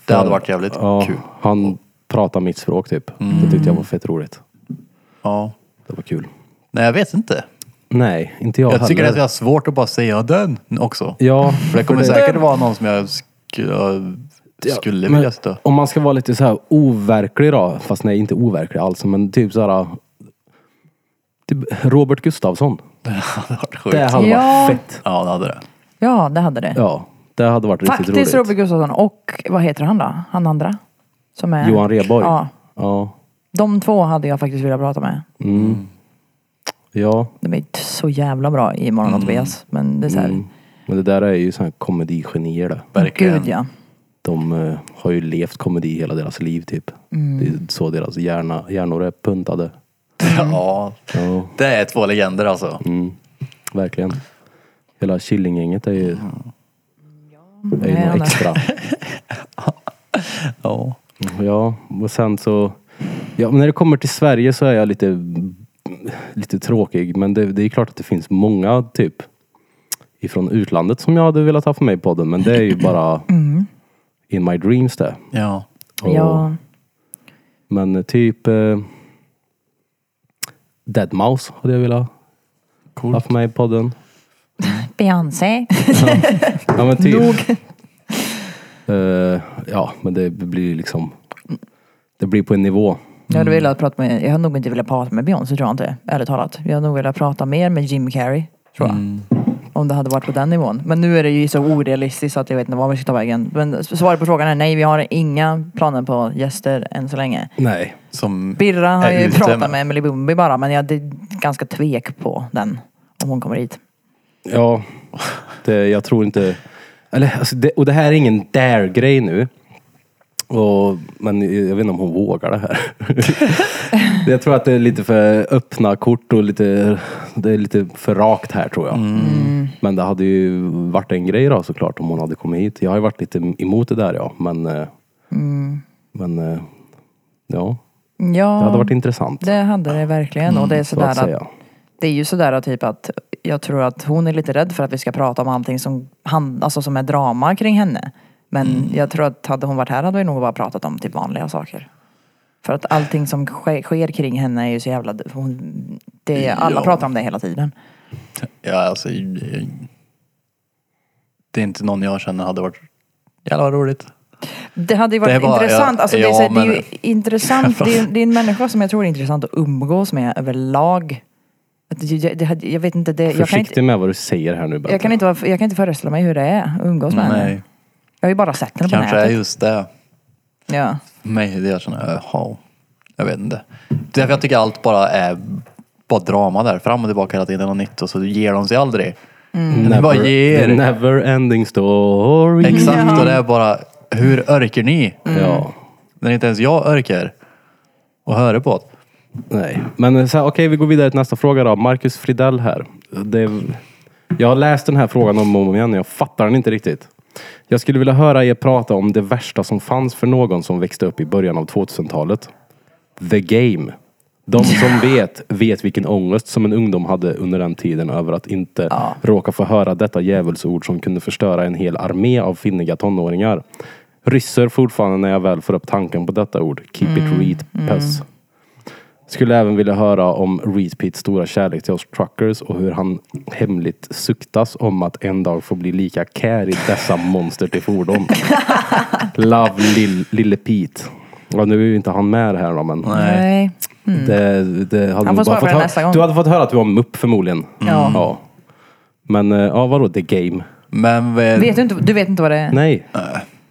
Speaker 2: det hade varit jävligt kul. Mm.
Speaker 1: Han pratade mitt språk typ. Det tyckte jag var fett roligt.
Speaker 2: Ja.
Speaker 1: Det var kul.
Speaker 2: Nej, jag vet inte.
Speaker 1: Nej, inte jag,
Speaker 2: jag tycker
Speaker 1: heller.
Speaker 2: att jag har svårt att bara säga den också.
Speaker 1: Ja,
Speaker 2: För det kommer
Speaker 1: för
Speaker 2: säkert vara någon som jag skulle, skulle
Speaker 1: men
Speaker 2: vilja sitta.
Speaker 1: Om man ska vara lite så här overklig då, fast nej inte overklig alls, men typ så här. Typ Robert Gustafsson.
Speaker 2: Det hade varit sjukt.
Speaker 1: Det hade
Speaker 3: Ja.
Speaker 1: varit fett.
Speaker 2: Ja, det hade det.
Speaker 3: Ja, det hade det.
Speaker 1: Ja, det hade varit riktigt roligt.
Speaker 3: Faktiskt Robert Gustafsson och vad heter han då? Han andra? Som är...
Speaker 1: Johan Rheborg.
Speaker 3: Ja.
Speaker 1: Ja.
Speaker 3: De två hade jag faktiskt velat prata med.
Speaker 1: Ja.
Speaker 3: De är inte så jävla bra i Morgon och Tobias. Men det är såhär,
Speaker 1: Mm. Men det där är ju sådana komedigenier det.
Speaker 2: Verkligen.
Speaker 3: gud ja.
Speaker 1: De eh, har ju levt komedi hela deras liv typ.
Speaker 3: Mm.
Speaker 1: Det är så deras hjärna, hjärnor är puntade.
Speaker 2: Ja,
Speaker 1: Ja,
Speaker 2: det är två legender alltså.
Speaker 1: verkligen. Hela Killinggänget är ju, är
Speaker 3: Nej,
Speaker 1: ju något
Speaker 3: han är-
Speaker 1: extra.
Speaker 2: Ja.
Speaker 1: Ja, och sen så... Ja, men när det kommer till Sverige så är jag lite, lite tråkig. Men det, det är klart att det finns många typ ifrån utlandet som jag hade velat ha för mig i podden. Men det är ju bara in my dreams det.
Speaker 2: ja.
Speaker 1: Och-
Speaker 3: Mm. Ja.
Speaker 1: Men eh, typ eh, Deadmau5 hade jag velat ha för mig i podden.
Speaker 3: Beyoncé.
Speaker 1: Ja men typ. Eh, ja men det blir liksom. Det blir på en nivå.
Speaker 3: Jag hade velat prata med, jag hade nog inte velat prata med Beyoncé tror jag inte, ärligt talat. Jag hade nog velat prata mer med Jim Carrey, tror jag. Om det hade varit på den nivån. Men nu är det ju så orealistiskt så att jag vet inte var vi ska ta vägen. Men svaret på frågan är nej, vi har inga planer på gäster än så länge.
Speaker 1: Nej.
Speaker 2: Som
Speaker 3: Birra har
Speaker 2: är
Speaker 3: ju
Speaker 2: ute
Speaker 3: pratat med Emily Bumbi bara, men jag är ganska tvek på den. Om hon kommer hit.
Speaker 1: Ja. Det, jag tror inte. Eller, alltså det, och det här är ingen dare-grej nu. Och, men jag vet inte om hon vågar det här. jag tror att det är lite för öppna kort och lite, det är lite för rakt här tror jag.
Speaker 3: Mm.
Speaker 1: Men det hade ju varit en grej då såklart om hon hade kommit hit. Jag har ju varit lite emot det där ja. Men, eh, men eh, ja,
Speaker 3: Mm. Ja,
Speaker 1: det hade varit intressant.
Speaker 3: det hade det verkligen. Och det
Speaker 2: Mm,
Speaker 3: är
Speaker 1: Så att
Speaker 3: sådär att
Speaker 1: säga.
Speaker 3: Det är ju sådär att typ att jag tror att hon är lite rädd för att vi ska prata om allting som, han, alltså som är drama kring henne. Men
Speaker 2: Mm.
Speaker 3: jag tror att hade hon varit här hade vi nog bara pratat om typ vanliga saker. För att allting som sker, sker kring henne är ju så jävla... Hon, det, alla
Speaker 2: Ja.
Speaker 3: pratar om det hela tiden.
Speaker 2: Ja, alltså. eh, Det är inte någon jag känner hade varit jävla roligt.
Speaker 3: Det hade ju varit
Speaker 2: Det är bara-
Speaker 3: intressant.
Speaker 2: ja,
Speaker 3: alltså, det, är, så-
Speaker 2: ja,
Speaker 3: det är ju
Speaker 2: men-
Speaker 3: intressant. Det är, det är en människa som jag tror är intressant att umgås med överlag. Att det- det- det hade- Jag vet inte, det, jag, kan
Speaker 1: Försiktig
Speaker 3: inte,
Speaker 1: med vad du säger här nu Bente.
Speaker 3: jag, kan inte, vara- jag kan inte föreställa mig hur det är att umgås med henne.
Speaker 2: Nej,
Speaker 3: Jag har ju bara sett henne på
Speaker 2: kanske är
Speaker 3: nätet.
Speaker 2: just det.
Speaker 3: Ja.
Speaker 2: mig det jag känner, jaha. Jag vet inte. Det är för jag tycker allt bara är bara drama där, fram och tillbaka hela tiden och nytt och så ger de sig aldrig. Det bara
Speaker 1: the
Speaker 2: ger.
Speaker 1: never ending story.
Speaker 3: Mm.
Speaker 2: Exakt, och det är bara, hur örker ni?
Speaker 1: Ja.
Speaker 2: När inte ens jag örker och höra på det.
Speaker 1: Nej. Men eh, så här, okej, vi går vidare till nästa fråga då. Marcus Fridell här. Det är, jag har läst den här frågan om och om igen och jag fattar den inte riktigt. Jag skulle vilja höra er prata om det värsta som fanns för någon som växte upp i början av 2000-talet. The Game. De som vet, vet vilken ångest som en ungdom hade under den tiden över att inte råka få höra detta djävulsord som kunde förstöra en hel armé av finniga tonåringar. Ryssar fortfarande när jag väl får upp tanken på detta ord. Keep it read, pess. Skulle även vilja höra om Reed Pitts stora kärlek till oss truckers och hur han hemligt suktas om att en dag få bli lika kär i dessa monster till fordon. Love lill, lille Pete. Ja, nu är ju inte han med här då, men
Speaker 3: Nej.
Speaker 1: det, det hade
Speaker 3: Mm. Han
Speaker 1: vi
Speaker 3: får svara på det
Speaker 1: hö-
Speaker 3: nästa gång.
Speaker 1: Du hade fått höra att du var mupp förmodligen.
Speaker 3: Ja.
Speaker 1: Men eh, ja, vadå the game?
Speaker 2: Men, eh,
Speaker 3: Vet du, inte, du vet inte vad det är?
Speaker 1: Nej.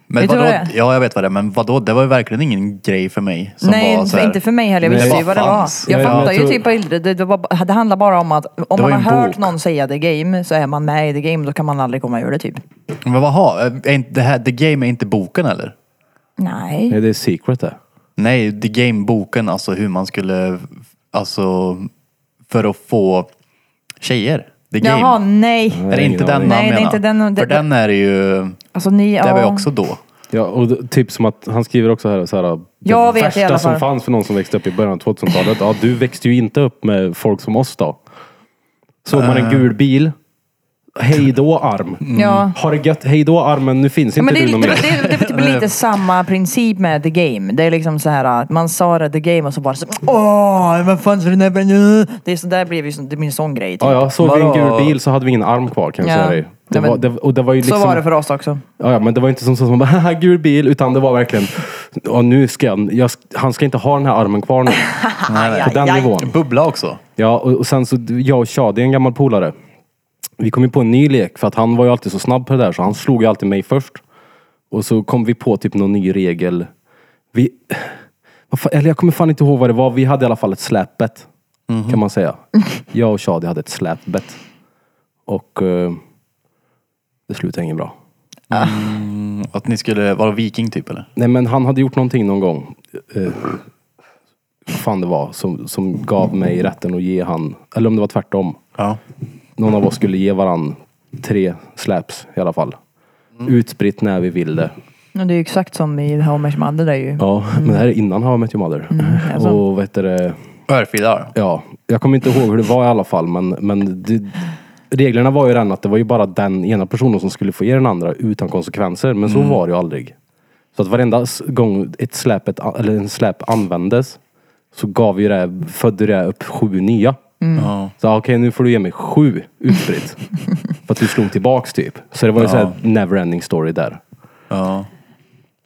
Speaker 2: men
Speaker 3: vet du
Speaker 2: vadå?
Speaker 3: vad det är?
Speaker 2: Ja, jag vet vad det är. Men vadå? Det var ju verkligen ingen grej för mig. Som
Speaker 3: Nej,
Speaker 2: var så här,
Speaker 3: inte för mig heller. Jag
Speaker 1: Nej.
Speaker 3: visste ju
Speaker 2: Det
Speaker 3: vad
Speaker 2: bara
Speaker 3: det var.
Speaker 2: fanns.
Speaker 1: Ja,
Speaker 3: Jag
Speaker 1: ja.
Speaker 3: fattar
Speaker 1: Jag
Speaker 3: ju
Speaker 1: tror-
Speaker 3: typ vad det, det, det, var, det handlar bara om att om
Speaker 2: var
Speaker 3: man har
Speaker 2: ju en
Speaker 3: hört
Speaker 2: bok.
Speaker 3: någon säga the game så är man med i the game. Då kan man aldrig komma ur det typ.
Speaker 2: Men vaha, är inte det här, The Game är inte boken eller?
Speaker 3: Nej.
Speaker 1: Nej, det är secret det.
Speaker 2: Nej, The Game-boken, alltså hur man skulle, alltså för att få tjejer. The Game.
Speaker 3: Jaha, nej.
Speaker 2: Är det
Speaker 1: Nej,
Speaker 2: inte
Speaker 1: ingen
Speaker 2: den
Speaker 1: aning.
Speaker 2: man
Speaker 3: Nej, det är
Speaker 2: menar?
Speaker 3: inte den- det-
Speaker 2: För den är det ju,
Speaker 3: Alltså ni,
Speaker 2: det var ju
Speaker 3: ja.
Speaker 2: också då.
Speaker 1: Ja, och d- typ som att han skriver också här, så här
Speaker 3: Jag
Speaker 1: det
Speaker 3: vet i
Speaker 1: värsta
Speaker 3: alla fall.
Speaker 1: som fanns för någon som växte upp i början av 2000-talet. Ja, du växte ju inte upp med folk som oss då. Såg man en gul bil, hej då arm.
Speaker 2: Mm.
Speaker 3: Ja.
Speaker 1: Har det gött, hej då armen, nu finns inte
Speaker 3: Men det,
Speaker 1: du
Speaker 3: är-
Speaker 1: någon
Speaker 3: det,
Speaker 1: mer.
Speaker 3: var- det, det, det, blir lite samma princip med the game. Det är liksom så här att man sa det the game och så bara så, åh, vad fan så det där nu? Det är så där blev ju så, det blir en sån grej. Typ.
Speaker 1: Ja, ja, såg vi en
Speaker 2: Vadå?
Speaker 1: gul bil så hade vi ingen arm kvar kan jag
Speaker 3: Ja.
Speaker 1: säga dig. Det
Speaker 3: Ja, men
Speaker 1: var, det, och det var ju liksom,
Speaker 3: Så var det för oss också.
Speaker 1: ja, ja, men det var inte som så som bara, haha gul bil, utan det var verkligen, ja, nu ska jag, jag, han ska inte ha den här armen kvar nu. På den
Speaker 3: Ajajaj.
Speaker 1: nivån.
Speaker 2: Bubbla också.
Speaker 1: Ja, och, och sen så, jag och Shadi, en gammal polare, vi kom ju på en ny lek för att han var ju alltid så snabb på det där så han slog ju alltid mig först. Och så kom vi på typ någon ny regel. Vi, vad fan, eller jag kommer fan inte ihåg vad det var. Vi hade i alla fall ett släpbett. Kan man säga. Jag och Shadi hade ett släpbett. Och eh, det slutade inget bra.
Speaker 2: Att ni skulle vara viking typ eller?
Speaker 1: Nej men han hade gjort någonting någon gång. Eh, vad fan det var. Som, som gav mig rätten att ge han. Eller om det var tvärtom.
Speaker 2: Ja.
Speaker 1: någon av oss skulle ge varann tre slaps i alla fall. Utspritt när vi ville.
Speaker 3: Och det är ju exakt som i Homers Mother där ju.
Speaker 1: Ja, men det här är innan How I Met Your Mother.
Speaker 3: alltså.
Speaker 1: Mm. Och vad heter det?
Speaker 2: Örfilar.
Speaker 1: Ja, jag kommer inte ihåg hur det var i alla fall, men, men det, reglerna var ju den att det var ju bara den ena personen som skulle få ge den andra utan konsekvenser, men så
Speaker 3: Mm.
Speaker 1: var det ju aldrig. Så att varenda s- gång ett släp, ett, a- eller en släp användes så gav ju det, födde det upp sju nya.
Speaker 3: Mm.
Speaker 2: Ja.
Speaker 1: Så okej, nu får du ge mig sju utspritt. för att du slog tillbaks typ. Så det var ju så här neverending story där.
Speaker 2: ja.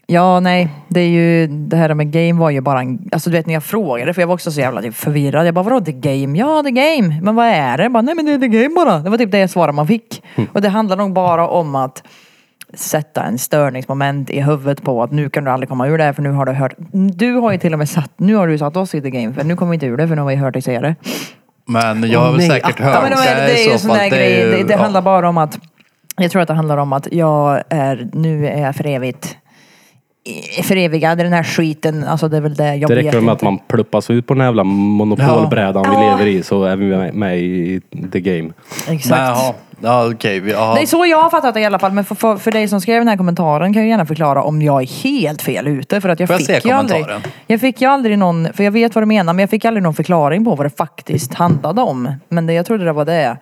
Speaker 3: Ja, nej. Det är ju, det här med game var ju bara en, alltså du vet när jag frågade, för jag var också så jävla typ förvirrad. Jag bara, vadå the game? Ja, the game. Men vad är det? Jag bara, nej men det är the game bara. Det var typ det svaret man fick. Och det handlar nog bara om att sätta en störningsmoment i huvudet på att nu kan du aldrig komma ur det här för nu har du hört. Du har ju till och med satt, nu har du satt oss i the game för nu kommer vi inte ur det för nu har vi hört dig säga det.
Speaker 2: Men jag har väl säkert hört
Speaker 3: Ja, men då är det, det är ju sån där grej. Det, det handlar bara om att, jag tror att det handlar om att jag är, nu är jag för evigt i- förevigad i den här skiten. Alltså det är väl det, jag
Speaker 1: Det
Speaker 3: vet
Speaker 1: räcker med
Speaker 3: inte.
Speaker 1: att man pluppas ut på den här jävla monopolbrädan vi lever i så är vi med- med i the game.
Speaker 3: Exakt.
Speaker 2: Jaha, ja, okej. vi- jaha.
Speaker 3: Det är så jag har fattat det i alla fall. Men för, för, för dig som skrev den här kommentaren kan jag gärna förklara om jag är helt fel ute. För att jag
Speaker 2: Får jag
Speaker 3: fick
Speaker 2: se
Speaker 3: ju aldrig,
Speaker 2: kommentaren?
Speaker 3: jag fick ju aldrig någon, för jag vet vad du menar, men jag fick aldrig någon förklaring på vad det faktiskt handlade om. Men det, jag trodde det var det.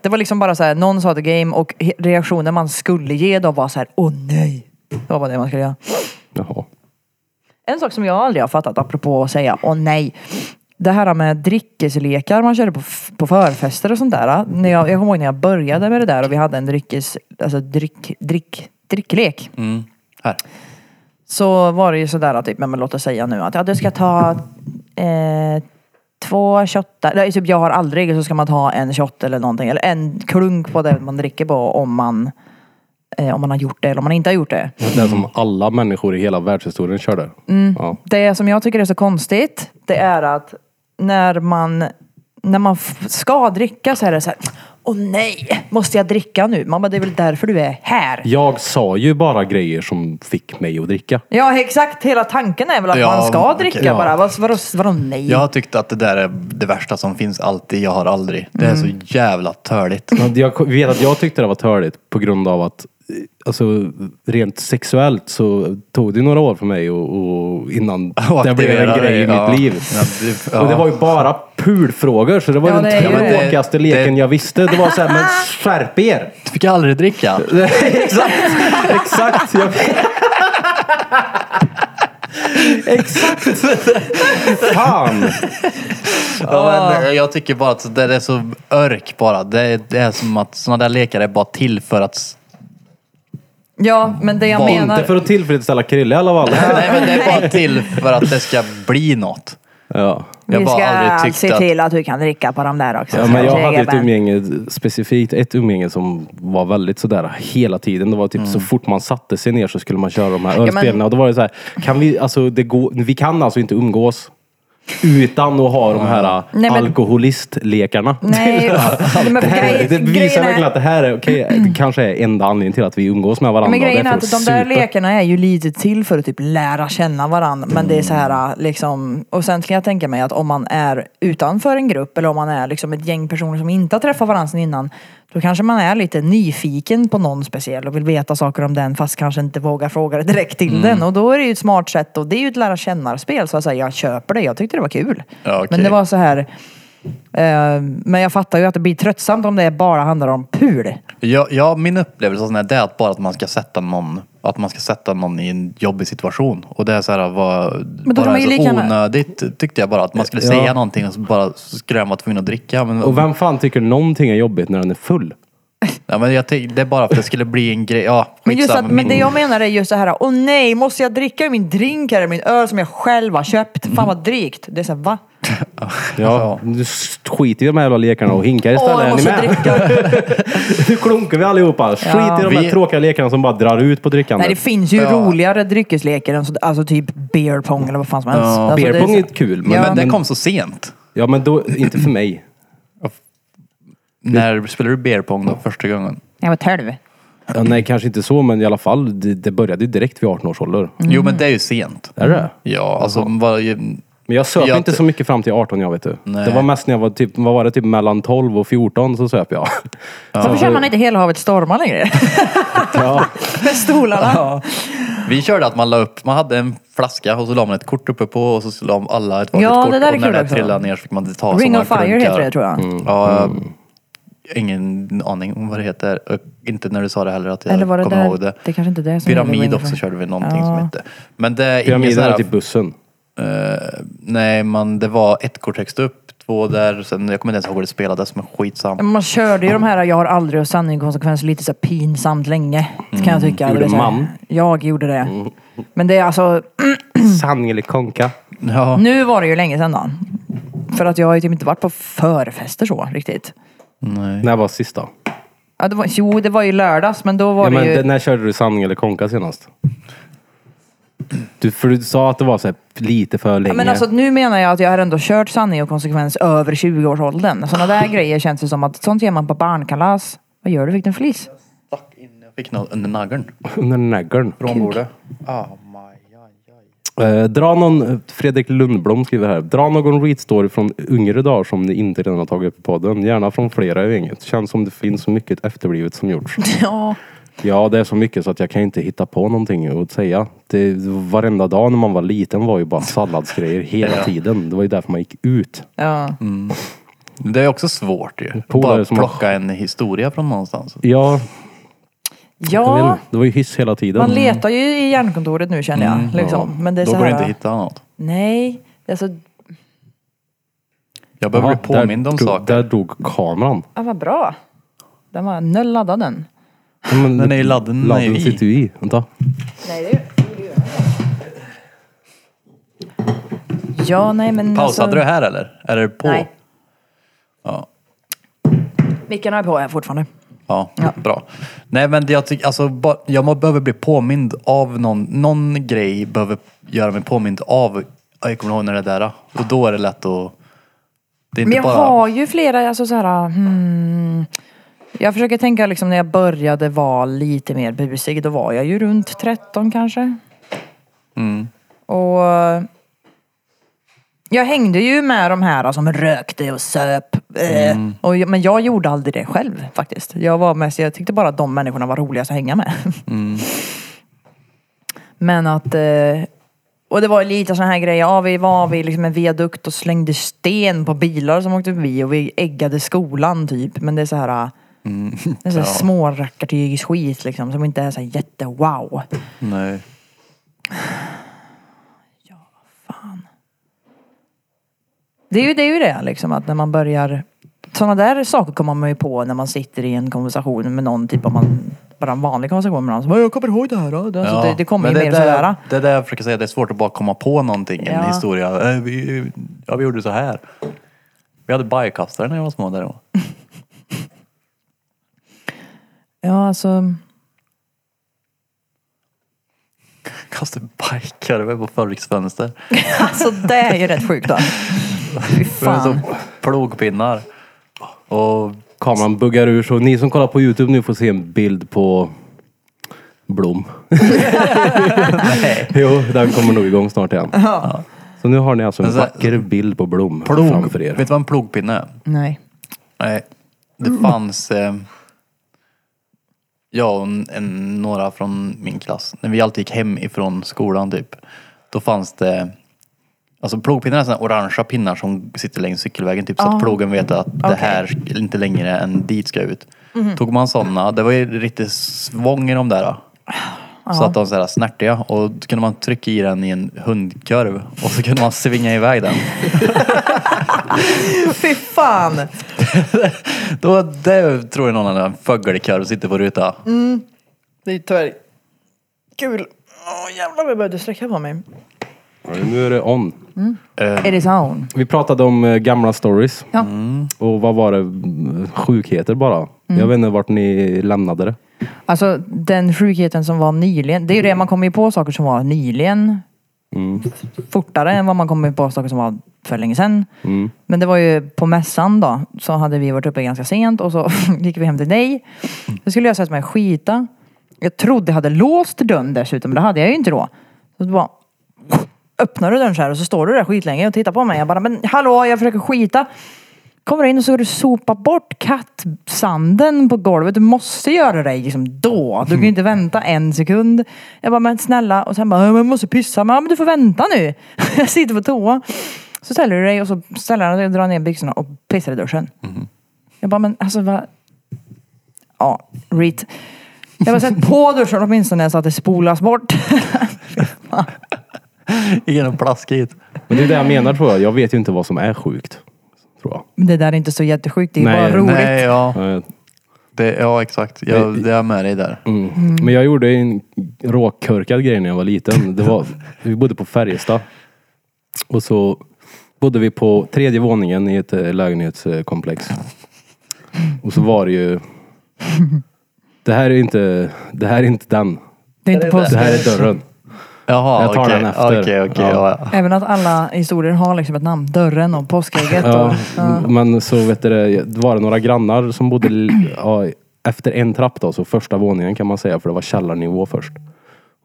Speaker 3: Det var liksom bara så här, någon sa the game och he- reaktionen man skulle ge då var så här, åh nej. Det var bara det man skulle göra.
Speaker 1: Jaha.
Speaker 3: En sak som jag aldrig har fattat, apropå att säga åh nej. Det här med dryckeslekar man körde på, f- på förfester och sånt där. ah, När jag, jag kommer ihåg när jag började med det där och vi hade en dryckes, alltså dryck, dryck, dricklek.
Speaker 2: Mm. Här.
Speaker 3: Så var det ju sådär typ, men låt oss säga nu att ja, du ska ta eh, två shottar. Nej, typ jag har aldrig, så ska man ta en shot eller någonting. Eller en klunk på det man dricker på om man, eh, om man har gjort det eller om man inte har gjort det.
Speaker 1: Det som alla människor i hela världshistorien körde.
Speaker 3: Mm.
Speaker 1: Ja.
Speaker 3: Det som jag tycker är så konstigt, det är att när man, när man f- ska dricka så är det så här. Åh nej, måste jag dricka nu? Man bara, det är väl därför du är här?
Speaker 1: Jag sa ju bara grejer som fick mig att dricka.
Speaker 3: Ja exakt, hela tanken är väl att
Speaker 2: Ja,
Speaker 3: man ska
Speaker 2: okej.
Speaker 3: dricka
Speaker 2: Ja.
Speaker 3: bara. Vad- Vadå, vadå nej?
Speaker 2: Jag har tyckt att det där är det värsta som finns alltid. Jag har aldrig. Det är så
Speaker 3: Mm.
Speaker 2: jävla törligt.
Speaker 1: Men Jag vet att jag tyckte det var törligt på grund av att eh, Alltså rent sexuellt så tog det några år för mig och, och innan
Speaker 2: Och
Speaker 1: det blev
Speaker 2: aktivera
Speaker 1: en grej i
Speaker 2: dig, ja.
Speaker 1: mitt liv.
Speaker 2: Ja, det- ja.
Speaker 1: Och det var ju bara pulfrågor så det var
Speaker 3: Ja,
Speaker 1: den
Speaker 3: det är ju det.
Speaker 1: tråkigaste
Speaker 2: Det-
Speaker 1: leken
Speaker 2: det-
Speaker 1: jag visste. Det var såhär, men skärp er!
Speaker 2: Fick jag aldrig dricka.
Speaker 1: exakt, exakt. Jag... exakt. Fan.
Speaker 2: Ja, men, eh, jag tycker bara att det är så örk bara. Det är, det är som att sådana där lekar är bara till för att...
Speaker 3: Ja, men det jag
Speaker 2: Var
Speaker 3: menar...
Speaker 1: Inte för att tillfredsställa Krille i alla fall.
Speaker 2: Nej, men det är bara till för att det ska bli något.
Speaker 1: Ja.
Speaker 2: Jag
Speaker 3: Vi
Speaker 2: bara
Speaker 3: ska
Speaker 2: aldrig tyckt
Speaker 3: se
Speaker 2: att-
Speaker 3: till att du kan dricka på de där också.
Speaker 1: Ja, men jag
Speaker 3: Säger
Speaker 1: hade typ ett
Speaker 3: grabben.
Speaker 1: umgänge, specifikt ett umgänge som var väldigt sådär hela tiden. Det var typ så fort man satte sig ner så skulle man köra de här
Speaker 3: Mm. men-
Speaker 1: ölspelen. Och då var det så här, kan vi, alltså, det går, vi kan alltså inte umgås utan att ha de här
Speaker 3: Nej, men-
Speaker 1: alkoholistlekarna.
Speaker 3: Nej, nej, men
Speaker 1: Det, här,
Speaker 3: grej-
Speaker 1: det visar
Speaker 3: grejen är-
Speaker 1: verkligen att det här är, okej, det kanske är enda anledningen till att vi umgås med varandra.
Speaker 3: Men grejen
Speaker 1: Det
Speaker 3: är
Speaker 1: för
Speaker 3: att de där
Speaker 1: supa.
Speaker 3: lekarna är ju lite till för att typ lära känna varandra. Men det är så här liksom, och sen kan jag tänka mig att om man är utanför en grupp eller om man är liksom ett gäng personer som inte har träffat varandra sedan innan. Då kanske man är lite nyfiken på någon speciell och vill veta saker om den fast kanske inte vågar fråga det direkt till den. Och då är det ju ett smart sätt och det är ju ett lära känna-spel. Så att säga, jag köper det, jag tyckte det var kul.
Speaker 2: Ja, okej.
Speaker 3: Men det var så här, eh, men jag fattar ju att det blir tröttsamt om det bara handlar om pul.
Speaker 2: Ja, ja, min upplevelse av sån här, det är att bara att man ska sätta någon att man ska sätta någon i en jobbig situation. Och det är så här, var,
Speaker 3: då kan
Speaker 2: bara
Speaker 3: man ju
Speaker 2: så
Speaker 3: lika gärna-
Speaker 2: onödigt tyckte jag bara. Att man skulle
Speaker 1: Ja.
Speaker 2: säga någonting och så bara så skulle jag vara tvungen att dricka. Men,
Speaker 1: Och vem fan tycker någonting är jobbigt när den är full?
Speaker 2: ja, men jag tänkte, det är bara för att det skulle bli en grej. Ja,
Speaker 3: Men, just
Speaker 2: skitsamma,
Speaker 3: att, men det
Speaker 2: min-
Speaker 3: jag menar är just det här, åh nej, måste jag dricka min drink här, min öl som jag själv har köpt? Fan vad drygt. Det är såhär, va?
Speaker 1: Ja, du skiter i de här jävla lekarna och hinkar istället.
Speaker 3: Åh, jag
Speaker 1: är ni
Speaker 3: måste
Speaker 1: med?
Speaker 3: dricka.
Speaker 1: Nu klunkar vi allihopa. Skit i de här
Speaker 2: Vi-
Speaker 1: tråkiga lekarna som bara drar ut på drickandet.
Speaker 3: Nej, det finns ju roligare dryckeslekar än så, alltså typ beer pong eller vad fan som helst.
Speaker 2: Ja,
Speaker 3: alltså,
Speaker 1: Beer
Speaker 3: det är
Speaker 1: pong
Speaker 3: så-
Speaker 1: är kul, men,
Speaker 2: Men,
Speaker 1: ja.
Speaker 2: men
Speaker 1: men,
Speaker 2: det kom så sent.
Speaker 1: ja, men då, inte för mig. Mm.
Speaker 2: När spelade du beer pong då första gången?
Speaker 3: Jag var tolv.
Speaker 1: Ja, nej, kanske inte så, men i alla fall, det, det började ju direkt vid 18 års ålder.
Speaker 2: Jo men det är ju sent.
Speaker 1: Är det?
Speaker 2: Ja, alltså vad-
Speaker 1: Men jag söp
Speaker 2: Jag-
Speaker 1: inte så mycket fram till 18, jag vet du.
Speaker 2: Nej.
Speaker 1: Det var mest när jag var typ, vad var det, typ mellan 12 och 14 så söp jag.
Speaker 3: Varför kör man inte hela havet stormar längre?
Speaker 1: Ja.
Speaker 3: Med stolarna.
Speaker 2: Vi körde att man la upp, man hade en flaska och så la man ett kort uppe på och så la man alla ett varsitt
Speaker 3: Ja,
Speaker 2: kort.
Speaker 3: det där är
Speaker 2: och när
Speaker 3: kul
Speaker 2: det
Speaker 3: också.
Speaker 2: trillade ner så fick man ta
Speaker 3: Ring
Speaker 2: såna
Speaker 3: of fire
Speaker 2: klunkar.
Speaker 3: heter det tror jag.
Speaker 2: Ja, Ingen aning om vad det heter. Och Inte när du sa det heller att jag
Speaker 3: Eller var det
Speaker 2: kommer
Speaker 3: där?
Speaker 2: ihåg det.
Speaker 3: Det kanske inte är det som är Ring
Speaker 2: Pyramid
Speaker 3: of Fire.
Speaker 2: också körde vi någonting som
Speaker 3: Ja.
Speaker 2: hette. Men det är ingen
Speaker 1: Pyramiden
Speaker 2: sån
Speaker 1: är
Speaker 2: här,
Speaker 1: till typ bussen.
Speaker 2: eh, Nej, men det var ett kort högst upp, två där. Sen, jag kommer inte ens ihåg hur det spelades, men skitsam.
Speaker 3: Men Man körde ju de här jag har aldrig och sanning och konsekvens lite så här pinsamt länge. Kan jag tycka.
Speaker 1: Mm. Gjorde
Speaker 3: Det vill säga,
Speaker 1: man? Mm.
Speaker 3: Jag gjorde det. Men det är alltså,
Speaker 1: Sanning eller konka.
Speaker 2: Ja.
Speaker 3: Nu var det ju länge sedan då. För att jag har ju typ inte varit på förfester så riktigt.
Speaker 2: Nej.
Speaker 1: När var sista?
Speaker 3: Ja, det var, jo, det var ju lördags, men då var
Speaker 1: Ja,
Speaker 3: det
Speaker 1: men
Speaker 3: ju...
Speaker 1: det, när körde du sanning eller konka senast? Du, för du sa att det var så här, lite för länge.
Speaker 3: Ja, men alltså, nu menar jag att jag har ändå kört sanning och konsekvens över 20-årsåldern. Sådana där grejer känns det som att sånt ger man på barnkalas. Vad gör du? Fick du en flis?
Speaker 2: Stack in, jag fick något under naggeln.
Speaker 1: Under naggeln.
Speaker 2: Från bordet. Ah, my, aj, aj.
Speaker 1: Eh, dra någon, Fredrik Lundblom skriver här. Dra någon read-story från yngre dagar som ni inte redan har tagit upp i podden. Gärna från flera i gänget. Känns som det finns så mycket efterblivet som gjorts.
Speaker 3: Ja.
Speaker 1: Ja, det är så mycket så att jag kan inte hitta på någonting att säga. Det, varenda dag när man var liten var ju bara salladsgrejer hela tiden. Det var ju därför man gick ut.
Speaker 3: ja.
Speaker 2: Det är också svårt ju.
Speaker 1: Polare
Speaker 2: Bara
Speaker 1: som-
Speaker 2: plocka en historia från någonstans.
Speaker 1: Ja, jag vet
Speaker 3: ja.
Speaker 1: inte. det var ju hyss hela tiden.
Speaker 3: Man letar ju i hjärnkontoret nu känner jag. liksom. Men det är
Speaker 2: Då
Speaker 3: så
Speaker 2: går det
Speaker 3: här,
Speaker 2: inte att hitta något.
Speaker 3: Nej. Alltså,
Speaker 2: Jag
Speaker 1: Jaha,
Speaker 2: behöver bli påmind om
Speaker 1: där,
Speaker 2: saker.
Speaker 1: Där dog kameran.
Speaker 3: ja, vad bra. Den var noll laddad den.
Speaker 1: Ja, men
Speaker 2: Den är ju ladden, den är ju
Speaker 1: Ladden
Speaker 2: i.
Speaker 1: sitter ju i. Vänta.
Speaker 3: Nej, det Ja, nej men
Speaker 2: Pausade
Speaker 3: alltså,
Speaker 2: du här eller? Är det på?
Speaker 3: Nej.
Speaker 2: Ja.
Speaker 3: Micken är på här fortfarande.
Speaker 2: Ja, bra. Nej men jag tycker, alltså, ba- jag må- behöver bli påmind av någon, någon grej behöver göra mig påmind av. Ja, Jag kommer ihåg när det där, och då är det lätt att... Det är
Speaker 3: Men
Speaker 2: inte
Speaker 3: jag
Speaker 2: bara...
Speaker 3: har ju flera, alltså så här, hmm, Jag försöker tänka liksom när jag började vara lite mer busig, då var jag ju runt 13 kanske.
Speaker 2: Mm.
Speaker 3: Och jag hängde ju med de här som rökte och söp. eh,
Speaker 2: Mm.
Speaker 3: Och, jag- men jag gjorde aldrig det själv faktiskt. Jag, var mest, jag tyckte bara att de människorna var roligast att hänga med. Men att... Eh, och det var lite sådana här grejer. Ja, vi var vid liksom en viadukt och slängde sten på bilar som åkte förbi och vi äggade skolan typ. Men det är så här... eh,
Speaker 2: Mm.
Speaker 3: det är så här små rackartyg skit liksom som inte är så här jätte-wow.
Speaker 2: Nej.
Speaker 3: Det är ju det, är ju det liksom att när man börjar... Sådana där saker kommer man ju på när man sitter i en konversation med någon, typ om man bara en vanlig konversation med någon. Så, bara, jag kommer ihåg det här. Då. Alltså, det, det kommer
Speaker 2: men
Speaker 3: ju mer
Speaker 2: det,
Speaker 3: sådär.
Speaker 2: där- Det är där jag försöker säga, det är svårt att bara komma på någonting,
Speaker 3: Ja.
Speaker 2: en historia. Eh, Vi, ja, vi gjorde så här. Vi hade bajkastare när jag var små där då.
Speaker 3: Ja, alltså...
Speaker 2: Kastade bajkorv på fabriksfönster.
Speaker 3: Alltså det är ju rätt sjukt då. Fy fan.
Speaker 2: Som plogpinnar. Och
Speaker 1: Kameran buggar ur så ni som kollar på Youtube nu får se en bild på Blom. jo, den kommer nog igång snart igen. Så nu har ni alltså en
Speaker 2: Men så-
Speaker 1: vacker bild på Blom
Speaker 2: plog,
Speaker 1: framför
Speaker 2: vet
Speaker 1: er.
Speaker 2: du vad en plogpinne är?
Speaker 3: Nej.
Speaker 2: Nej, det fanns eh, jag och en, en, några från min klass. När vi alltid gick hem ifrån skolan typ. Då fanns det Alltså plogpinnar är sådana orangea pinnar som sitter längs cykelvägen typ så att plogen vet att det här ska- inte längre än dit ska ut. Tog man sådana, det var ju riktigt svång i de där. då. Så att de såhär snärtiga och då kunde man trycka i den i en hundkorv och så kunde man svinga iväg den.
Speaker 3: Fy fan.
Speaker 2: Då, det tror jag någon hade en fågelkorv och sitter på ruta.
Speaker 3: Det är tyvärr kul. Åh jävlar vad jag började sträcka på mig.
Speaker 1: Nu är det on.
Speaker 3: It is on.
Speaker 1: Vi pratade om eh, gamla stories.
Speaker 3: Ja.
Speaker 1: Och vad var det? Mm, Sjukheter bara.
Speaker 2: Mm.
Speaker 1: Jag vet inte vart ni lämnade det.
Speaker 3: Alltså den sjukheten som var nyligen. Det är ju det man kommer ju på saker som var nyligen. Fortare än vad man kommer på saker som var för länge sedan. Men det var ju på mässan då. Så hade vi varit uppe ganska sent och så gick vi hem till dig. Då skulle jag sätta mig och skita. Jag trodde jag hade låst dörren dessutom. Men det hade jag ju inte då. Så det bara öppnar du dörren så här och så står du där skitlänge och tittar på mig. Jag bara, men hallå jag försöker skita. Kommer in och så har du sopa bort kattsanden på golvet. Du måste göra det liksom då. Du kan ju inte vänta en sekund. Jag bara, men snälla. Och sen bara, "Ja, men jag måste pissa. Men, ja, men du får vänta nu. Jag sitter på toa. Så ställer du dig och så ställer han dig och drar ner byxorna och pissar i duschen.
Speaker 1: Mhm.
Speaker 3: Jag bara, men alltså vad... Ja, reet. Jag har sett på duschen åtminstone så att det spolas bort.
Speaker 2: Genom plaskigt.
Speaker 1: Men det är det jag menar tror jag. Jag vet ju inte vad som är sjukt. Tror jag.
Speaker 3: Men det där är inte så jättesjukt. Det är
Speaker 1: Nej,
Speaker 3: bara roligt.
Speaker 2: Nej, ja.
Speaker 1: Eh,
Speaker 2: Det, ja, exakt. Jag, det är jag med dig där.
Speaker 1: Mm. Men jag gjorde en råkörkad grej när jag var liten. Det var, vi bodde på Färjestad. Och så bodde vi på tredje våningen i ett eh, lägenhetskomplex. Och så var det ju... Det här är inte, det här är inte den.
Speaker 3: Det är inte på
Speaker 1: Det här är dörren.
Speaker 2: Jaha,
Speaker 1: Jag tar
Speaker 2: okej.
Speaker 1: den efter.
Speaker 2: Okej, okej. Ja.
Speaker 1: Ja.
Speaker 2: Ja.
Speaker 3: Även att alla historier har liksom ett namn. Dörren och påskägget.
Speaker 1: Ja,
Speaker 3: Och, ja.
Speaker 1: men så vet du, det, det var det några grannar som bodde l- ja, efter en trapp då, så första våningen kan man säga, för det var källarnivå först.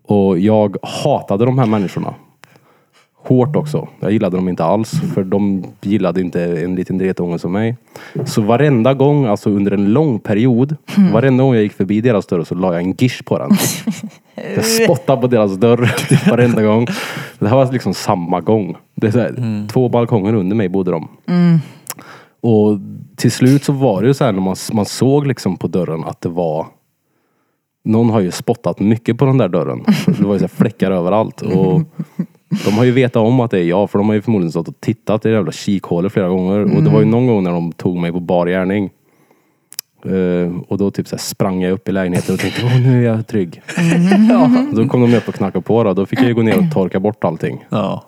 Speaker 1: Och jag hatade de här människorna. Hårt också. Jag gillade dem inte alls, för de gillade inte en liten dretunge som mig. Så varenda gång, alltså under en lång period, varenda gång jag gick förbi deras dörr så la jag en gish på den. Jag spottade på deras dörr typ varenda gång. Det här var liksom samma gång. Det är så här, Två balkonger under mig bodde de. Och till slut så var det ju så här när man, man såg liksom på dörren att det var Någon har ju spottat mycket på den där dörren. Det var ju så här fläckar överallt. Och de har ju vetat om att det är jag för de har ju förmodligen stått och tittat i det jävla kikhålet flera gånger. Och det var ju någon gång när de tog mig på bar gärning. Eh, och då typ så här sprang jag upp i lägenheten och tänkte åh nu är jag trygg. Och Då kom de upp och knackade på då. Då fick jag ju gå ner och torka bort allting.
Speaker 2: Ja.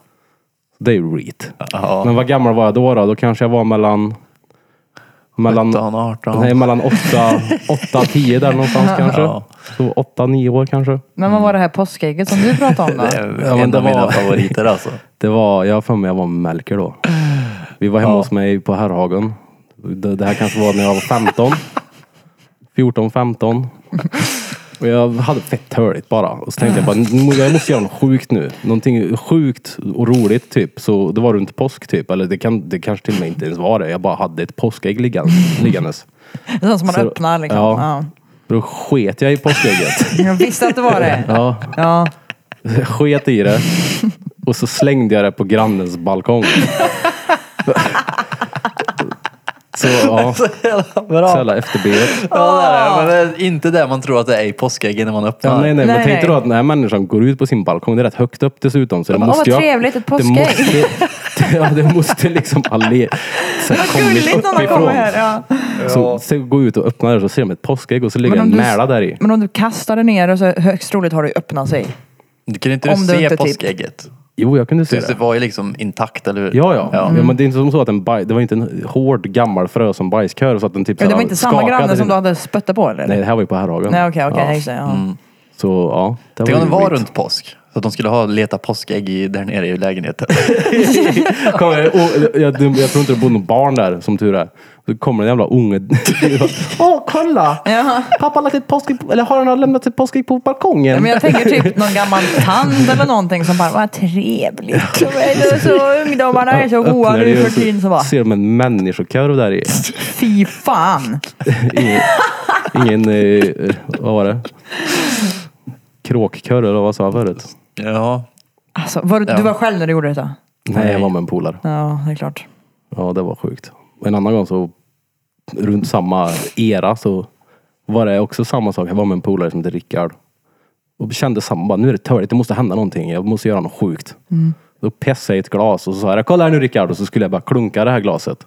Speaker 1: Det är ju reet.
Speaker 2: Ja.
Speaker 1: Men vad gammal var jag då? Då, då kanske jag var mellan... Mellan
Speaker 2: 17, 18.
Speaker 1: Nej, mellan 8 och 10 där någonstans kanske.
Speaker 2: Ja.
Speaker 1: Så 8-9 år kanske.
Speaker 3: Men vad var det här påskägget som du pratade om då?
Speaker 2: Det är
Speaker 1: Ja, men
Speaker 2: en
Speaker 1: det
Speaker 2: av mina
Speaker 1: var-
Speaker 2: favoriter alltså.
Speaker 1: Det var, jag har för mig jag var med Melker då. Vi var hemma hos mig på Herrhagen. Det, det här kanske var när jag var 15. 14, 15. Och jag hade fett hörligt bara. Och så tänkte jag bara, "Nu- jag måste göra något sjukt nu. Någonting sjukt och roligt typ. Så det var runt påsk typ. Eller det, kan, det kanske till och med inte ens var det. Jag bara hade ett påskägg liggandes. liggandes.
Speaker 3: Det är sånt som man
Speaker 1: Så-
Speaker 3: öppnar liksom.
Speaker 1: ja.
Speaker 3: Ja.
Speaker 1: Då sket jag i påskägget.
Speaker 3: Jag visste att det var det.
Speaker 1: Ja,
Speaker 3: Ja.
Speaker 1: jag sket i det. Och så slängde jag det på grannens balkong. Så ja, så
Speaker 2: Bra.
Speaker 1: jävla efterblivet.
Speaker 2: Ja, det är det. Men det är inte det man tror att det är i påskäggen när man öppnar.
Speaker 1: Ah! Ja, nej, nej, men
Speaker 3: Nej,
Speaker 1: tänk dig då
Speaker 3: nej.
Speaker 1: att den här människan går ut på sin balkong. Det är rätt högt upp dessutom. Så det
Speaker 3: Åh,
Speaker 1: måste
Speaker 3: vad
Speaker 1: ju ha-
Speaker 3: trevligt, ett
Speaker 1: det
Speaker 3: påskägg.
Speaker 1: måste, det, ja, det måste liksom ha le, så här, kommit
Speaker 3: Gulligt när de
Speaker 1: uppifrån.
Speaker 3: kommer här. Ja.
Speaker 1: Så, så gå ut och öppna det så ser de ett påskägg och så ligger
Speaker 3: Men
Speaker 1: en
Speaker 3: om du-
Speaker 1: mäla där i.
Speaker 3: Men om du kastar det ner så högst troligt har det ju öppnat sig.
Speaker 2: Du kan inte
Speaker 3: Om
Speaker 2: du
Speaker 3: du
Speaker 2: se
Speaker 3: inte typ-
Speaker 2: påskägget.
Speaker 1: Jo, jag kunde se
Speaker 2: Det
Speaker 1: det.
Speaker 2: var ju liksom intakt, eller hur?
Speaker 1: Ja, ja. ja.
Speaker 3: Mm.
Speaker 1: men det är inte som så att en baj, det var inte en hård gammal frö som bajskör. Så att den typ
Speaker 3: Ja,
Speaker 1: så
Speaker 3: det
Speaker 1: här
Speaker 3: var inte samma
Speaker 1: skakade
Speaker 3: granne som
Speaker 1: sin-
Speaker 3: du hade spöttat på eller?
Speaker 1: Nej, det här var ju på Herrhagen.
Speaker 3: Nej, okej, okej,
Speaker 1: Ja. Mm.
Speaker 3: just det. Ja.
Speaker 1: Så ja. Det
Speaker 2: Tänk om
Speaker 1: ju
Speaker 2: det var
Speaker 1: skit.
Speaker 2: runt påsk. Så att de skulle ha leta påskägg i, där nere i lägenheten.
Speaker 1: Kommer, och, jag, jag, jag tror inte det bor något barn där, som tur är. Så kommer en jävla unge. Åh, kolla! Pappa har lagt ett påskägg, på- eller har han lämnat ett påskägg på balkongen?
Speaker 3: Ja, Men jag tänker typ någon gammal tant eller någonting som bara, vad trevligt. Så är det så, ungdomarna är så goa
Speaker 1: Öppnar det
Speaker 3: nu
Speaker 1: och
Speaker 3: för
Speaker 1: så
Speaker 3: tiden. Så bara,
Speaker 1: Ser de en människokorv där i.
Speaker 3: fy fan.
Speaker 1: Ingen, ingen eh, vad var det? Kråkkorv eller vad sa jag förut?
Speaker 2: ja.
Speaker 3: Alltså, var, du- Du var själv när du gjorde detta?
Speaker 1: Nej, jag var med en polare.
Speaker 3: Ja, det är klart.
Speaker 1: Ja, det var sjukt. En annan gång så, runt samma era så var det också samma sak. Jag var med en polare som hette Rickard. Och kände samma, bara, nu är det törligt, det måste hända någonting. Jag måste göra något sjukt. Då pessade jag i ett glas och så sa jag, kolla här nu Rickard. Och så skulle jag bara klunka det här glaset.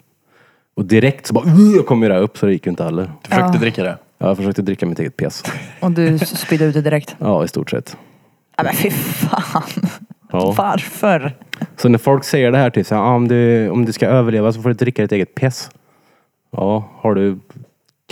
Speaker 1: Och direkt så bara, "Ugh", kom ju det här upp så det gick ju inte heller.
Speaker 2: Du försökte dricka det.
Speaker 1: Jag försökte dricka mitt eget pess.
Speaker 3: Och du spydde ut det direkt.
Speaker 1: Ja, i stort sett.
Speaker 3: Ja, men fy fan.
Speaker 1: Ja.
Speaker 3: Varför?
Speaker 1: Så när folk säger det här till sig, ah, om, du, om du ska överleva så får du dricka ditt eget piss. Ja, har du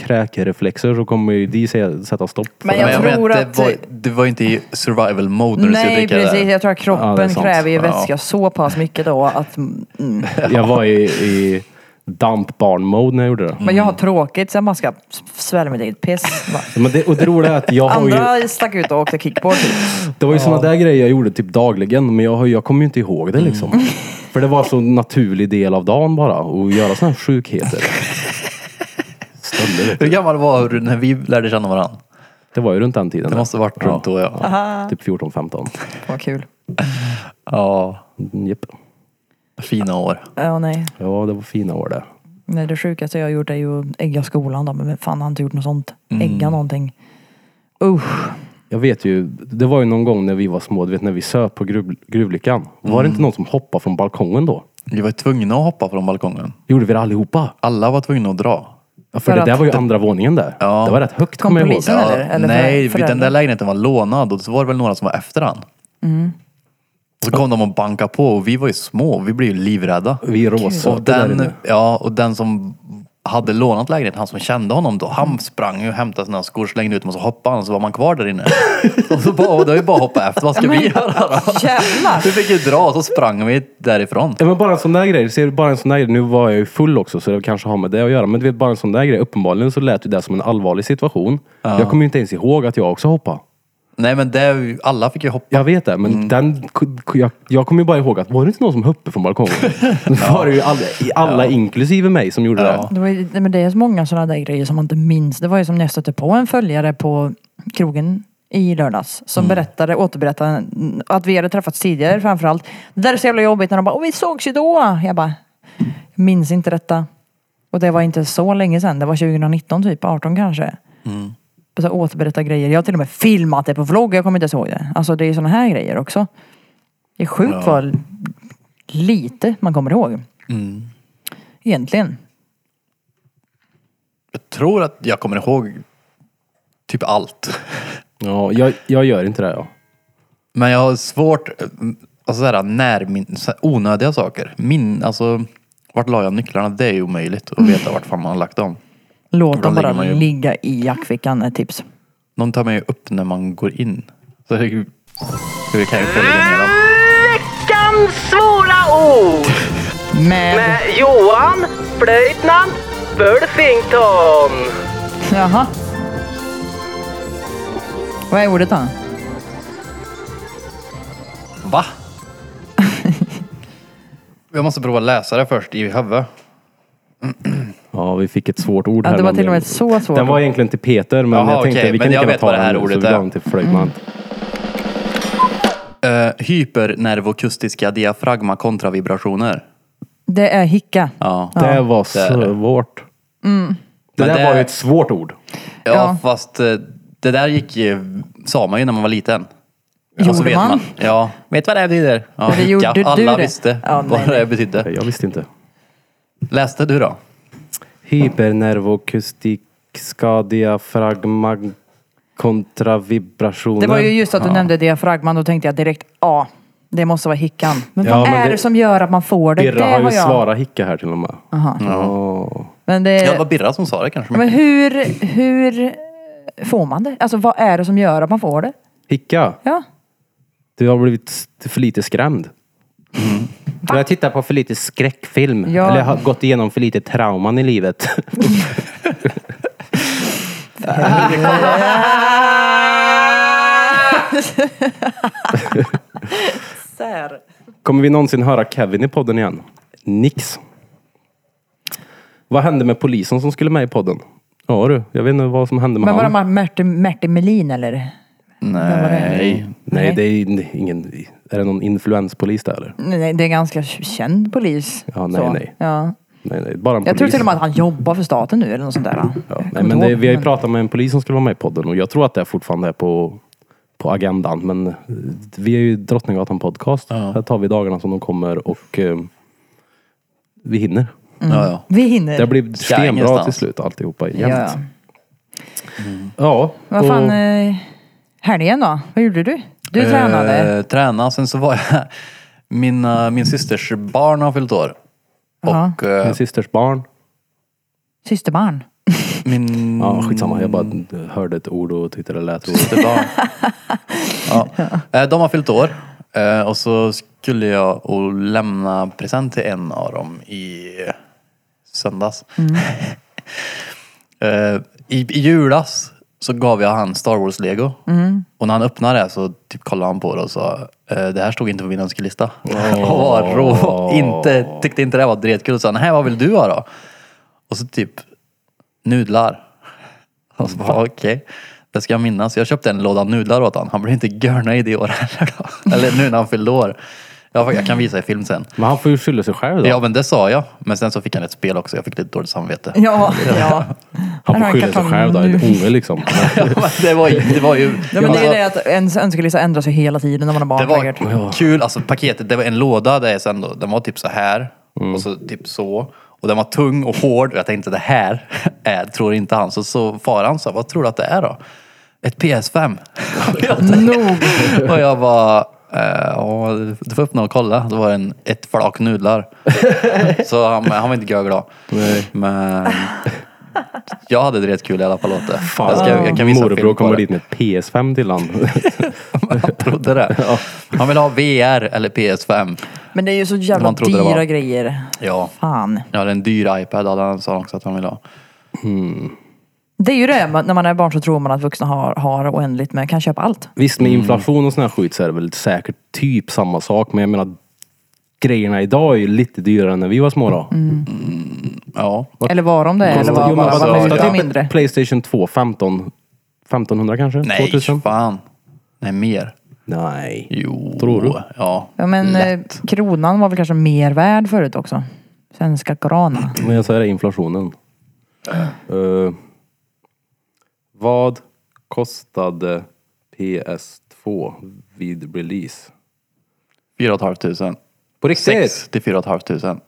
Speaker 1: kräkreflexer så kommer ju de säga, sätta stopp. för
Speaker 3: Men
Speaker 1: det.
Speaker 3: Jag
Speaker 2: Men
Speaker 3: tror
Speaker 2: vet,
Speaker 3: att-
Speaker 2: det, var, det var inte i survival mode när du skulle
Speaker 3: Nej,
Speaker 2: dricka
Speaker 3: precis.
Speaker 2: det. där.
Speaker 3: Jag tror att
Speaker 1: Ja, det är
Speaker 3: kroppen
Speaker 1: sant.
Speaker 3: kräver ju
Speaker 1: Ja.
Speaker 3: vätska så pass mycket då att... Mm.
Speaker 1: Jag var i, i dampbarn-mode när jag gjorde det.
Speaker 3: Men jag har tråkigt så jag bara ska s- svälja mitt eget piss. Bara.
Speaker 1: Men det, och det roliga är att jag har ju,
Speaker 3: Andra stack ut och åkte kickboard. typ.
Speaker 1: det var ju sådana där grejer jag gjorde typ dagligen, men jag, har- jag kommer ju inte ihåg det liksom.
Speaker 3: Mm.
Speaker 1: För det var så naturlig del av dagen bara, att göra sådana här sjukheter. Stölder.
Speaker 2: Hur gammal var du när vi lärde känna varandra?
Speaker 1: Det var ju runt den tiden.
Speaker 2: Det måste ha varit
Speaker 1: Ja.
Speaker 2: runt då ja.
Speaker 1: Typ 14-15.
Speaker 3: Vad kul.
Speaker 2: Ja,
Speaker 1: Mm, Japp.
Speaker 2: fina år.
Speaker 3: Ja, nej.
Speaker 1: Ja, det var fina år det.
Speaker 3: Nej, det sjukaste jag har gjort är ju att ägga skolan då, men vem fan har inte gjort något sånt.
Speaker 1: Mm.
Speaker 3: Ägga någonting. Usch.
Speaker 1: Jag vet ju, det var ju någon gång när vi var små, du vet när vi söp på gruv, gruvlyckan. Var det inte någon som hoppade från balkongen då?
Speaker 2: Vi var tvungna att hoppa från balkongen.
Speaker 1: Gjorde vi det allihopa?
Speaker 2: Alla var tvungna att dra.
Speaker 1: Ja, för,
Speaker 3: För
Speaker 1: det där
Speaker 3: att-
Speaker 1: var ju andra våningen där.
Speaker 2: Ja.
Speaker 1: Det var rätt högt
Speaker 3: Kom
Speaker 1: kommer jag ihåg.
Speaker 3: polisen? Eller- eller
Speaker 2: nej,
Speaker 3: för-
Speaker 2: den där
Speaker 3: föräldrar?
Speaker 2: lägenheten var lånad och så var det väl några som var efter han.
Speaker 3: Mm.
Speaker 2: Och så kom de och bankade på och vi var ju små och vi blev ju livrädda.
Speaker 1: Vi
Speaker 2: Och
Speaker 1: råsöp där
Speaker 2: den,
Speaker 1: inne.
Speaker 2: ja, och den som hade lånat lägenheten, han som kände honom då,
Speaker 3: Mm.
Speaker 2: han sprang ju och hämtade sina skor, slängde ut dem och så hoppade han och så var man kvar där inne. och så bara, och det var ju bara att hoppa efter, vad ska vi göra då?
Speaker 3: Jävlar!
Speaker 2: Vi fick ju dra och så sprang vi därifrån.
Speaker 1: Ja, men bara en sån där grej. Ser du, bara en sån där grej. Nu var jag ju full också så det kanske har med det att göra. Men du vet, bara en sån där grej. Uppenbarligen så lät ju det som en allvarlig situation. Jag kommer ju inte ens ihåg att jag också hoppade.
Speaker 2: Nej men det, alla fick ju hoppa.
Speaker 1: Jag vet det, men den, jag, jag kommer ju bara ihåg att var det inte någon som hoppade från balkongen? Det var det ju alla, alla inklusive mig som gjorde det.
Speaker 3: Det, var ju, nej, men det är så många sådana där grejer som man inte minns. Det var ju som när jag stötte på en följare på krogen i lördags som berättade, återberättade mm, att vi hade träffats tidigare framförallt. Det där är så jävla jobbigt när de bara, åh vi sågs ju då. Jag bara, minns inte detta. Och det var inte så länge sedan, det var 2019 typ, 18 kanske. Så återberätta grejer. Jag har till och med filmat det på vlogg, jag kommer inte ens ihåg det. Alltså det är sådana här grejer också. Det är sjukt vad lite man kommer ihåg. Egentligen.
Speaker 2: Jag tror att jag kommer ihåg typ allt.
Speaker 1: Ja, jag, jag gör inte det. Ja.
Speaker 2: Men jag har svårt, eh, alltså såhär närmin, så här onödiga saker. Min, alltså vart la jag nycklarna? Det är ju omöjligt att veta vart fan man har lagt dem.
Speaker 3: Låt
Speaker 2: Då
Speaker 3: dem bara
Speaker 2: lägger man ju-
Speaker 3: ligga i jackfickan är ett tips.
Speaker 2: De tar man ju upp när man går in. Så det, är ju- så vi kan ju följa ner dem.
Speaker 6: Veckans svåra ord
Speaker 3: Med...
Speaker 6: med Johan Flöjtnant Bulfington.
Speaker 3: Jaha. Vad är ordet då?
Speaker 2: Va? Jag måste prova läsa det först i huvudet.
Speaker 1: Ja, vi fick ett svårt ord
Speaker 3: Ja,
Speaker 1: här.
Speaker 3: det var
Speaker 1: men
Speaker 3: till och med så svårt.
Speaker 1: Den var egentligen till Peter, men
Speaker 2: Jaha,
Speaker 1: jag tänkte
Speaker 2: okej,
Speaker 1: vi
Speaker 2: men
Speaker 1: kan
Speaker 2: jag
Speaker 1: inte
Speaker 2: vet
Speaker 1: ta
Speaker 2: vad det
Speaker 1: den
Speaker 2: här
Speaker 1: nu, så
Speaker 2: ordet
Speaker 1: vi gav
Speaker 2: är.
Speaker 1: den till
Speaker 3: Mm.
Speaker 1: flöjtmant.
Speaker 2: Uh, hypernervokustiska diafragma kontravibrationer.
Speaker 3: Det är hicka.
Speaker 2: Ja.
Speaker 1: Det var
Speaker 2: är det.
Speaker 1: svårt.
Speaker 3: Mm.
Speaker 1: Det
Speaker 2: Men
Speaker 1: där
Speaker 2: det-
Speaker 1: var ju ett svårt ord.
Speaker 2: Ja,
Speaker 3: Ja.
Speaker 2: fast eh, det där gick ju, sa man ju när man var liten.
Speaker 3: Gjorde man?
Speaker 2: Ja, vet vad det här betyder? Ja,
Speaker 3: Men det
Speaker 2: hicka.
Speaker 3: gjorde du
Speaker 2: Alla
Speaker 3: det.
Speaker 2: visste
Speaker 3: Ja, nej,
Speaker 2: vad det här
Speaker 3: nej. Eh,
Speaker 2: betydde.
Speaker 1: Jag visste inte.
Speaker 2: Läste du då?
Speaker 1: Hypernervokustiska diafragma kontravibrationer.
Speaker 3: Det var ju just att du nämnde diafragman. Då tänkte jag direkt, ja, det måste vara hickan. Men
Speaker 1: Ja,
Speaker 3: vad
Speaker 1: men
Speaker 3: är det...
Speaker 1: det-
Speaker 3: som gör att man får det? det
Speaker 1: Birra har ju
Speaker 3: jag.
Speaker 1: svarat hicka här till och med.
Speaker 3: Aha.
Speaker 1: Åh.
Speaker 3: Men, det...
Speaker 2: Ja, det var Birra som sa det kanske.
Speaker 3: men hur, hur får man det? Alltså vad är det som gör att man får det?
Speaker 1: Hicka,
Speaker 3: Ja.
Speaker 1: du har blivit s- för lite skrämd. Jag har tittat på för lite skräckfilm.
Speaker 3: Mm. Ja.
Speaker 1: Eller har gått igenom för lite trauman i livet. Kommer vi någonsin höra Kevin i podden igen? Nix. Vad hände med polisen som skulle med i podden? Ja du, jag vet inte vad som hände med
Speaker 3: Men var
Speaker 1: han.
Speaker 3: det Martin, Martin Melin eller?
Speaker 2: Nej.
Speaker 1: Nej, det är ingen... Är det någon influenspolis där eller?
Speaker 3: Nej, det är ganska känd polis.
Speaker 1: Ja, nej,
Speaker 3: Så.
Speaker 1: nej.
Speaker 3: Ja.
Speaker 1: Nej, nej, bara en
Speaker 3: Jag
Speaker 1: polis.
Speaker 3: tror till och med att han jobbar för staten nu eller något sånt där. Jag kommer
Speaker 1: Nej,
Speaker 3: inte
Speaker 1: men det,
Speaker 3: ihåg,
Speaker 1: vi har ju
Speaker 3: men-
Speaker 1: pratat med en polis som skulle vara med i podden och jag tror att det fortfarande är på, på agendan. Men eh, vi är ju Drottninggatan podcast. Här tar vi dagarna som de kommer och eh, vi hinner.
Speaker 2: Ja, ja.
Speaker 3: Vi hinner.
Speaker 1: Det blir
Speaker 2: Ska
Speaker 1: stenbra till
Speaker 2: ingenstans.
Speaker 1: slut alltihopa.
Speaker 3: ja,
Speaker 1: jämt.
Speaker 3: ja.
Speaker 1: ja
Speaker 3: Vad
Speaker 1: och-
Speaker 3: fan, eh, helgen då? Vad gjorde du? Du tränade?
Speaker 2: Eh, tränade, sen så var jag... Mina, min systers barn har fyllt år.
Speaker 3: Ja.
Speaker 2: Och eh,
Speaker 1: Min systers barn.
Speaker 3: Systerbarn?
Speaker 2: min...
Speaker 1: Ja, skitsamma. Jag bara hörde ett ord och tyckte det lät roligt.
Speaker 2: systerbarn. ja. Eh, De har fyllt år. Eh, Och så skulle jag och lämna present till en av dem i söndags. Eh, I, I julas så gav jag han Star Wars-lego. Och när han öppnade det så typ kollade han på det och sa eh, Det här stod inte på min önskelista. Och var rå. Inte, tyckte inte det var dretkul. Och sa nej vad vill du ha då? Och så typ nudlar. Och så bara, okej. Det ska jag minnas. Jag köpte en låda nudlar åt han. Han blev inte görnöjd i år heller då. Eller nu när han fyllde år. Jag, jag kan visa i film sen.
Speaker 1: Men han får ju skylla sig själv då.
Speaker 2: Ja men det sa jag. Men sen så fick han ett spel också. Jag fick lite dåligt samvete.
Speaker 3: Ja, ja.
Speaker 1: han
Speaker 3: har
Speaker 1: får
Speaker 3: en
Speaker 1: skylla sig
Speaker 3: kartong
Speaker 1: själv då.
Speaker 3: nu.
Speaker 1: En unge liksom.
Speaker 2: Ja, men det, var, ju- det var ju...
Speaker 3: ja men det är ju
Speaker 2: alltså,
Speaker 3: det att ens önskelista ändras ju hela tiden när man har barn
Speaker 2: det
Speaker 3: säkert.
Speaker 2: var kul. Alltså paketet, det var en låda där jag sen då, den var typ så här. Och så typ så. Och den var tung och hård. Och jag tänkte det här är, tror inte han. Så, så far han sa, vad tror du att det är då? Ett PS5. Och jag
Speaker 3: Nog.
Speaker 2: Och jag bara, eh, ja, du får öppna och kolla. Det var en, ett flak nudlar. Så han, han var inte görglad. Men jag hade det rätt kul i alla fall åt det. jag, ska, jag kan visa
Speaker 1: Morbror
Speaker 2: film på
Speaker 1: kommer
Speaker 2: det.
Speaker 1: dit med ett PS5 till han.
Speaker 2: Han trodde det. Han ville ha VR eller PS5.
Speaker 3: Men det är ju så jävla
Speaker 2: Man trodde det
Speaker 3: dyra
Speaker 2: var-
Speaker 3: grejer.
Speaker 2: Ja.
Speaker 3: Fan.
Speaker 2: Ja, det är en dyr iPad hade han sa också att han ville ha.
Speaker 3: Det är ju det, man- när man är barn så tror man att vuxna har, har oändligt men kan köpa allt.
Speaker 1: Visst med inflation och sån här skit så är det väl säkert typ samma sak. Men jag menar grejerna idag är ju lite dyrare än när vi var små då.
Speaker 2: Ja.
Speaker 3: Eller var de det eller
Speaker 1: Jo,
Speaker 3: var,
Speaker 1: men
Speaker 3: var,
Speaker 1: Mm. vad
Speaker 3: var,
Speaker 2: alltså,
Speaker 3: var,
Speaker 1: kostar
Speaker 2: ja.
Speaker 3: var
Speaker 1: typ
Speaker 3: mindre?
Speaker 1: ett Playstation 2 15 1500 kanske?
Speaker 2: Nej,
Speaker 1: 2000?
Speaker 2: fan. Nej, mer.
Speaker 1: Nej.
Speaker 2: Jo.
Speaker 1: Tror du?
Speaker 2: Ja.
Speaker 3: Ja men eh,
Speaker 2: Lätt.
Speaker 3: kronan var väl kanske mer värd förut också. Svenska krona.
Speaker 1: Men jag säger det, inflationen.
Speaker 2: Äh.
Speaker 1: Eh, vad kostade PS2 vid release?
Speaker 2: 4 500.
Speaker 1: På
Speaker 2: 6 till 4 500.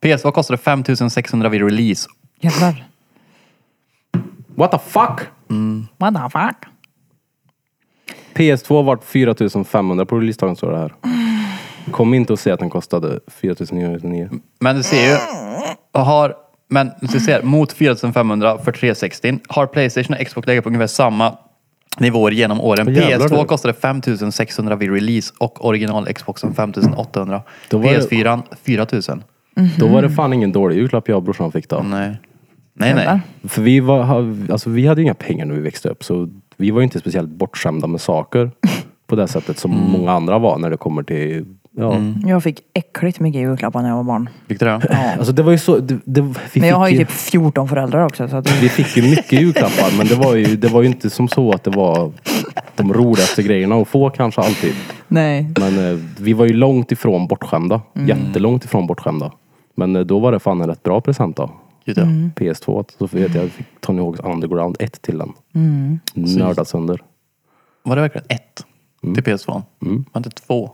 Speaker 2: PS, vad kostade 5 600 vid release?
Speaker 3: Jävlar.
Speaker 1: What the fuck?
Speaker 3: What the fuck?
Speaker 1: PS2 vart 4500 på releasedagen står det här. Kom inte och säg att den kostade 4999.
Speaker 2: Men du ser ju, har, men du ser, mot 4500 för 360 har Playstation och Xbox legat på ungefär samma nivåer genom åren.
Speaker 1: Åh, jävlar,
Speaker 2: PS2
Speaker 1: du.
Speaker 2: kostade 5600 vid release och original Xboxen 5800.
Speaker 1: Då var det-
Speaker 2: PS4 4000.
Speaker 1: Då var det fan ingen dålig julklapp jag och brorsan fick då.
Speaker 2: Nej. Nej, nej.
Speaker 1: För vi, var, ha- alltså, vi hade ju inga pengar när vi växte upp så vi var ju inte speciellt bortskämda med saker på det sättet som många andra var när det kommer till ja.
Speaker 3: Jag fick äckligt mycket julklappar när jag var barn.
Speaker 2: Fick du det?
Speaker 1: Alltså det var ju så, det, det, vi,
Speaker 3: Men jag har
Speaker 1: fick
Speaker 3: ju
Speaker 1: ju,
Speaker 3: typ 14 föräldrar också. Så att
Speaker 1: vi fick ju mycket julklappar men det var, ju, det var ju inte som så att det var de roligaste grejerna att få kanske alltid.
Speaker 3: Nej.
Speaker 1: Men eh, vi var ju långt ifrån bortskämda.
Speaker 3: Mm.
Speaker 1: Jättelångt ifrån bortskämda. Men eh, då var det fan en rätt bra present då.
Speaker 2: Just det. Mm.
Speaker 1: PS2. Så vet jag, jag fick Tony Hawk's Underground 1 till den.
Speaker 3: Mm.
Speaker 1: Nördat sönder.
Speaker 2: Var det verkligen ett
Speaker 1: Mm.
Speaker 2: till PS2? Var det två?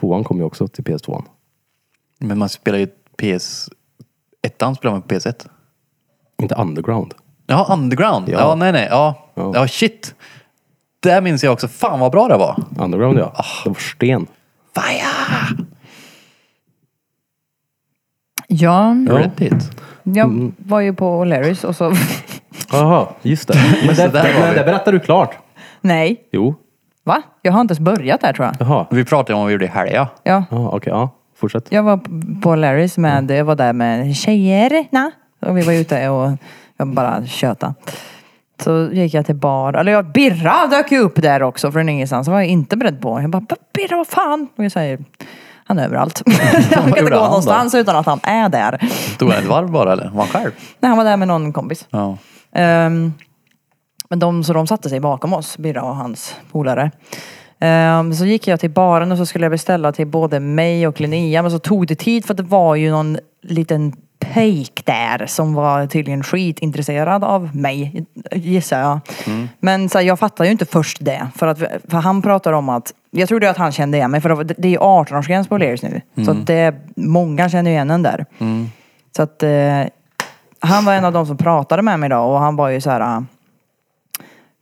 Speaker 1: Tvåan kom ju också till PS2.
Speaker 2: Men man spelar ju PS... Ettan spelar man på PS1.
Speaker 1: Inte Underground.
Speaker 2: Jaha, Underground. Ja,
Speaker 1: Ja.
Speaker 2: nej, nej. Ja.
Speaker 1: Ja.
Speaker 2: ja, shit. Där minns jag också. Fan vad bra det var.
Speaker 1: Underground ja.
Speaker 3: Ah.
Speaker 1: Det var sten.
Speaker 2: Fire!
Speaker 3: Ja,
Speaker 2: Reddit.
Speaker 3: jag var ju på O'Learys och så...
Speaker 1: Jaha, just det. Men det,
Speaker 2: där var
Speaker 1: men
Speaker 2: vi.
Speaker 1: det berättar du klart.
Speaker 3: Nej.
Speaker 1: Jo.
Speaker 3: Va? Jag har inte ens börjat där tror jag.
Speaker 1: Jaha.
Speaker 2: Vi pratade om vad vi gjorde i helgen.
Speaker 3: Ja.
Speaker 1: Ja, Okej, ja. Fortsätt.
Speaker 3: Jag var på Larrys med, jag var där med tjejerna. Och vi var ute och jag bara tjöta. Så gick jag till bar, eller jag, Birra dök ju upp där också från ingenstans. Det var jag inte beredd på. Jag bara, Birra vad fan? Och jag säger, han är överallt. han
Speaker 2: gjorde
Speaker 3: kan inte
Speaker 2: han
Speaker 3: gå
Speaker 2: då?
Speaker 3: någonstans utan att han är där.
Speaker 2: Tog han ett varv bara eller? Var han själv?
Speaker 3: Nej, han var där med någon kompis.
Speaker 2: Ja.
Speaker 3: Ehm, men de, så de satte sig bakom oss, Birra och hans polare. Ehm, så gick jag till baren och så skulle jag beställa till både mig och Linnea. Men så tog det tid för att det var ju någon liten pejk där som var tydligen skitintresserad av mig, gissar jag. Men så här, jag fattade ju inte först det. För, att, för han pratade om att, jag trodde att han kände igen mig för det var- det är ju 18-årsgräns på O'Learys nu. Så att det, många känner ju igen en där. Så att eh, han var en av de som pratade med mig då och han var ju så här. ah,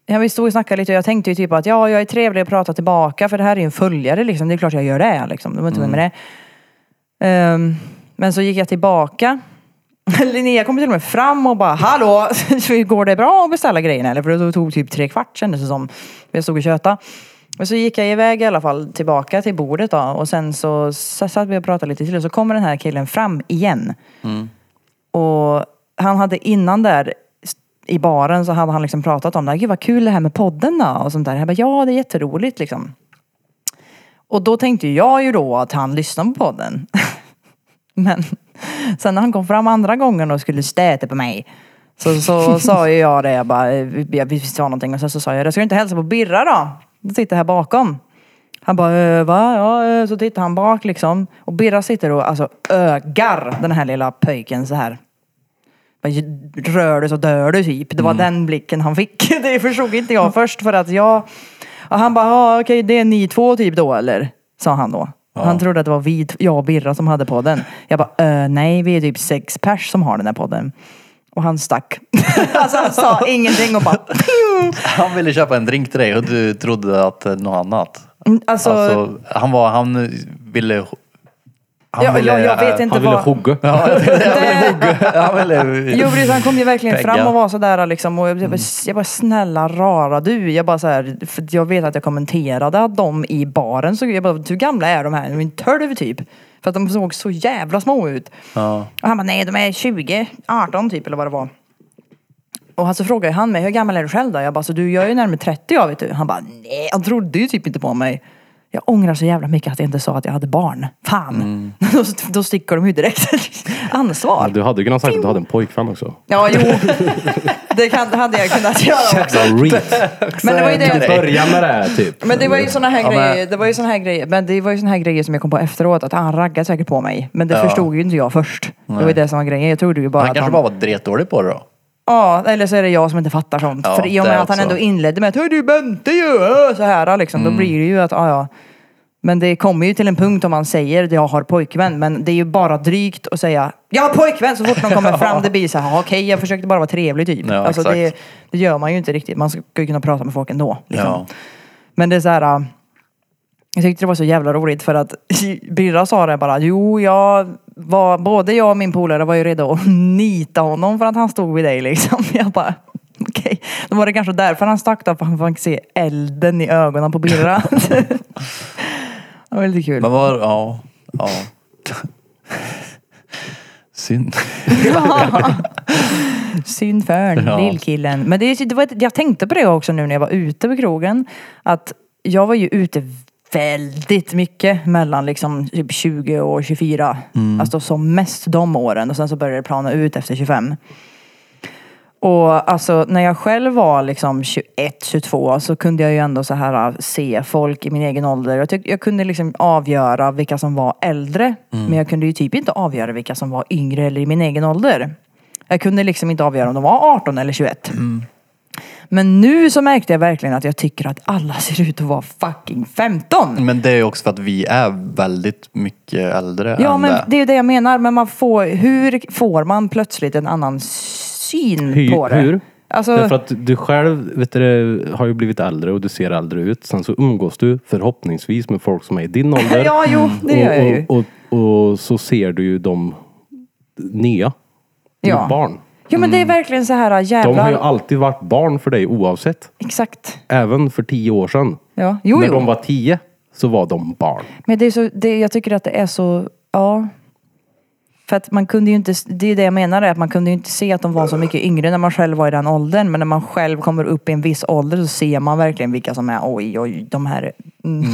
Speaker 3: Ja, vi stod och snackade lite och jag tänkte ju typ att ja, jag är trevlig att prata tillbaka för det här är ju en följare liksom. Det är klart jag gör det liksom. Det var inte med det. Ehm, men så gick jag tillbaka. Linnea kom till och med fram och bara hallå, så går det bra att beställa grejerna eller? För det tog typ tre kvart kändes det som. Jag stod och tjötade. Men så gick jag iväg i alla fall tillbaka till bordet då och sen så s- satt vi och pratade lite till och så kommer den här killen fram igen. Och han hade innan där i baren så hade han liksom pratat om det här. Gud vad kul det här med podden då och sånt där. Jag bara, ja det är jätteroligt liksom. Och då tänkte jag ju då att han lyssnade på podden. Men sen när han kom fram andra gången och skulle stäta på mig. Så, så sa ju jag det, jag bara, eh, jag visste var någonting. Och sen så sa jag, jag ska du inte hälsa på Birra då? Du sitter här bakom. Han bara, äh, va? Ja, eh." så tittar han bak liksom. Och Birra sitter och alltså ögar den här lilla pöjken så här. Bara, Rör du så dör du typ. Det var den blicken han fick. Det förstod inte jag först för att jag... Ja, han bara, ja okej det är ni två typ då eller? Sa han då. Han trodde att det var vi, t- jag och Birra som hade podden. Jag bara, äh, nej vi är typ sex pers som har den här podden. Och han stack. alltså han sa ingenting och bara... ping.
Speaker 2: Han ville köpa en drink till dig och du trodde att det var något annat.
Speaker 3: Alltså,
Speaker 2: Alltså, han var, han ville... Han
Speaker 3: ja, jag, jag vet inte
Speaker 1: Han ville
Speaker 3: vad...
Speaker 1: hugga.
Speaker 2: Ja, jag tänkte, han ville hugga. Han ville...
Speaker 3: Jo precis, han kom ju verkligen
Speaker 2: Pegga. Mm.
Speaker 3: fram och var sådär liksom. Och jag, bara, jag bara, snälla rara du. Jag bara såhär, för att jag vet att jag kommenterade att de i baren såg, jag bara, hur gamla är de här? De är 12 typ. För att de såg så jävla små ut.
Speaker 2: Ja.
Speaker 3: Och han bara, nej de är 20, 18 typ eller vad det var. Och han så frågade han mig, hur gammal är du själv då? Jag bara, så du jag är ju närmare 30 jag vet du. Han bara, nej han trodde ju typ inte på mig. Jag ångrar så jävla mycket att jag inte sa att jag hade barn. Fan!
Speaker 2: Mm.
Speaker 3: då, då sticker de ju direkt. Ansvar.
Speaker 1: Du hade ju kunnat sagt att du hade en pojkvän också.
Speaker 3: Ja, jo. Det kan, hade jag kunnat göra också.
Speaker 1: Reet.
Speaker 3: Men det var ju det.
Speaker 1: Börja med det här typ.
Speaker 3: Men det var ju såna här
Speaker 2: Ja, men-
Speaker 3: grejer. Det var ju såna här grejer. Men det var ju såna här grejer som jag kom på efteråt. Att han raggade säkert på mig. Men det förstod ju inte jag först. Det var ju det som var grejen. Jag trodde ju bara
Speaker 2: Han
Speaker 3: att
Speaker 2: kanske
Speaker 3: han...
Speaker 2: bara var dretdålig på det då.
Speaker 3: Ja, eller så är det jag som inte fattar sånt.
Speaker 2: Ja,
Speaker 3: För i och
Speaker 2: det
Speaker 3: med att han
Speaker 2: också. Mm.
Speaker 3: ändå inledde med att Hör du Bente ju! äh", Så här liksom. Då blir det ju att, ja ja. Men det kommer ju till en punkt om man säger att jag har pojkvän. Men det är ju bara drygt att säga jag har pojkvän så fort någon kommer fram. Det blir så här, "Ja, okej jag försökte bara vara trevlig typ.
Speaker 2: Ja,
Speaker 3: alltså, det,
Speaker 2: exakt.
Speaker 3: det gör man ju inte riktigt. Man ska ju kunna prata med folk ändå. Liksom.
Speaker 2: Ja.
Speaker 3: Men det är så här. äh, Jag tyckte det var så jävla roligt för att Birra sa det bara, jo jag var, både jag och min polare var ju redo att nita honom för att han stod vid dig liksom. Jag bara, okej. Då var det kanske därför han stack då, för han fick se elden i ögonen på Birra. det var lite kul.
Speaker 2: Men var, ja, ja. Synd.
Speaker 3: Synd för den,
Speaker 2: Ja.
Speaker 3: lillkillen. Men det, är- det var ett, jag tänkte på det också nu när jag var ute på krogen. Att jag var ju ute väldigt mycket mellan liksom typ 20 och 24. Alltså som mest de åren. Och sen så började det plana ut efter 25. Och alltså när jag själv var liksom 21, 22 så kunde jag ju ändå så här äh, se folk i min egen ålder. Jag, tyck, jag kunde liksom avgöra vilka som var äldre.
Speaker 1: Mm.
Speaker 3: Men jag kunde ju typ inte avgöra vilka som var yngre eller i min egen ålder. Jag kunde liksom inte avgöra om de var 18 eller 21.
Speaker 1: Mm.
Speaker 3: Men nu så märkte jag verkligen att jag tycker att alla ser ut att vara fucking 15.
Speaker 1: Mm.
Speaker 2: Men det är ju också för att vi är väldigt mycket äldre
Speaker 3: Ja
Speaker 2: än
Speaker 3: men
Speaker 2: det.
Speaker 3: det är ju det jag menar. Men man får, hur får man plötsligt en annan syn
Speaker 1: Hur?
Speaker 3: på det?
Speaker 1: hur?
Speaker 3: Alltså,
Speaker 1: Därför att du själv vet du, har ju blivit äldre och du ser äldre ut. Sen så umgås du förhoppningsvis med folk som är i din ålder.
Speaker 3: ja jo, det gör jag ju.
Speaker 1: Och, och, och, och så ser du ju de nya.
Speaker 3: Ja.
Speaker 1: Ja. Barn.
Speaker 3: Jo men det är verkligen så här äh,
Speaker 1: De har
Speaker 3: jävlar.
Speaker 1: ju alltid varit barn för dig oavsett.
Speaker 3: Exakt.
Speaker 1: Även för tio år sedan.
Speaker 3: Ja. Jo,
Speaker 1: När
Speaker 3: jo.
Speaker 1: de var tio så var de barn.
Speaker 3: Men det är så, det, jag tycker att det är så, ja. För att man kunde ju inte, det är det jag menar, är att man kunde ju inte se att de var så mycket yngre när man själv var i den åldern. Men när man själv kommer upp i en viss ålder så ser man verkligen vilka som är, oj oj, de här, mm,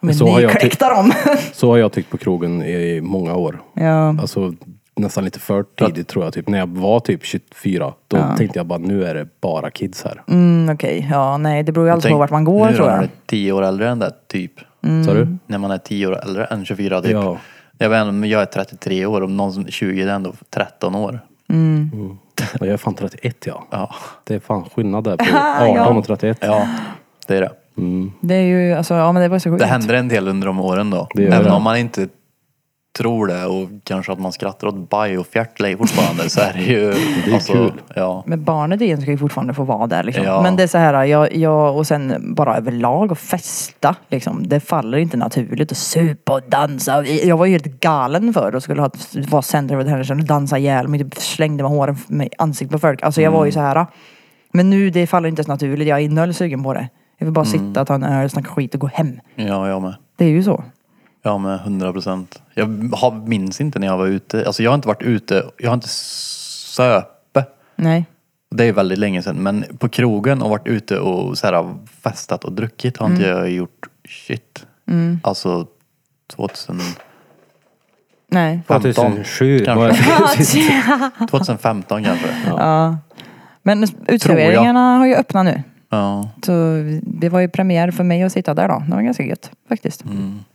Speaker 3: de är
Speaker 1: Så har jag ty-
Speaker 3: nykläckta de.
Speaker 1: Så har jag tyckt på krogen i många år.
Speaker 3: ja.
Speaker 1: Alltså nästan lite för tidigt tror jag. Typ. När jag var typ 24, då tänkte jag bara nu är det bara kids här.
Speaker 3: Mm, Okej, ja nej det beror ju alltid på vart man går
Speaker 2: nu
Speaker 3: tror
Speaker 2: är
Speaker 3: jag.
Speaker 2: de tio år äldre än det, typ.
Speaker 1: Sa du?
Speaker 2: När man är tio år äldre än 24, typ.
Speaker 1: Ja.
Speaker 2: Jag vet inte, men jag är 33 år. Om någon som är 20 är det ändå 13 år.
Speaker 1: Ja, jag är fan 31 ja.
Speaker 2: Ja,
Speaker 1: Det är fan skillnad där på 18 och 31.
Speaker 2: ja det är det.
Speaker 3: Det är ju, alltså ja men det var så sjukt.
Speaker 2: Det händer en del under de åren då.
Speaker 1: Det gör
Speaker 2: Även
Speaker 1: det.
Speaker 2: om man inte tror det och kanske att man skrattar åt baj och fjärtlej fortfarande så är det ju... Det
Speaker 1: är kul.
Speaker 2: Ja.
Speaker 3: Men barnet igen ska ju fortfarande få vara där liksom.
Speaker 2: Ja.
Speaker 3: Men det är så här, jag, jag, och sen bara överlag och festa liksom. Det faller inte naturligt att supa och dansa. Jag var ju helt galen förr och skulle ha, vara center of attention och dansa ihjäl mig. Typ Slängde med håren med ansiktet på folk. Alltså jag var ju så här. Men nu det faller inte ens naturligt. Jag är noll sugen på det. Jag vill bara sitta, ta en öl, snacka skit och gå hem.
Speaker 2: ja, jag med.
Speaker 3: Det är ju så.
Speaker 2: Ja, med 100 procent. Jag har, minns inte när jag var ute. Alltså jag har inte varit ute, jag har inte söpe.
Speaker 3: Nej.
Speaker 2: Det är väldigt länge sedan. Men på krogen och varit ute och så här, festat och druckit har inte jag gjort shit. Alltså 2000,
Speaker 3: Nej.
Speaker 1: 2007 var jag
Speaker 2: Kanske. 2015 kanske. Ja.
Speaker 3: Men uteserveringarna har ju öppnat nu.
Speaker 2: Ja.
Speaker 3: Så det var ju premiär för mig att sitta där då. Det var ganska gött faktiskt.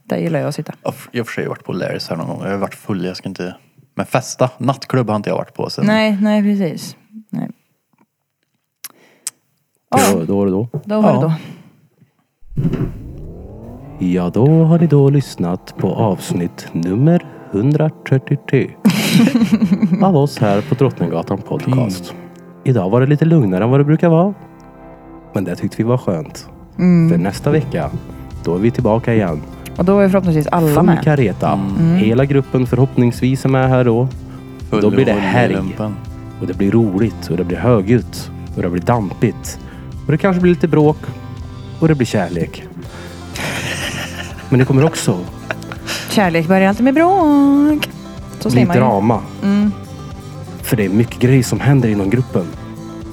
Speaker 3: Där gillar jag att sitta.
Speaker 2: Jag har i och för sig varit på Larrys här någon gång. Jag har varit full, jag ska inte... Men festa, nattklubb har inte jag varit på sen.
Speaker 3: Nej, nej precis. Nej.
Speaker 2: typ.
Speaker 1: Då, då var det då.
Speaker 3: Då var det då.
Speaker 1: Ja, då har ni då lyssnat på avsnitt nummer 133 av oss här på Drottninggatan Podcast. Idag var det lite lugnare än vad det brukar vara. Men det tyckte vi var skönt.
Speaker 2: Mm.
Speaker 1: För nästa vecka, då är vi tillbaka igen.
Speaker 3: Och då är förhoppningsvis alla
Speaker 1: Full
Speaker 3: med.
Speaker 1: kareta. Hela gruppen förhoppningsvis är med här då.
Speaker 2: Mm. Full
Speaker 1: Då blir det
Speaker 2: och
Speaker 1: helg.
Speaker 2: lumpen.
Speaker 1: Och det blir roligt och det blir högljutt och det blir dampigt. Och det kanske blir lite bråk och det blir kärlek. Men det kommer också
Speaker 3: Kärlek börjar alltid med bråk. Så
Speaker 1: bli
Speaker 3: säger man ju. Mm.
Speaker 1: drama. För det är mycket grejer som händer inom gruppen.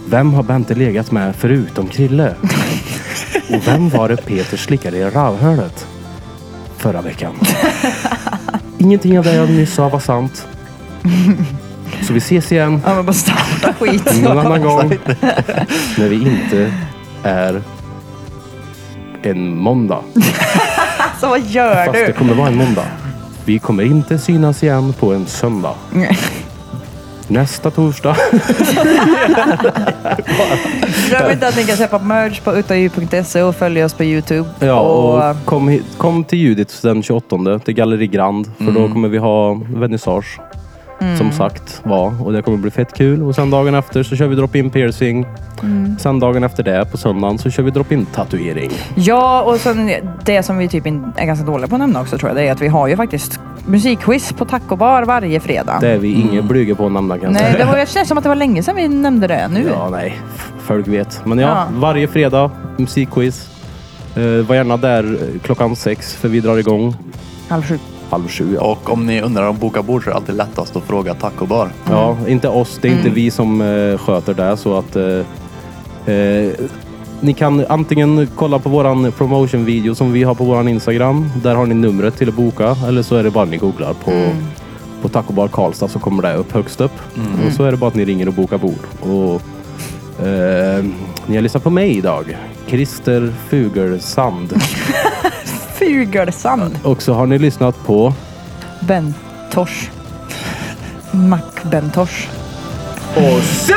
Speaker 1: Vem har Bente legat med förutom Krille? och vem var det Peter slickade i rövhålet förra veckan? Ingenting av det jag nyss sa var sant. Så vi ses igen
Speaker 3: Ja men bara starta skit.
Speaker 1: någon annan gång. Mm. När vi inte är en måndag.
Speaker 3: Alltså vad gör
Speaker 1: Fast det
Speaker 3: du?
Speaker 1: kommer vara en måndag. Vi kommer inte synas igen på en söndag. Nästa torsdag.
Speaker 3: Glöm inte att ni kan köpa merch på uttaju.se och följa oss på Youtube.
Speaker 1: Ja,
Speaker 3: och,
Speaker 1: och kom, hit, kom till Judits den 28 till Galleri Grand. För då kommer vi ha vernissage. Som sagt var. Och det kommer bli fett kul. Och sen dagen efter så kör vi drop-in piercing. Sen dagen efter det på söndagen så kör vi drop-in tatuering.
Speaker 3: ja, och sen det som vi typ in- är ganska dåliga på att nämna också tror jag. Det är att vi har ju faktiskt musikquiz på Taco Bar varje fredag.
Speaker 1: Det är vi inget blyga på att nämna kan jag
Speaker 3: Nej,
Speaker 1: säga.
Speaker 3: det var, det känns som att det var länge sedan vi nämnde det nu.
Speaker 1: Alltså. Ja, nej. Folk vet. Men ja,
Speaker 3: Ja.
Speaker 1: varje fredag musikquiz. Eh, var gärna där eh, klockan sex för vi drar igång
Speaker 3: Halv sju.
Speaker 1: halv sju. Ja.
Speaker 2: Och om ni undrar om boka bord så är det alltid lättast att fråga Taco Bar.
Speaker 1: ja, inte oss. Det är inte vi som eh, sköter det. Så att eh, eh, ni kan antingen kolla på våran promotion-video som vi har på våran Instagram. Där har ni numret till att boka. Eller så är det bara ni googlar på, på Taco Bar Karlstad så kommer det upp högst upp. Och så är det bara att ni ringer och bokar bord. Och, eh, ni har lyssnat på mig idag. Christer Fugelsand.
Speaker 3: Fugelsand.
Speaker 1: och så har ni lyssnat på
Speaker 3: Bentosh. Mac-Bentosh.
Speaker 1: Och sist!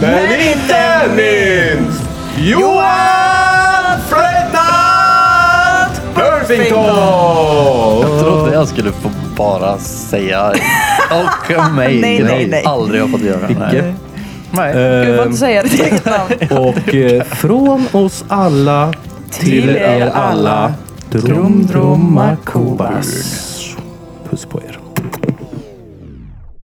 Speaker 1: Men inte minst Johan Frednat
Speaker 2: Jag
Speaker 1: Burfington!
Speaker 2: trodde jag skulle få bara säga och mig.
Speaker 3: Nej,
Speaker 2: Det har
Speaker 3: nej, nej.
Speaker 2: aldrig jag fått göra. Nej. Nej.
Speaker 3: Du
Speaker 1: Ehm.
Speaker 3: får inte säga ditt eget namn.
Speaker 1: Och eh, från oss alla till er alla Drum Drum Marcobas. Puss på er.